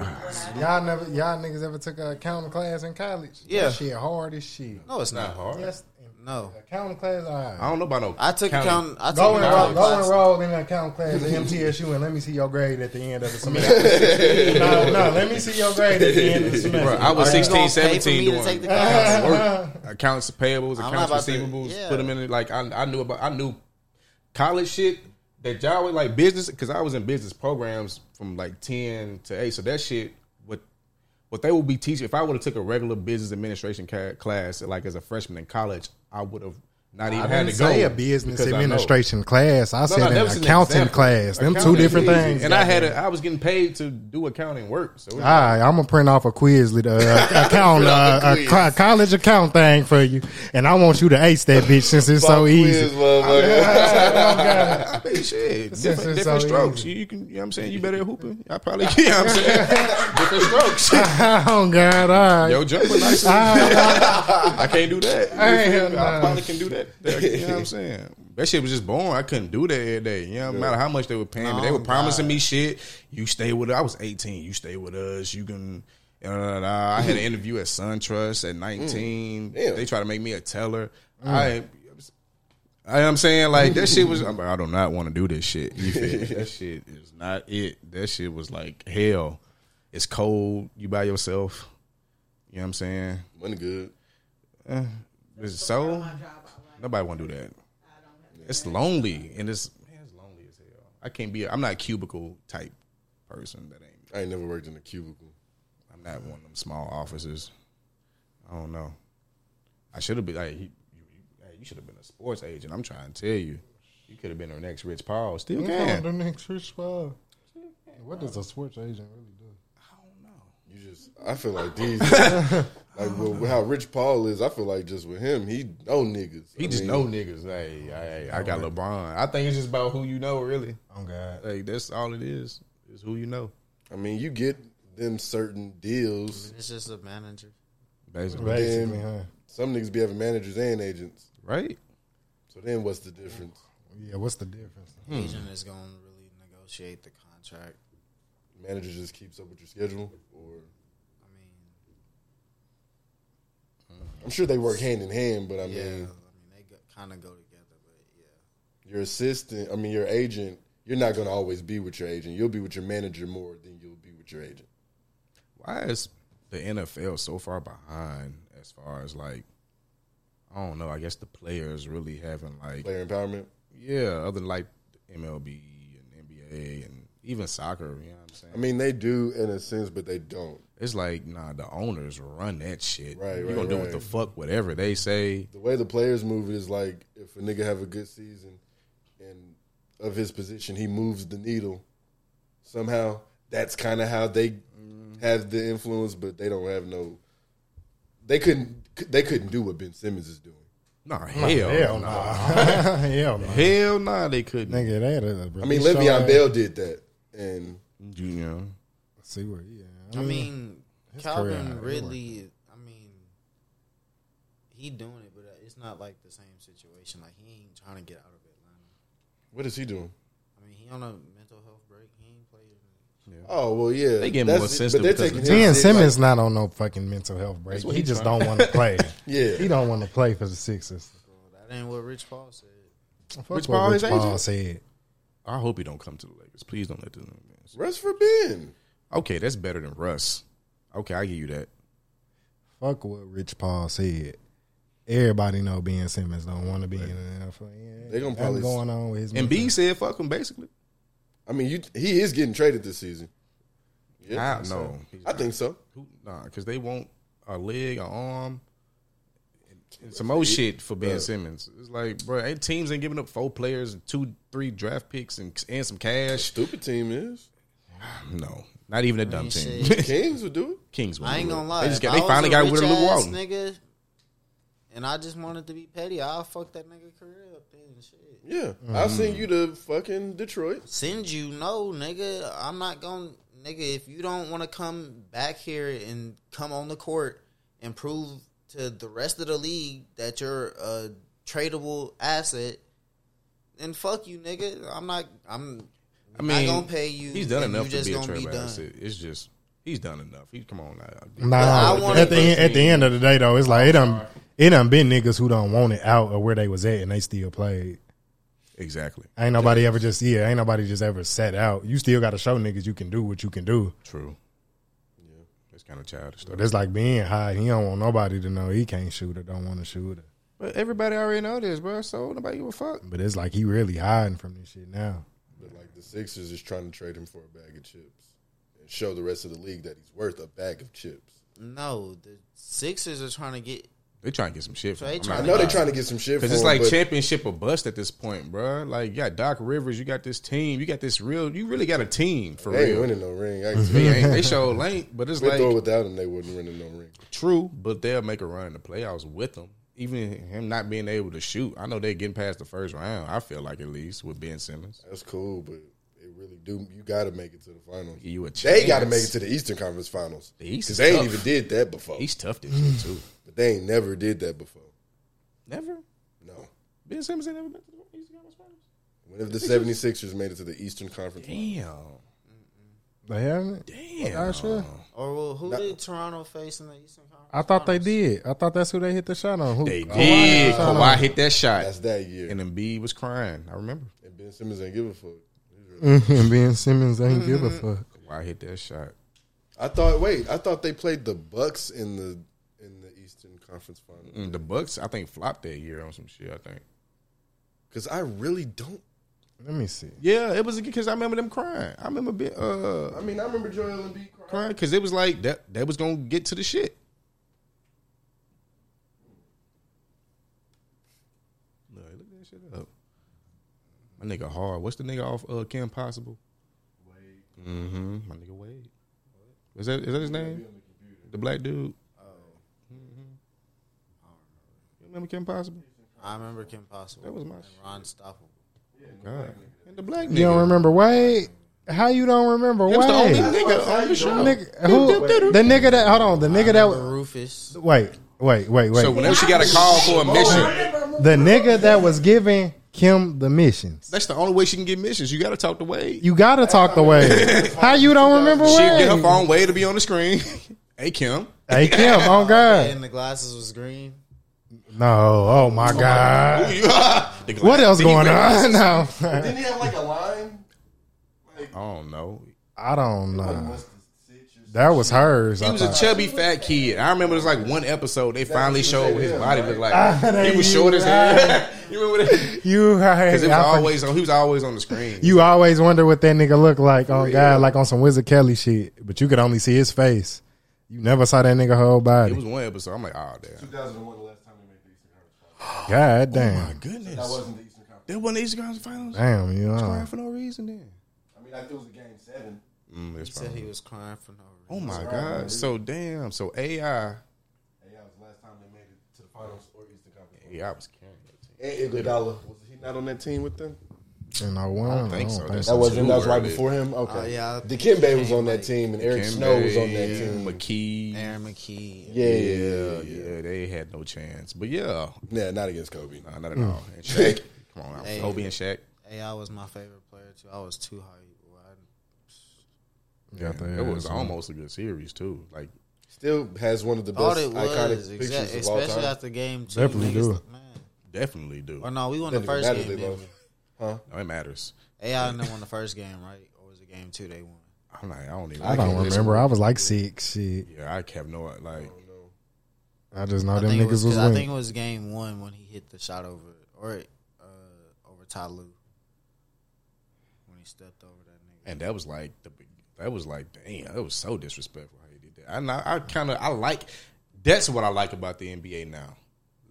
B: (laughs)
C: Y'all never, y'all niggas ever took a accounting class in college?
E: Yeah.
C: that shit hard as shit.
E: No, it's not.
D: hard.
C: Yes,
E: No,
C: accounting class. All right.
D: I don't know about no.
E: I took account. I took
C: Go and enroll,
E: accounting
C: go
E: class.
C: enroll in an account class at MTSU and let me see your grade at the end
D: (laughs)
C: of the semester. no, no, let me see your grade at the end of the
D: Bro,
C: semester.
D: I was
E: Are you gonna
D: 16,
E: pay for
D: 17
E: me to
D: doing
E: take the class?
D: work, (laughs) accounts payables,
E: not
D: accounts
E: about to-
D: receivables.
E: yeah.
D: Put them in it. like I, I knew about. I knew college shit that y'all was like business because I was in business programs from like ten to eight. So that shit what what they would be teaching. If I would have took a regular business administration ca- class like as a freshman in college, I would have Not even
C: I
D: had
C: didn't
D: to
C: say
D: go
C: a business
D: because I know.
C: administration class. I
D: No,
C: said
D: no, that was
C: an
D: an
C: accounting
D: example.
C: class. Them two
D: Accounting
C: different
D: is easy.
C: things.
D: And I had a, I was getting paid to do accounting work. So it was
C: All right, I'm gonna print off a quiz,
D: (laughs)
C: lit- uh, account, uh, a co- college account thing for you, and I want you to ace that bitch since it's so easy.
B: (laughs)
D: I mean, shit,
C: This is
D: different, different
C: so
D: strokes. You, you can, you know what I'm saying? You better at hooping. I probably, (laughs) you know what I'm saying? different (laughs) strokes.
C: oh God, all right.
D: Yo, jumping nice. (laughs) I can't do that.
C: Hell
D: I
C: no.
D: probably can
B: (laughs)
D: do that. You know what I'm saying? That shit was just boring. I couldn't do that every day. You know, no matter how much they were paying, but they were promising me shit. You stay with us. I was 18. You stay with us. You can. da, da, da, da. I had an interview at SunTrust at 19. They tried to make me a teller. I. I know what I'm saying like that shit was. I'm like, I do not want to do this shit. You feel me? that shit is not it. That shit was like hell. It's cold. You by yourself. You know what I'm saying?
B: Money good.
D: Is it so? Nobody want to do that. It's lonely, and it's man, it's lonely as hell. I can't be. I'm not a cubicle type person. That ain't.
B: I ain't never worked in a cubicle.
D: I'm not one of them small offices. I don't know. I should have been like he, you, you, hey, you should have been a sports agent. I'm trying to tell you, you could have been the next Rich Paul. Still can.
C: The next Rich Paul. What does a sports agent really do?
B: You just, I feel like
D: (laughs)
B: these, like with, with how Rich Paul is, I feel like just with him, he know niggas.
D: He
B: I
D: just
B: mean,
D: know niggas. Hey, hey, I got LeBron. I think it's just about who you know, really.
C: Oh God,
D: Like that's all it is. Is who you know,
B: I mean, you get them certain deals.
E: It's just a manager.
D: basically.
C: basically, huh?
B: Some niggas be having managers and agents.
D: Right?
B: So then, what's the difference?
C: Yeah, what's the difference?
E: Agent is going to really negotiate the contract.
B: Manager just keeps up with your schedule, or
E: I mean,
B: I'm sure they work hand in hand, but I
E: yeah, I
B: mean,
E: mean they kind of go together, but yeah,
B: your assistant, I mean, your agent, you're not going to always be with your agent. You'll be with your manager more than you'll be with your agent.
D: why is the NFL so far behind as far as like I don't know, I guess the players really having like
B: Player empowerment.
D: yeah, other than like MLB and NBA and even soccer, you know what I'm saying?
B: I mean, they do in a sense, but they don't.
D: it's like nah, the owners run that shit.
B: Right,
D: you
B: right,
D: gonna do
B: right.
D: what the fuck whatever they say.
B: The way the players move it is like if a nigga have a good season and of his position, he moves the needle somehow. That's kind of how they
D: Mm-hmm.
B: have the influence, but they don't have no. They couldn't. They couldn't do what Ben Simmons is doing.
D: Nah, hell,
C: Hell no,
D: nah.
C: hell no,
D: hell nah, they couldn't.
C: nigga. They had a
B: I mean, Le'Veon Bell did that, and
D: You know,
C: See where? Yeah,
E: I
D: Mm.
E: mean,
C: career
E: Calvin
C: high.
E: Ridley. I mean, he doing it, but uh, it's not like the same situation. Like he ain't trying to get out of Atlanta.
B: what is he doing?
E: I mean, he on a mental health break. He ain't played.
B: Oh well, yeah,
D: They getting
B: That's
D: more
B: it, But
D: sensitive
B: they're
D: because
B: taking
D: of
B: his
C: Ben
B: shit,
C: Simmons not on no fucking mental health break.
D: what
C: He
D: he
C: just
D: trying-
C: don't
D: (laughs)
C: want to play.
B: like- yeah,
C: He don't want to play for the Sixers.
E: That ain't what Rich Paul said.
C: Fuck
D: Rich
C: what
D: Paul
C: Rich
D: is
C: Paul
D: agent?
C: said.
D: I hope he don't come to the Lakers. Please don't let this.
B: Rest for Ben.
D: Okay, that's better than Russ. Okay, I give you that.
C: Fuck what Rich Paul said. Everybody know Ben Simmons don't want to be in the NFL. Yeah,
B: They gonna
C: nothing
B: probably-
C: going on with his
D: And B said, "Fuck him," basically.
B: I mean, you, he is getting traded this season.
D: Yeah,
B: I think
D: no,
B: so. I think so.
D: Who- Nah, because they want a leg, a arm, and some more shit for Ben Simmons. It's like, bro, ain't teams ain't giving up four players, and two, three draft picks, and and some cash.
B: Stupid team is
D: No, not even a dumb team. (laughs)
E: shit.
B: Kings would do it.
D: Kings.
E: I ain't gonna lie.
D: They, just
E: if
D: got,
E: I
D: they
E: was
D: finally
E: a
D: got rid of
E: rich
D: Luke
E: ass
D: Walton.
E: nigga. And I just wanted to be petty. I'll fuck that nigga career up then. Shit.
B: Yeah,
D: Mm-hmm.
B: I'll send you to fucking Detroit.
E: send you no nigga i'm not going to nigga if you don't want to come back here and come on the court and prove to the rest of the league that you're a tradable asset then fuck you nigga i'm not i'm
D: I mean,
E: gonna pay you,
D: He's done
E: and
D: enough
E: you
D: to
E: just
D: be a
E: gonna be
D: trade
E: done.
D: asset. It's just he's done enough. He come on now.
E: I
C: Nah,
E: wanna
C: at the
E: be-
C: end, at the end of the day though, it's like it done it done been niggas who don't want it out or where they was at and they still played.
D: Exactly.
C: Ain't nobody ever just yeah, ain't nobody just ever sat out. You still got to show niggas you can do what you can do.
D: True. Yeah, that's kind of childish. Though.
C: But it's like being high. He don't want nobody to know he can't shoot or don't want to shoot. Or,
D: But everybody already know this, bro. So nobody give a fuck.
C: but it's like he really hiding from this shit now.
B: But like the Sixers is trying to trade him for a bag of chips and show the rest of the league that he's worth a bag of chips.
E: no the sixers are trying to get
D: They trying to get some shit.
E: So they
D: I'm
E: trying
D: not-
B: I know they're trying to get some shit for
D: Cause it's
B: him,
D: like
B: but
D: championship or bust at this point, bro. Like you got Doc Rivers, you got this team, you got this real. You really got a team for
B: They ain't
D: real.
B: winning no ring. I can tell
D: They
B: you.
D: ain't. They show length, but it's
B: They
D: Mm-hmm. (laughs) like
B: throw it without him, they wouldn't winning no ring.
D: true. But they'll make a run in the playoffs with him. Even him not being able to shoot, I know they're getting past the first round. I feel like at least with Ben Simmons,
B: That's cool, but it really do. You got to make it to the finals.
D: give you a chance.
B: They got to make it to the Eastern Conference Finals.
D: The East
B: 'Cause
D: is
B: they ain't
D: tough.
B: even did that before.
D: He's tough this
B: (sighs)
D: year too.
B: But they ain't never did that before.
D: Never.
B: No.
D: Ben Simmons ain't never been to the Eastern Conference Finals.
B: When if the 76ers made it to the Eastern Conference?
D: Damn.
C: They haven't.
D: Damn.
C: Gotcha.
E: Or well, who did Toronto face in the Eastern Conference?
C: I thought they did. I thought that's who they hit the shot on. Who? Oh,
D: They
C: Kawhi
D: did.
C: shot on.
D: Kawhi hit that shot,
B: That's that year.
D: and
B: And,
D: Embiid was crying. I remember.
B: Ben Simmons ain't give a fuck.
C: (laughs) and Ben Simmons ain't give
D: Mm-hmm.
C: a fuck.
D: Kawhi hit that shot.
B: I thought. Wait, I thought they played the Bucks in the in the Eastern Conference Finals
D: Mm, The Bucks, I think, flopped that year on some shit. I think.
B: because I really don't.
C: Let me see.
D: Yeah, it was because I remember them crying. I remember being, uh,
B: I mean, I remember Joel Embiid crying.
D: crying because it was like that. That was gonna get to the shit. No, look that shit up. My nigga hard. What's the nigga off uh, Kim Possible? Wade. Mm-hmm. My nigga Wade. Is that is that his name? The black dude. Oh. You remember Kim Possible?
E: I remember Kim Possible.
D: That was my
E: and
D: shit.
E: Ron Stoppable.
D: God. And the black nigga.
C: You don't remember Wade? How you don't remember
D: That was the only
C: Wade?
D: nigga on the show.
C: Nigga, who, the nigga that hold on, the nigga that was
E: Rufus.
C: wait, wait, wait, wait.
D: So whenever she got a call for a mission,
C: the nigga that was giving Kim the missions.
D: that's the only way she can get missions. You got to talk to Wade.
C: You gotta talk
D: (laughs)
C: to Wade. How you don't remember
D: She get her
C: Wade?
D: phone. Wade to be on the screen. (laughs) hey Kim,
C: Hey Kim, oh god,
E: And the glasses was green.
C: no, oh my god,
D: The glass-
C: what else
D: Did he
C: going
D: wear-
C: on?
D: (laughs)
C: (laughs) No,
B: Didn't he have like a line?
D: I don't know.
C: I don't know. That was hers.
D: He
C: I
D: was a
C: thought.
D: chubby fat kid. I remember it was like one episode. They finally showed what his body looked
C: that
D: like. He was
C: you
D: short as hell. (laughs) you remember that?
C: you,
D: Because
C: hey,
D: it was
C: I forgot-
D: always on. He was always on the screen.
C: You always wonder what that nigga look like on God, like on some Wizard Kelly shit, but you could only see his face. You never saw that nigga whole
D: It
C: body.
D: was one episode. I'm like, oh damn.
B: 2001, the last time they made the Eastern Conference Finals.
C: God
D: My
C: damm,
D: goodness.
B: That wasn't the Eastern Conference.
D: They won the Eastern Conference Finals.
C: damn, you
D: Crying
C: know.
D: for no reason. Then.
B: I mean, I think it was a game seven.
D: Mm, that's
E: He said
D: probably-
E: he was crying for no
D: Oh
E: reason.
D: my god. So damn. So AI.
B: Hey, that was the last time they made it to the finals or Eastern Conference.
D: Yeah, I was carrying that team.
B: And Iguodala was he not on that team with them?
C: And I won. I don't
D: think
C: think
D: so.
C: so.
D: That's-
B: That wasn't. That was
D: Who
B: right
D: were they?
B: before him. Okay.
E: Oh, yeah.
B: Dikembe was on that team, and Eric Snow was on that team.
D: McKee.
E: Aaron McKee.
B: yeah,
D: yeah,
B: yeah,
D: yeah, they had no chance. But yeah,
B: yeah. Not against Kobe. (laughs)
D: nah, not at all. And Shaq, come (laughs) on,
E: Hey.
D: Kobe and Shaq.
E: AI was my favorite player too. I was too high.
C: Got their
D: It was
C: ass on.
D: almost a good series too. Like
B: Still has one of the
E: Thought
B: best
E: it
B: iconic
E: was,
B: pictures
E: exact-
B: of all
E: especially
B: time.
E: after game two.
C: Definitely
E: niggas
C: do.
E: like, Man.
D: definitely do.
E: Or no, we won the
B: Doesn't even
E: first
B: matter
E: game.
B: if they
E: didn't
B: lost.
E: we?
D: No, it matters.
E: AI and them won the first game, right? Or was it game two they won?
D: I'm like, I don't even.
C: I don't
D: can't-
C: remember. I was like six. Shit,
D: Yeah, I kept no like.
C: I just know
E: I
C: Oh, them
E: think, it
C: niggas
E: was,
C: was,
E: 'cause I think
C: winning.
E: it was game one when he hit the shot over or uh, over Tyloo when he stepped over that nigga.
D: And that was like the big- that was like damn, that was so disrespectful how he did that. And I, I kind of I like that's what I like about the NBA now.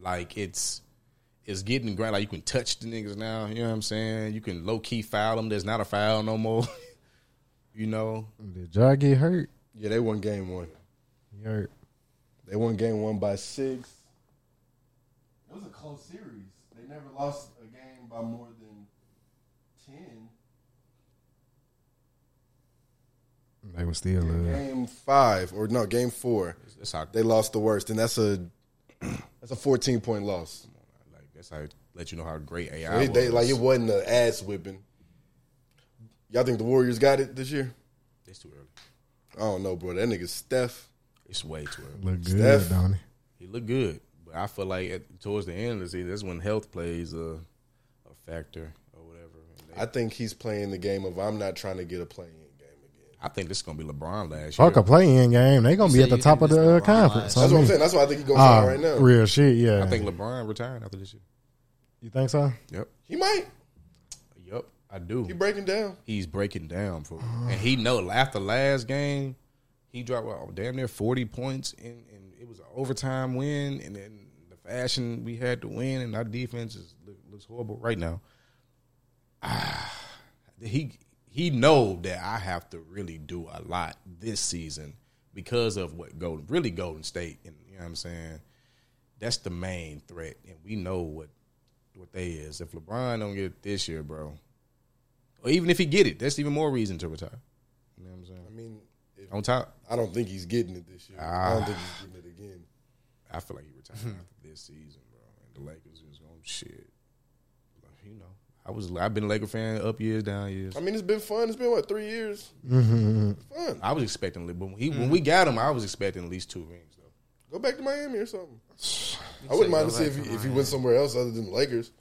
D: Like it's it's getting grand. Like you can touch the niggas now. You know what I'm saying? You can low key foul them. There's not a foul no more. (laughs) you know?
C: Did y'all get hurt?
B: Yeah, they won game one.
C: You hurt.
B: They won game one by six. It was a close series. They never lost a game by more than ten.
C: They was still. Uh,
B: Game five or no, game four.
D: That's how
B: They lost the worst, and that's a (clears throat) that's a fourteen point loss.
D: like that's how let you know how great AI
B: They,
D: was.
B: they- like it wasn't an ass whipping. Y'all think the Warriors got it this year?
D: it's too early.
B: I don't know, bro. That nigga Steph.
D: It's way too early.
C: Look good,
B: Steph.
C: don't he?
D: He looked good, but I feel like at, towards the end of the season, that's when health plays a a factor or whatever. And they-
B: I think he's playing the game of I'm not trying to get a playing game again.
D: I think this is gonna be LeBron last year.
C: Fuck a play-in game. They gonna be
E: said
C: at the
E: you
C: top of
E: think
C: the uh,
E: it's LeBron
B: That's
E: last
C: conference. I
B: what I'm
C: mean.
B: saying. That's why I uh, think he's going to
C: Ah,
B: sign right now.
C: Real shit. Yeah,
D: I think LeBron retired after this year.
C: you think so?
D: Yep.
B: He might.
D: Yep. I do.
B: He breaking down.
D: He's breaking down for and he know after last game, he dropped well, damn near forty points and, and it was an overtime win and then fashion we had to win, and our defense is, look, looks horrible right now. Ah, he he know that I have to really do a lot this season because of what Golden really Golden State and you know what I'm saying. That's the main threat, and we know what what they is. If LeBron don't get it this year, bro, or even if he get it, that's even more reason to retire. You know what I'm saying?
B: I mean, if,
D: On top,
B: I don't think he's getting it this year. I don't think
D: Ah.
B: he's getting it again.
D: I feel like he
B: hmm.
D: retired after this season, bro. And the Lakers is going shit. Like, you know, I was I've been a Laker fan up years, down years.
B: I mean, it's been fun. It's been what three years. Fun.
D: I was expecting a little, but when, he,
B: hmm.
D: when we got him, I was expecting at least two rings though.
B: Go back to Miami or
D: (sighs)
B: something. I wouldn't mind to see if he, if he went somewhere else other than the Lakers.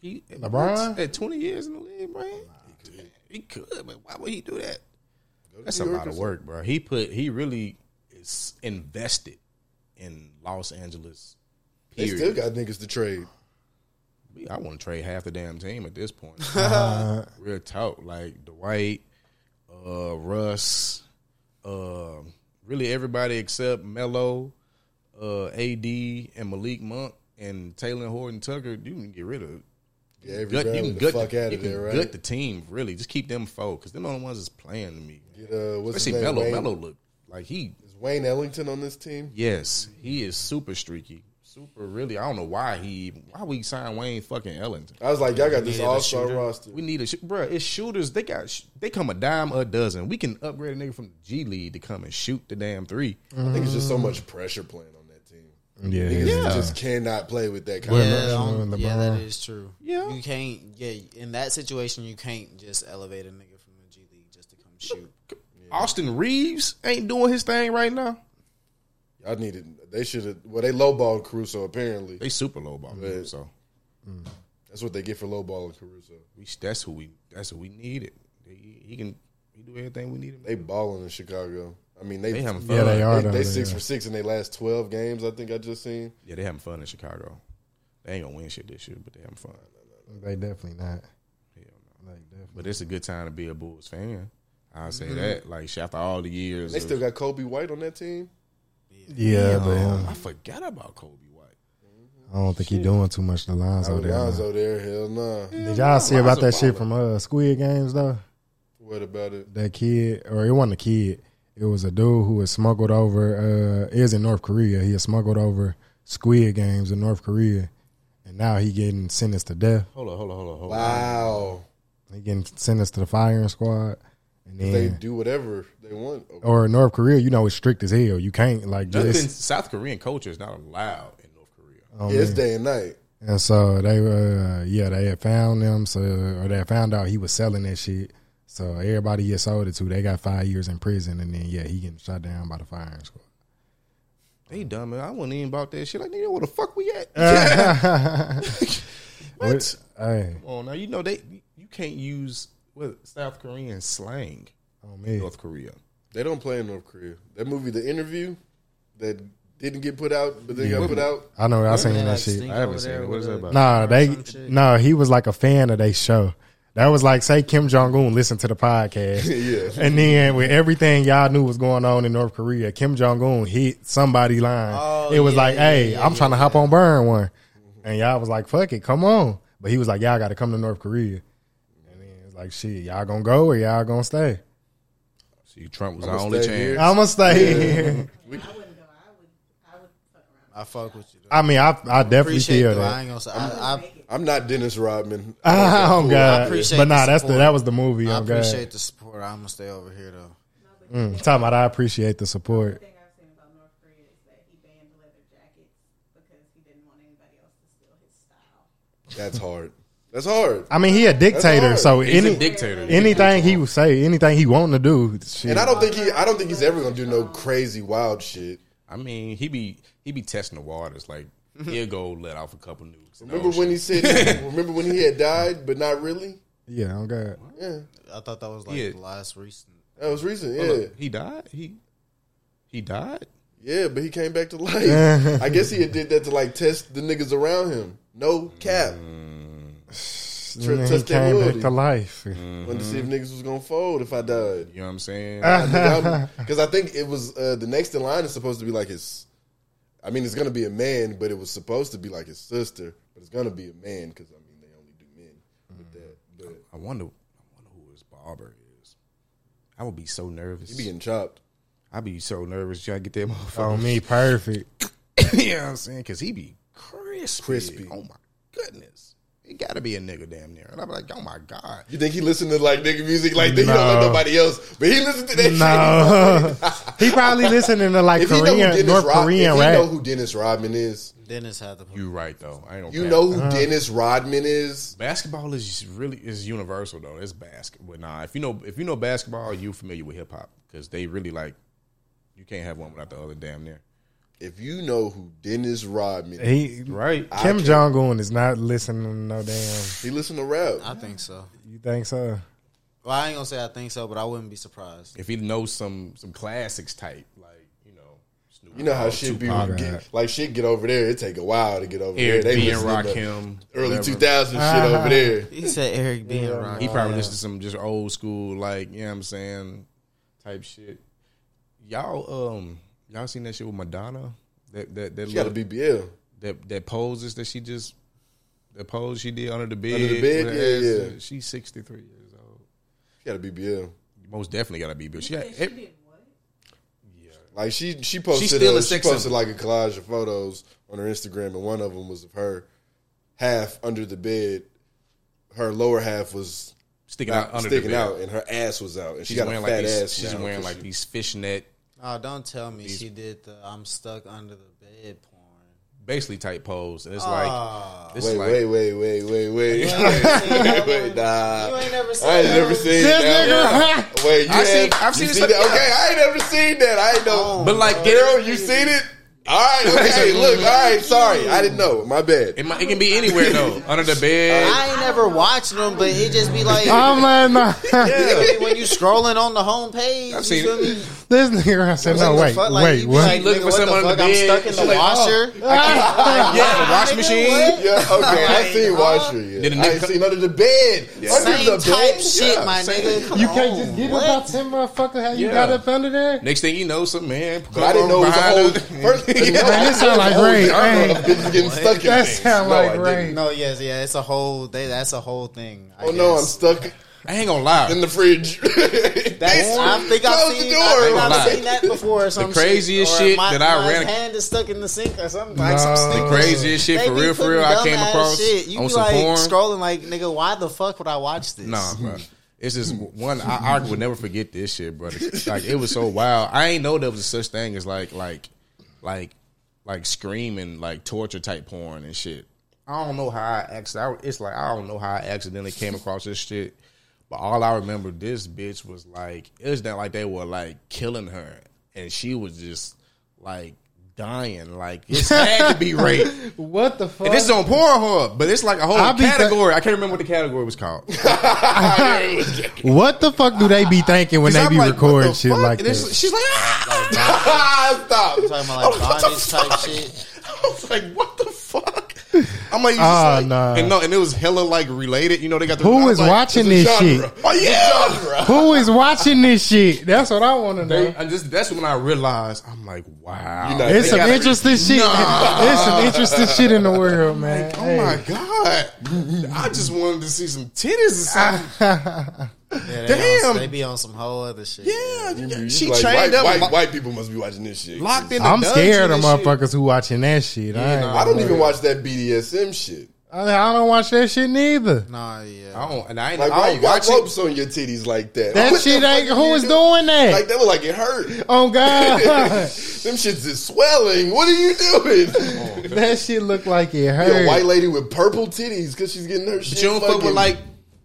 D: He
C: LeBron?
D: at twenty years in the league, bro. He could, but why would he do that? That's a
B: New York
D: lot
B: or
D: of work, bro. He put he really is invested in Los Angeles.
B: They
D: Period.
B: still got niggas to trade.
D: We- I want to trade half the damn team at this
B: (laughs)
D: point. Real talk, like Dwight, uh, Russ, uh, really everybody except Melo, uh, AD, and Malik Monk and Taylor Horton Tucker. You can get rid of.
B: Yeah, every
D: Gut, you
B: round
D: can
B: the
D: gut
B: fuck
D: the,
B: out
D: you
B: of
D: can
B: there, right?
D: gut the team. Really, just keep them four because them the only ones that's playing to me.
B: Get, uh, what's
D: Especially
B: his name?
D: Melo.
B: Wayne,
D: Melo look like he
B: Is Wayne Ellington on this team?
D: Yes, he is super streaky. Super, really. I don't know why he. Why we signed Wayne fucking Ellington?
B: I was like, y'all got this
E: needed a
B: all star
E: shooter.
B: roster.
D: We need a sh- bruh, It's shooters. They got. Sh- they come a dime a dozen. We can upgrade a nigga from the G League to come and shoot the damn 3
B: I think it's just so much pressure playing on that team.
C: Yeah,
B: Niggas
D: Yeah.
B: just cannot play with that kind
E: Yeah,
B: of.
E: I don't-
C: LeBron.
E: yeah, that is true.
D: Yeah.
E: you can't. Yeah, in that situation, you can't just elevate a nigga from the G League just to come shoot.
D: Austin Reeves ain't doing his thing right now.
B: Y'all needed. They should have. Well, they lowballed Caruso. Apparently,
D: They super low ball.
B: But-
D: So
B: that's what they get for lowballing Caruso.
D: we. That's who we. That's who we needed. He, he can. He do everything we need him. to
B: They balling in Chicago. I mean, they
D: They having fun.
C: yeah, they are.
B: They,
C: though,
B: they
C: yeah.
B: six for six in their last twelve games. I think I just seen.
D: Yeah, they having fun in Chicago. They ain't gonna win shit this year, but they having fun.
C: They definitely not.
D: Hell no.
C: Like definitely.
D: But it's a good time to be a Bulls fan. I say that. Like sh- after all the
B: Mm-hmm.
D: years,
B: They
D: of-
B: still got Kobe White on that team.
C: Yeah,
D: Um,
C: but
D: I forgot about Kobe White.
C: I don't think he's doing too much to Lonzo there.
B: Lonzo there, hell nah.
C: Did y'all see about that
D: Lonzo
C: shit from uh, Squid Games though?
B: What about it?
C: That kid, or it wasn't a kid. It was a dude who was smuggled over. Uh, it was in North Korea. He was smuggled over Squid Games in North Korea, and now he getting sentenced to death.
D: Hold on, hold on, hold on, hold on.
B: Wow,
C: He getting sentenced to the firing squad, and then
B: they do whatever they want. Oh,
C: or North Korea, you know, it's strict as hell. You can't like
D: Nothing.
C: just
D: South Korean culture is not allowed in North Korea.
C: oh,
B: yeah, it's
C: man.
B: day and night.
C: And so they were, uh, yeah, they had found them, so or they had found out he was selling that shit. So everybody he sold it to, they got five years in prison, and then yeah, he getting shot down by the firing squad.
D: They dumb. Man. I wouldn't even about that shit. Like nigga, where the fuck we at?
C: (laughs)
B: Uh.
C: What? Hey,
D: Come on, now you know they. You can't use what South Korean slang.
C: on
D: in
C: me.
D: North Korea.
B: They don't play in North Korea. That movie, The Interview, that didn't get put out, but then got put out.
C: I know I seen
E: They,
C: that
E: like,
C: shit.
E: stink
D: I haven't
E: over
D: seen
E: there
D: it. What
E: with
D: is
E: the-
D: that about?
C: Nah, they
E: shit.
C: nah. He was like a fan of they show. That was like say Kim Jong Un listened to
E: (laughs)
C: the podcast,
B: Yeah.
C: and then with everything y'all knew was going on in North Korea, Kim Jong Un hit somebody line.
E: Oh,
C: it was
E: yeah,
C: like,
E: yeah,
C: "Hey,
E: yeah,
C: I'm
E: yeah, Mm-hmm.
C: trying to hop on burn one," and y'all was like, "Fuck it, come on." But he was like, "Y'all got to come to North Korea," and then it's like, "Shit, y'all gonna go or y'all gonna stay?"
D: See, Trump was
B: I'ma
D: our only
B: stay
D: chance.
B: here.
C: I'm gonna stay.
A: I
C: here.
A: wouldn't go. I would. I would fuck around.
E: I fuck with you. Though.
C: (laughs) I mean, I I definitely
E: appreciate
C: feel
E: though. I
C: that.
E: ain't gonna say. I, I,
B: I'm not Dennis Rodman.
C: (laughs) Oh god!
E: appreciate
C: But nah,
E: the
C: that's the
E: support.
C: that was the movie.
E: I
C: Oh god!
E: appreciate the support. I'm gonna stay over here though.
C: Mm, talking about I appreciate the support.
A: thing I've seen about North Korea is that he banned leather jackets because he didn't want anybody else to steal his style.
B: That's hard. That's hard.
C: I mean, he a dictator,
B: hard.
C: so
D: He's
C: any
D: a dictator.
C: anything he would say, anything he wanting to do, shit.
B: And I don't think he. I don't think he's ever gonna do no crazy wild shit.
D: I mean, he be he be testing the
B: (laughs)
D: waters. Like he'll go let off a couple nukes. and
B: Remember
D: all
B: when
D: Oh, shit.
B: he said?
D: (laughs)
B: remember when he had died, but not really.
C: yeah, oh god,
E: I thought that was like
D: Yeah.
E: the last recent.
B: That was recent.
D: Hold
B: Yeah,
D: up, he died. He he died.
B: yeah. But he came back to life. I guess he had did that to like test the niggas around him. No cap.
C: and then he
B: test their
C: came back
B: loyalty. Mm.
C: to life.
B: Wanted to see if niggas was gonna fold if I
D: (laughs)
B: died.
D: You know what
B: Ah.
D: I'm saying?
B: Because I think it was uh, the next in line is supposed to be like his. I mean, it's gonna be a man, but it was supposed to be like his sister, but it's gonna be a man because I mean they only do men with that. But
D: I wonder, I wonder who his barber is. I would be so nervous.
B: he be getting chopped.
D: I'd be so nervous trying to get that
C: Oh,
D: motherfucker.
C: me perfect.
D: (coughs) you know what I'm saying? Because he be crispy.
B: Crispy.
D: Oh my goodness. It gotta be a nigga damn near. And I'm like, oh my God.
B: You think he listened to like nigga music like that? He don't like
C: No.
B: nobody else, but he listened to that
C: No, (laughs) he probably listening to like
B: shit. If he know who
C: Korean,
B: Dennis
C: North
B: Rod-
C: Korean
B: if he know
C: rap.
B: who Dennis Rodman is,
E: Dennis had the point.
D: You right though. I ain't gonna
B: you
D: cap.
B: know who
C: Uh-huh.
B: Dennis Rodman is.
D: (laughs) basketball is really is universal though. It's basketball. Nah, if you know if you know basketball, you familiar with hip hop because they really like you can't have one without the other damn near.
B: If you know who Dennis Rodman, is,
C: He
D: Right.
C: Kim Jong Un is not listening to no damn.
B: he listen to rap.
E: I think so.
C: You think so?
E: Well, I ain't gonna say I think so, but I wouldn't be surprised.
D: If he knows some some classics type, like you know, Snoop
B: You know how
D: Dogg,
B: shit be
D: Tupac,
B: get, like shit get over there. It take a while to get over
D: Eric
B: there.
D: B and
B: listening to
D: Rakim,
B: early
D: whatever.
B: two thousand
C: Uh-huh.
B: shit over there.
E: He said Eric B. and Ron.
D: He probably listens to some just old school, like you know what I'm saying, type shit. Y'all, um, y'all seen that shit with Madonna? That that that
B: She got a
D: little-
B: BBL.
D: that that poses that she just that pose she did under the bed.
B: Under the bed?
D: with
B: Yeah,
D: her ass.
B: yeah.
D: She's sixty three years old.
B: She got a BBL.
D: Most definitely gotta be, but she got.
A: She did what?
B: Like she she posted
D: She's still
B: a-
D: a
B: she
D: sex
B: posted
D: symbol.
B: like a collage of photos on her Instagram, and one of them was of her half under the bed. Her lower half was
D: sticking out
B: not
D: under
B: sticking
D: the bed.
B: out, and her ass was out, and she
D: She's
B: got a
D: wearing
B: fat
D: like these,
B: ass.
D: she's
B: now,
D: wearing
B: 'cause
D: like
B: she-
D: these fishnet,
E: Oh, don't tell me she did the I'm stuck under the bed porn.
D: basically type pose, and it's
E: Ah.
D: like this
B: Wait,
D: is like
B: wait, wait, wait, wait, wait, wait, wait, nah.
E: You ain't never seen
B: I ain't
E: that
B: never
E: one?
B: seen that. one. Wait, you
D: I
B: have,
D: seen- I've
B: you
D: seen
B: see
D: some-
B: that? Okay, I ain't never seen that. I ain't know.
D: But like,
B: girl, you seen it? All right, okay. look, all right. Sorry, I didn't know. My bad.
D: It, might, it can be anywhere though, under the bed.
E: I ain't never watched them, but it just be like
C: (laughs) I'm like, nah.
E: when you scrolling on the home page. You
D: I've seen
E: feel
D: it.
E: me?
C: this nigga said,
E: Like,
C: no,
E: the
C: wait,
E: fuck, like,
C: wait,
E: you be
C: what?
E: Like,
D: Looking
E: nigga,
D: for
E: what
D: something
E: the
D: under
E: fuck?
D: the
E: I'm
D: bed.
E: stuck in the
D: Like,
E: washer.
D: yeah, the washing machine.
B: Yeah, okay. I seen Washer. Yeah.
D: Did a
B: I ain't
D: nigga-
B: seen under the bed. Under
E: Same
B: the
E: type
B: bed.
E: shit,
B: Yeah.
E: my nigga. Come
C: You can't
E: on,
C: just get
E: what?
C: up out ten motherfucker. How you
D: Oh, Yeah.
C: got up under there?
D: Next thing you know, some man.
B: But I didn't know it was a whole.
D: (laughs)
B: First, I didn't know
C: Man, that sound like
B: it was
C: Ray.
B: a whole genre
C: Hey.
B: of bitches getting stuck in
C: That
B: things.
C: sound
B: No,
C: like
B: I didn't.
C: Ray.
E: No, yes, yeah, it's a whole. They, that's a whole thing. I
B: Oh no, I'm
E: guess.
B: stuck
D: I ain't gonna lie.
B: in the fridge. That's,
E: (laughs)
D: (laughs)
E: That's, I think I've
B: Close
E: seen,
B: the
E: I think
B: door.
E: I've
D: Lie.
E: seen that before. Or some
D: craziest
E: shit,
D: shit
E: or my,
D: that I
E: my
D: ran-
E: hand is stuck in the sink or something like some
C: No.
E: stupid
D: craziest shit
E: They
D: for
E: be
D: real, for
E: putting
D: real. I came
E: dumbass
D: across
E: shit. You
D: on
E: be
D: some
E: like
D: porn.
E: scrolling like nigga, why the fuck would I watch this?
D: Nah, bro. It's just one. I, I would never forget this shit, brother. Like it was so wild. I ain't know there was such thing as like, like, like, like screaming, like torture type porn and shit. I don't know how I accidentally. It's like I don't know how I accidentally came across this shit. But all I remember, this bitch was like, it was not like they were like killing her, and she was just like dying. Like
E: (laughs)
D: it had to be rape.
C: What the fuck?
D: And this is on Pornhub, but it's like a whole
C: I be th-
D: category. I can't remember what the category was (laughs) called. (laughs)
C: what the fuck do they be thinking when they
D: I'm
C: be
D: like, what
C: recording
D: the
C: shit
D: fuck?
C: like
D: And it's-
C: this?
D: She's like, ah! (laughs)
B: Stop.
E: I'm talking about like bondage type shit.
D: I was like, what the fuck? I'm like,
C: Ah,
D: oh, like
C: nah.
D: and no, and it was hella like related. You know, they got the I
C: Who
D: was
C: is
D: like,
C: watching
B: It's
C: this
B: a
C: shit?
B: genre.
D: Oh yeah,
C: Who is watching this shit? That's what I want to know.
D: They- and just that's when I realized I'm like, wow,
B: You know,
C: It's
B: they
C: some
B: gotta be-
C: interesting shit. (laughs) It's some interesting shit in the world, man.
D: Like, oh my god, I just wanted to see some titties or something.
E: Yeah, they
D: Damn.
E: On, they be on some whole other shit.
D: yeah,
B: You
D: she
B: like,
D: trained
B: white,
D: up,
B: White,
D: lo-
B: white people must be watching this shit.
D: locked in. The
C: I'm scared of
D: dungeon and shit.
C: motherfuckers who watching that shit. I, ain't
D: nah.
B: I don't even watch that BDSM shit.
C: I, I don't watch that shit neither.
E: Nah, yeah.
D: I don't, and I ain't,
B: Like,
D: I
B: why
D: don't
B: you got
D: watch it.
B: ropes on your titties like that?
C: That
B: What the
C: shit
B: fuck
C: ain't.
B: you
C: Who is
B: do?
C: doing that?
B: Like that was like it hurt.
D: (laughs)
C: oh God,
B: Them shits is swelling. What are you doing?
C: that shit look like it
B: Be a
C: hurt.
B: white lady with purple titties because she's getting her shit.
D: But you don't fuck
B: fucking-
D: with like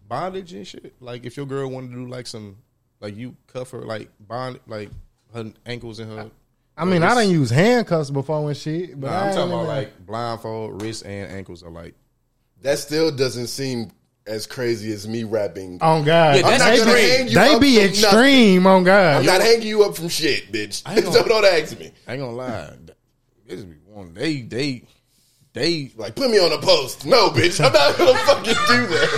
D: bondage and shit. Like if your girl wanted to do like some, like you cuff her like bond, like her ankles and her.
C: I mean, I done use handcuffs before and shit, but
D: Nah,
C: I
D: I'm
C: ain't
D: talking about
C: even-
D: like blindfold, wrists and ankles are like.
B: that. Still doesn't seem as crazy as me rapping.
C: Oh God,
D: Yeah, that's not
C: they
D: gonna
C: be,
B: hang you
C: they
B: up
C: be
B: from
C: extreme. On
B: I'm
C: God,
B: not hanging you up from shit, bitch.
D: I ain't
B: so
D: gonna-
B: (laughs) don't ask me.
D: I ain't gonna lie, this be one. They they they.
B: Like, put me on a post. No, bitch. I'm not gonna fucking do that.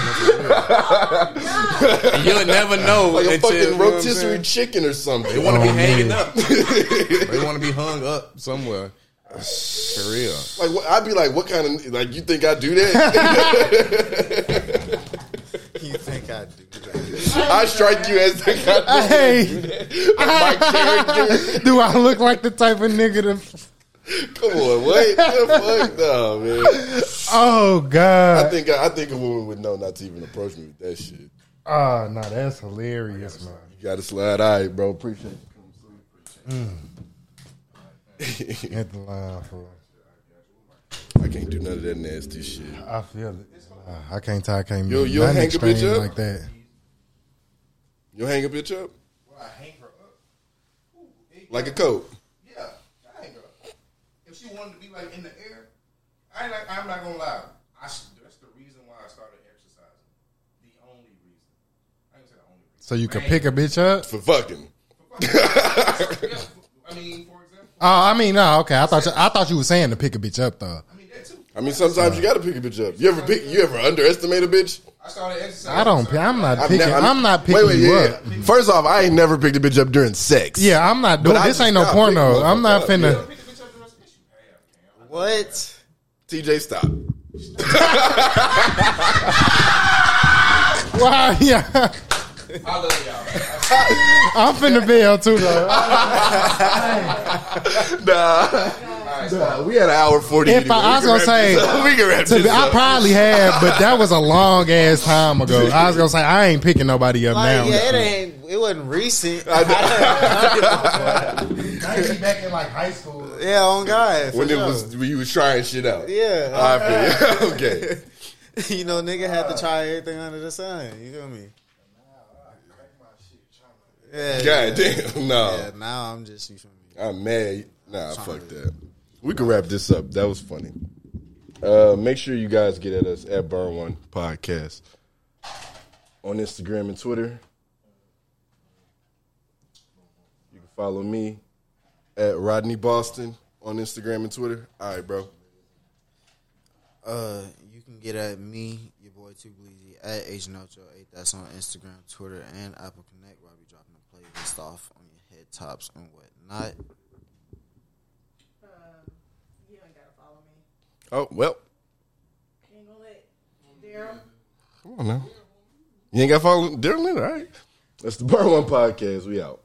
D: You'll (laughs) never know
B: Like a
D: until you
B: fucking
D: know what I'm
B: rotisserie
D: saying?
B: chicken or something. (laughs)
D: They want to be hanging up. they want to be hung up somewhere. For real.
B: Like what, I'd be like, what kind of like you think I do (laughs) that?
E: You think I do?
B: I strike you as the kind of
C: (laughs) Hey,
B: my character.
C: do I look like the type of nigga to?
B: Come on, what the fuck, no man.
C: Oh
B: I
C: God!
B: think I think a woman would know not to even approach me with that shit. You
C: Oh no, that's hilarious, man.
B: got to slide, all right, bro. Appreciate it.
C: Hit the line for.
B: I can't do none of that nasty shit.
C: I feel it. Uh, I can't tie. I can't.
B: Yo,
C: make
B: you
C: nothing
B: hang a bitch
C: extreme
B: up?
C: like that.
B: You hang a bitch up? Like a coat.
D: Yeah, I ain't gonna. If she wanted to be like in the air, I ain't like. I'm not gonna lie. I s- that's the reason why I started exercising. The only reason. I ain't gonna say the only reason.
C: So you could pick a bitch up.
B: For fucking.
D: I mean, for example,
C: Oh, I mean, no, okay. I thought you, I thought you were saying to pick a bitch up though.
D: I mean that too.
B: I mean, sometimes you gotta pick a bitch up. You ever pick? You ever underestimate a bitch?
D: I started exercising.
C: I don't. I'm not
B: I've
C: picking.
B: never-
C: I'm not picking
B: wait, wait,
C: you
B: yeah,
C: up.
B: yeah. First off, I ain't never picked a bitch up during sex.
C: Yeah, I'm not
B: But
C: doing
B: I
C: this.
B: just
C: Ain't no
B: got
C: porno.
B: picked
C: I'm
B: up,
C: not finna.
D: Pick the bitch up the rest of the issue. Hell,
E: What?
B: TJ, stop. (laughs)
C: Wow, (laughs) yeah.
D: man. I love y'all.
C: I'm finna bail too though.
B: Nah. Nah, we had an hour forty.
C: If I- I was
B: We can wrap
C: gonna say-
B: this up. (laughs) we can wrap
C: To
B: this
C: be, I
B: up.
C: probably have, but that was a long ass time ago. I was gonna say I ain't picking nobody up
E: Like,
C: now.
E: yeah, it ain't. It wasn't recent.
C: back in like high school.
E: (laughs) yeah, on God.
B: (laughs)
E: for
B: when it
E: sure.
B: was when you was trying shit out.
E: Yeah,
B: I feel you. (laughs) okay.
E: (laughs) you know, nigga had to try everything under the sun. You feel me? Yeah, yeah.
B: God damn. No,
E: Yeah, Now I'm just you feel me?
B: I'm mad. Nah, fuck that. We can wrap this up. That was funny. Uh, make sure you guys get at us at Burn One Podcast on Instagram and Twitter. You can follow me at Rodney Boston on Instagram and Twitter. All right, bro.
E: Uh, you can get at me, your boy Too Bleezy, at Agent Ocho Eight. That's on Instagram, Twitter, and Apple Connect. Where I be dropping a playlist off on your head tops and whatnot.
A: You ain't gotta follow me.
B: Oh well.
A: You ain't gonna let Daryl.
B: Come on now. You ain't got to follow Daryl Leonard, all right? That's the Burn One Podcast. We out.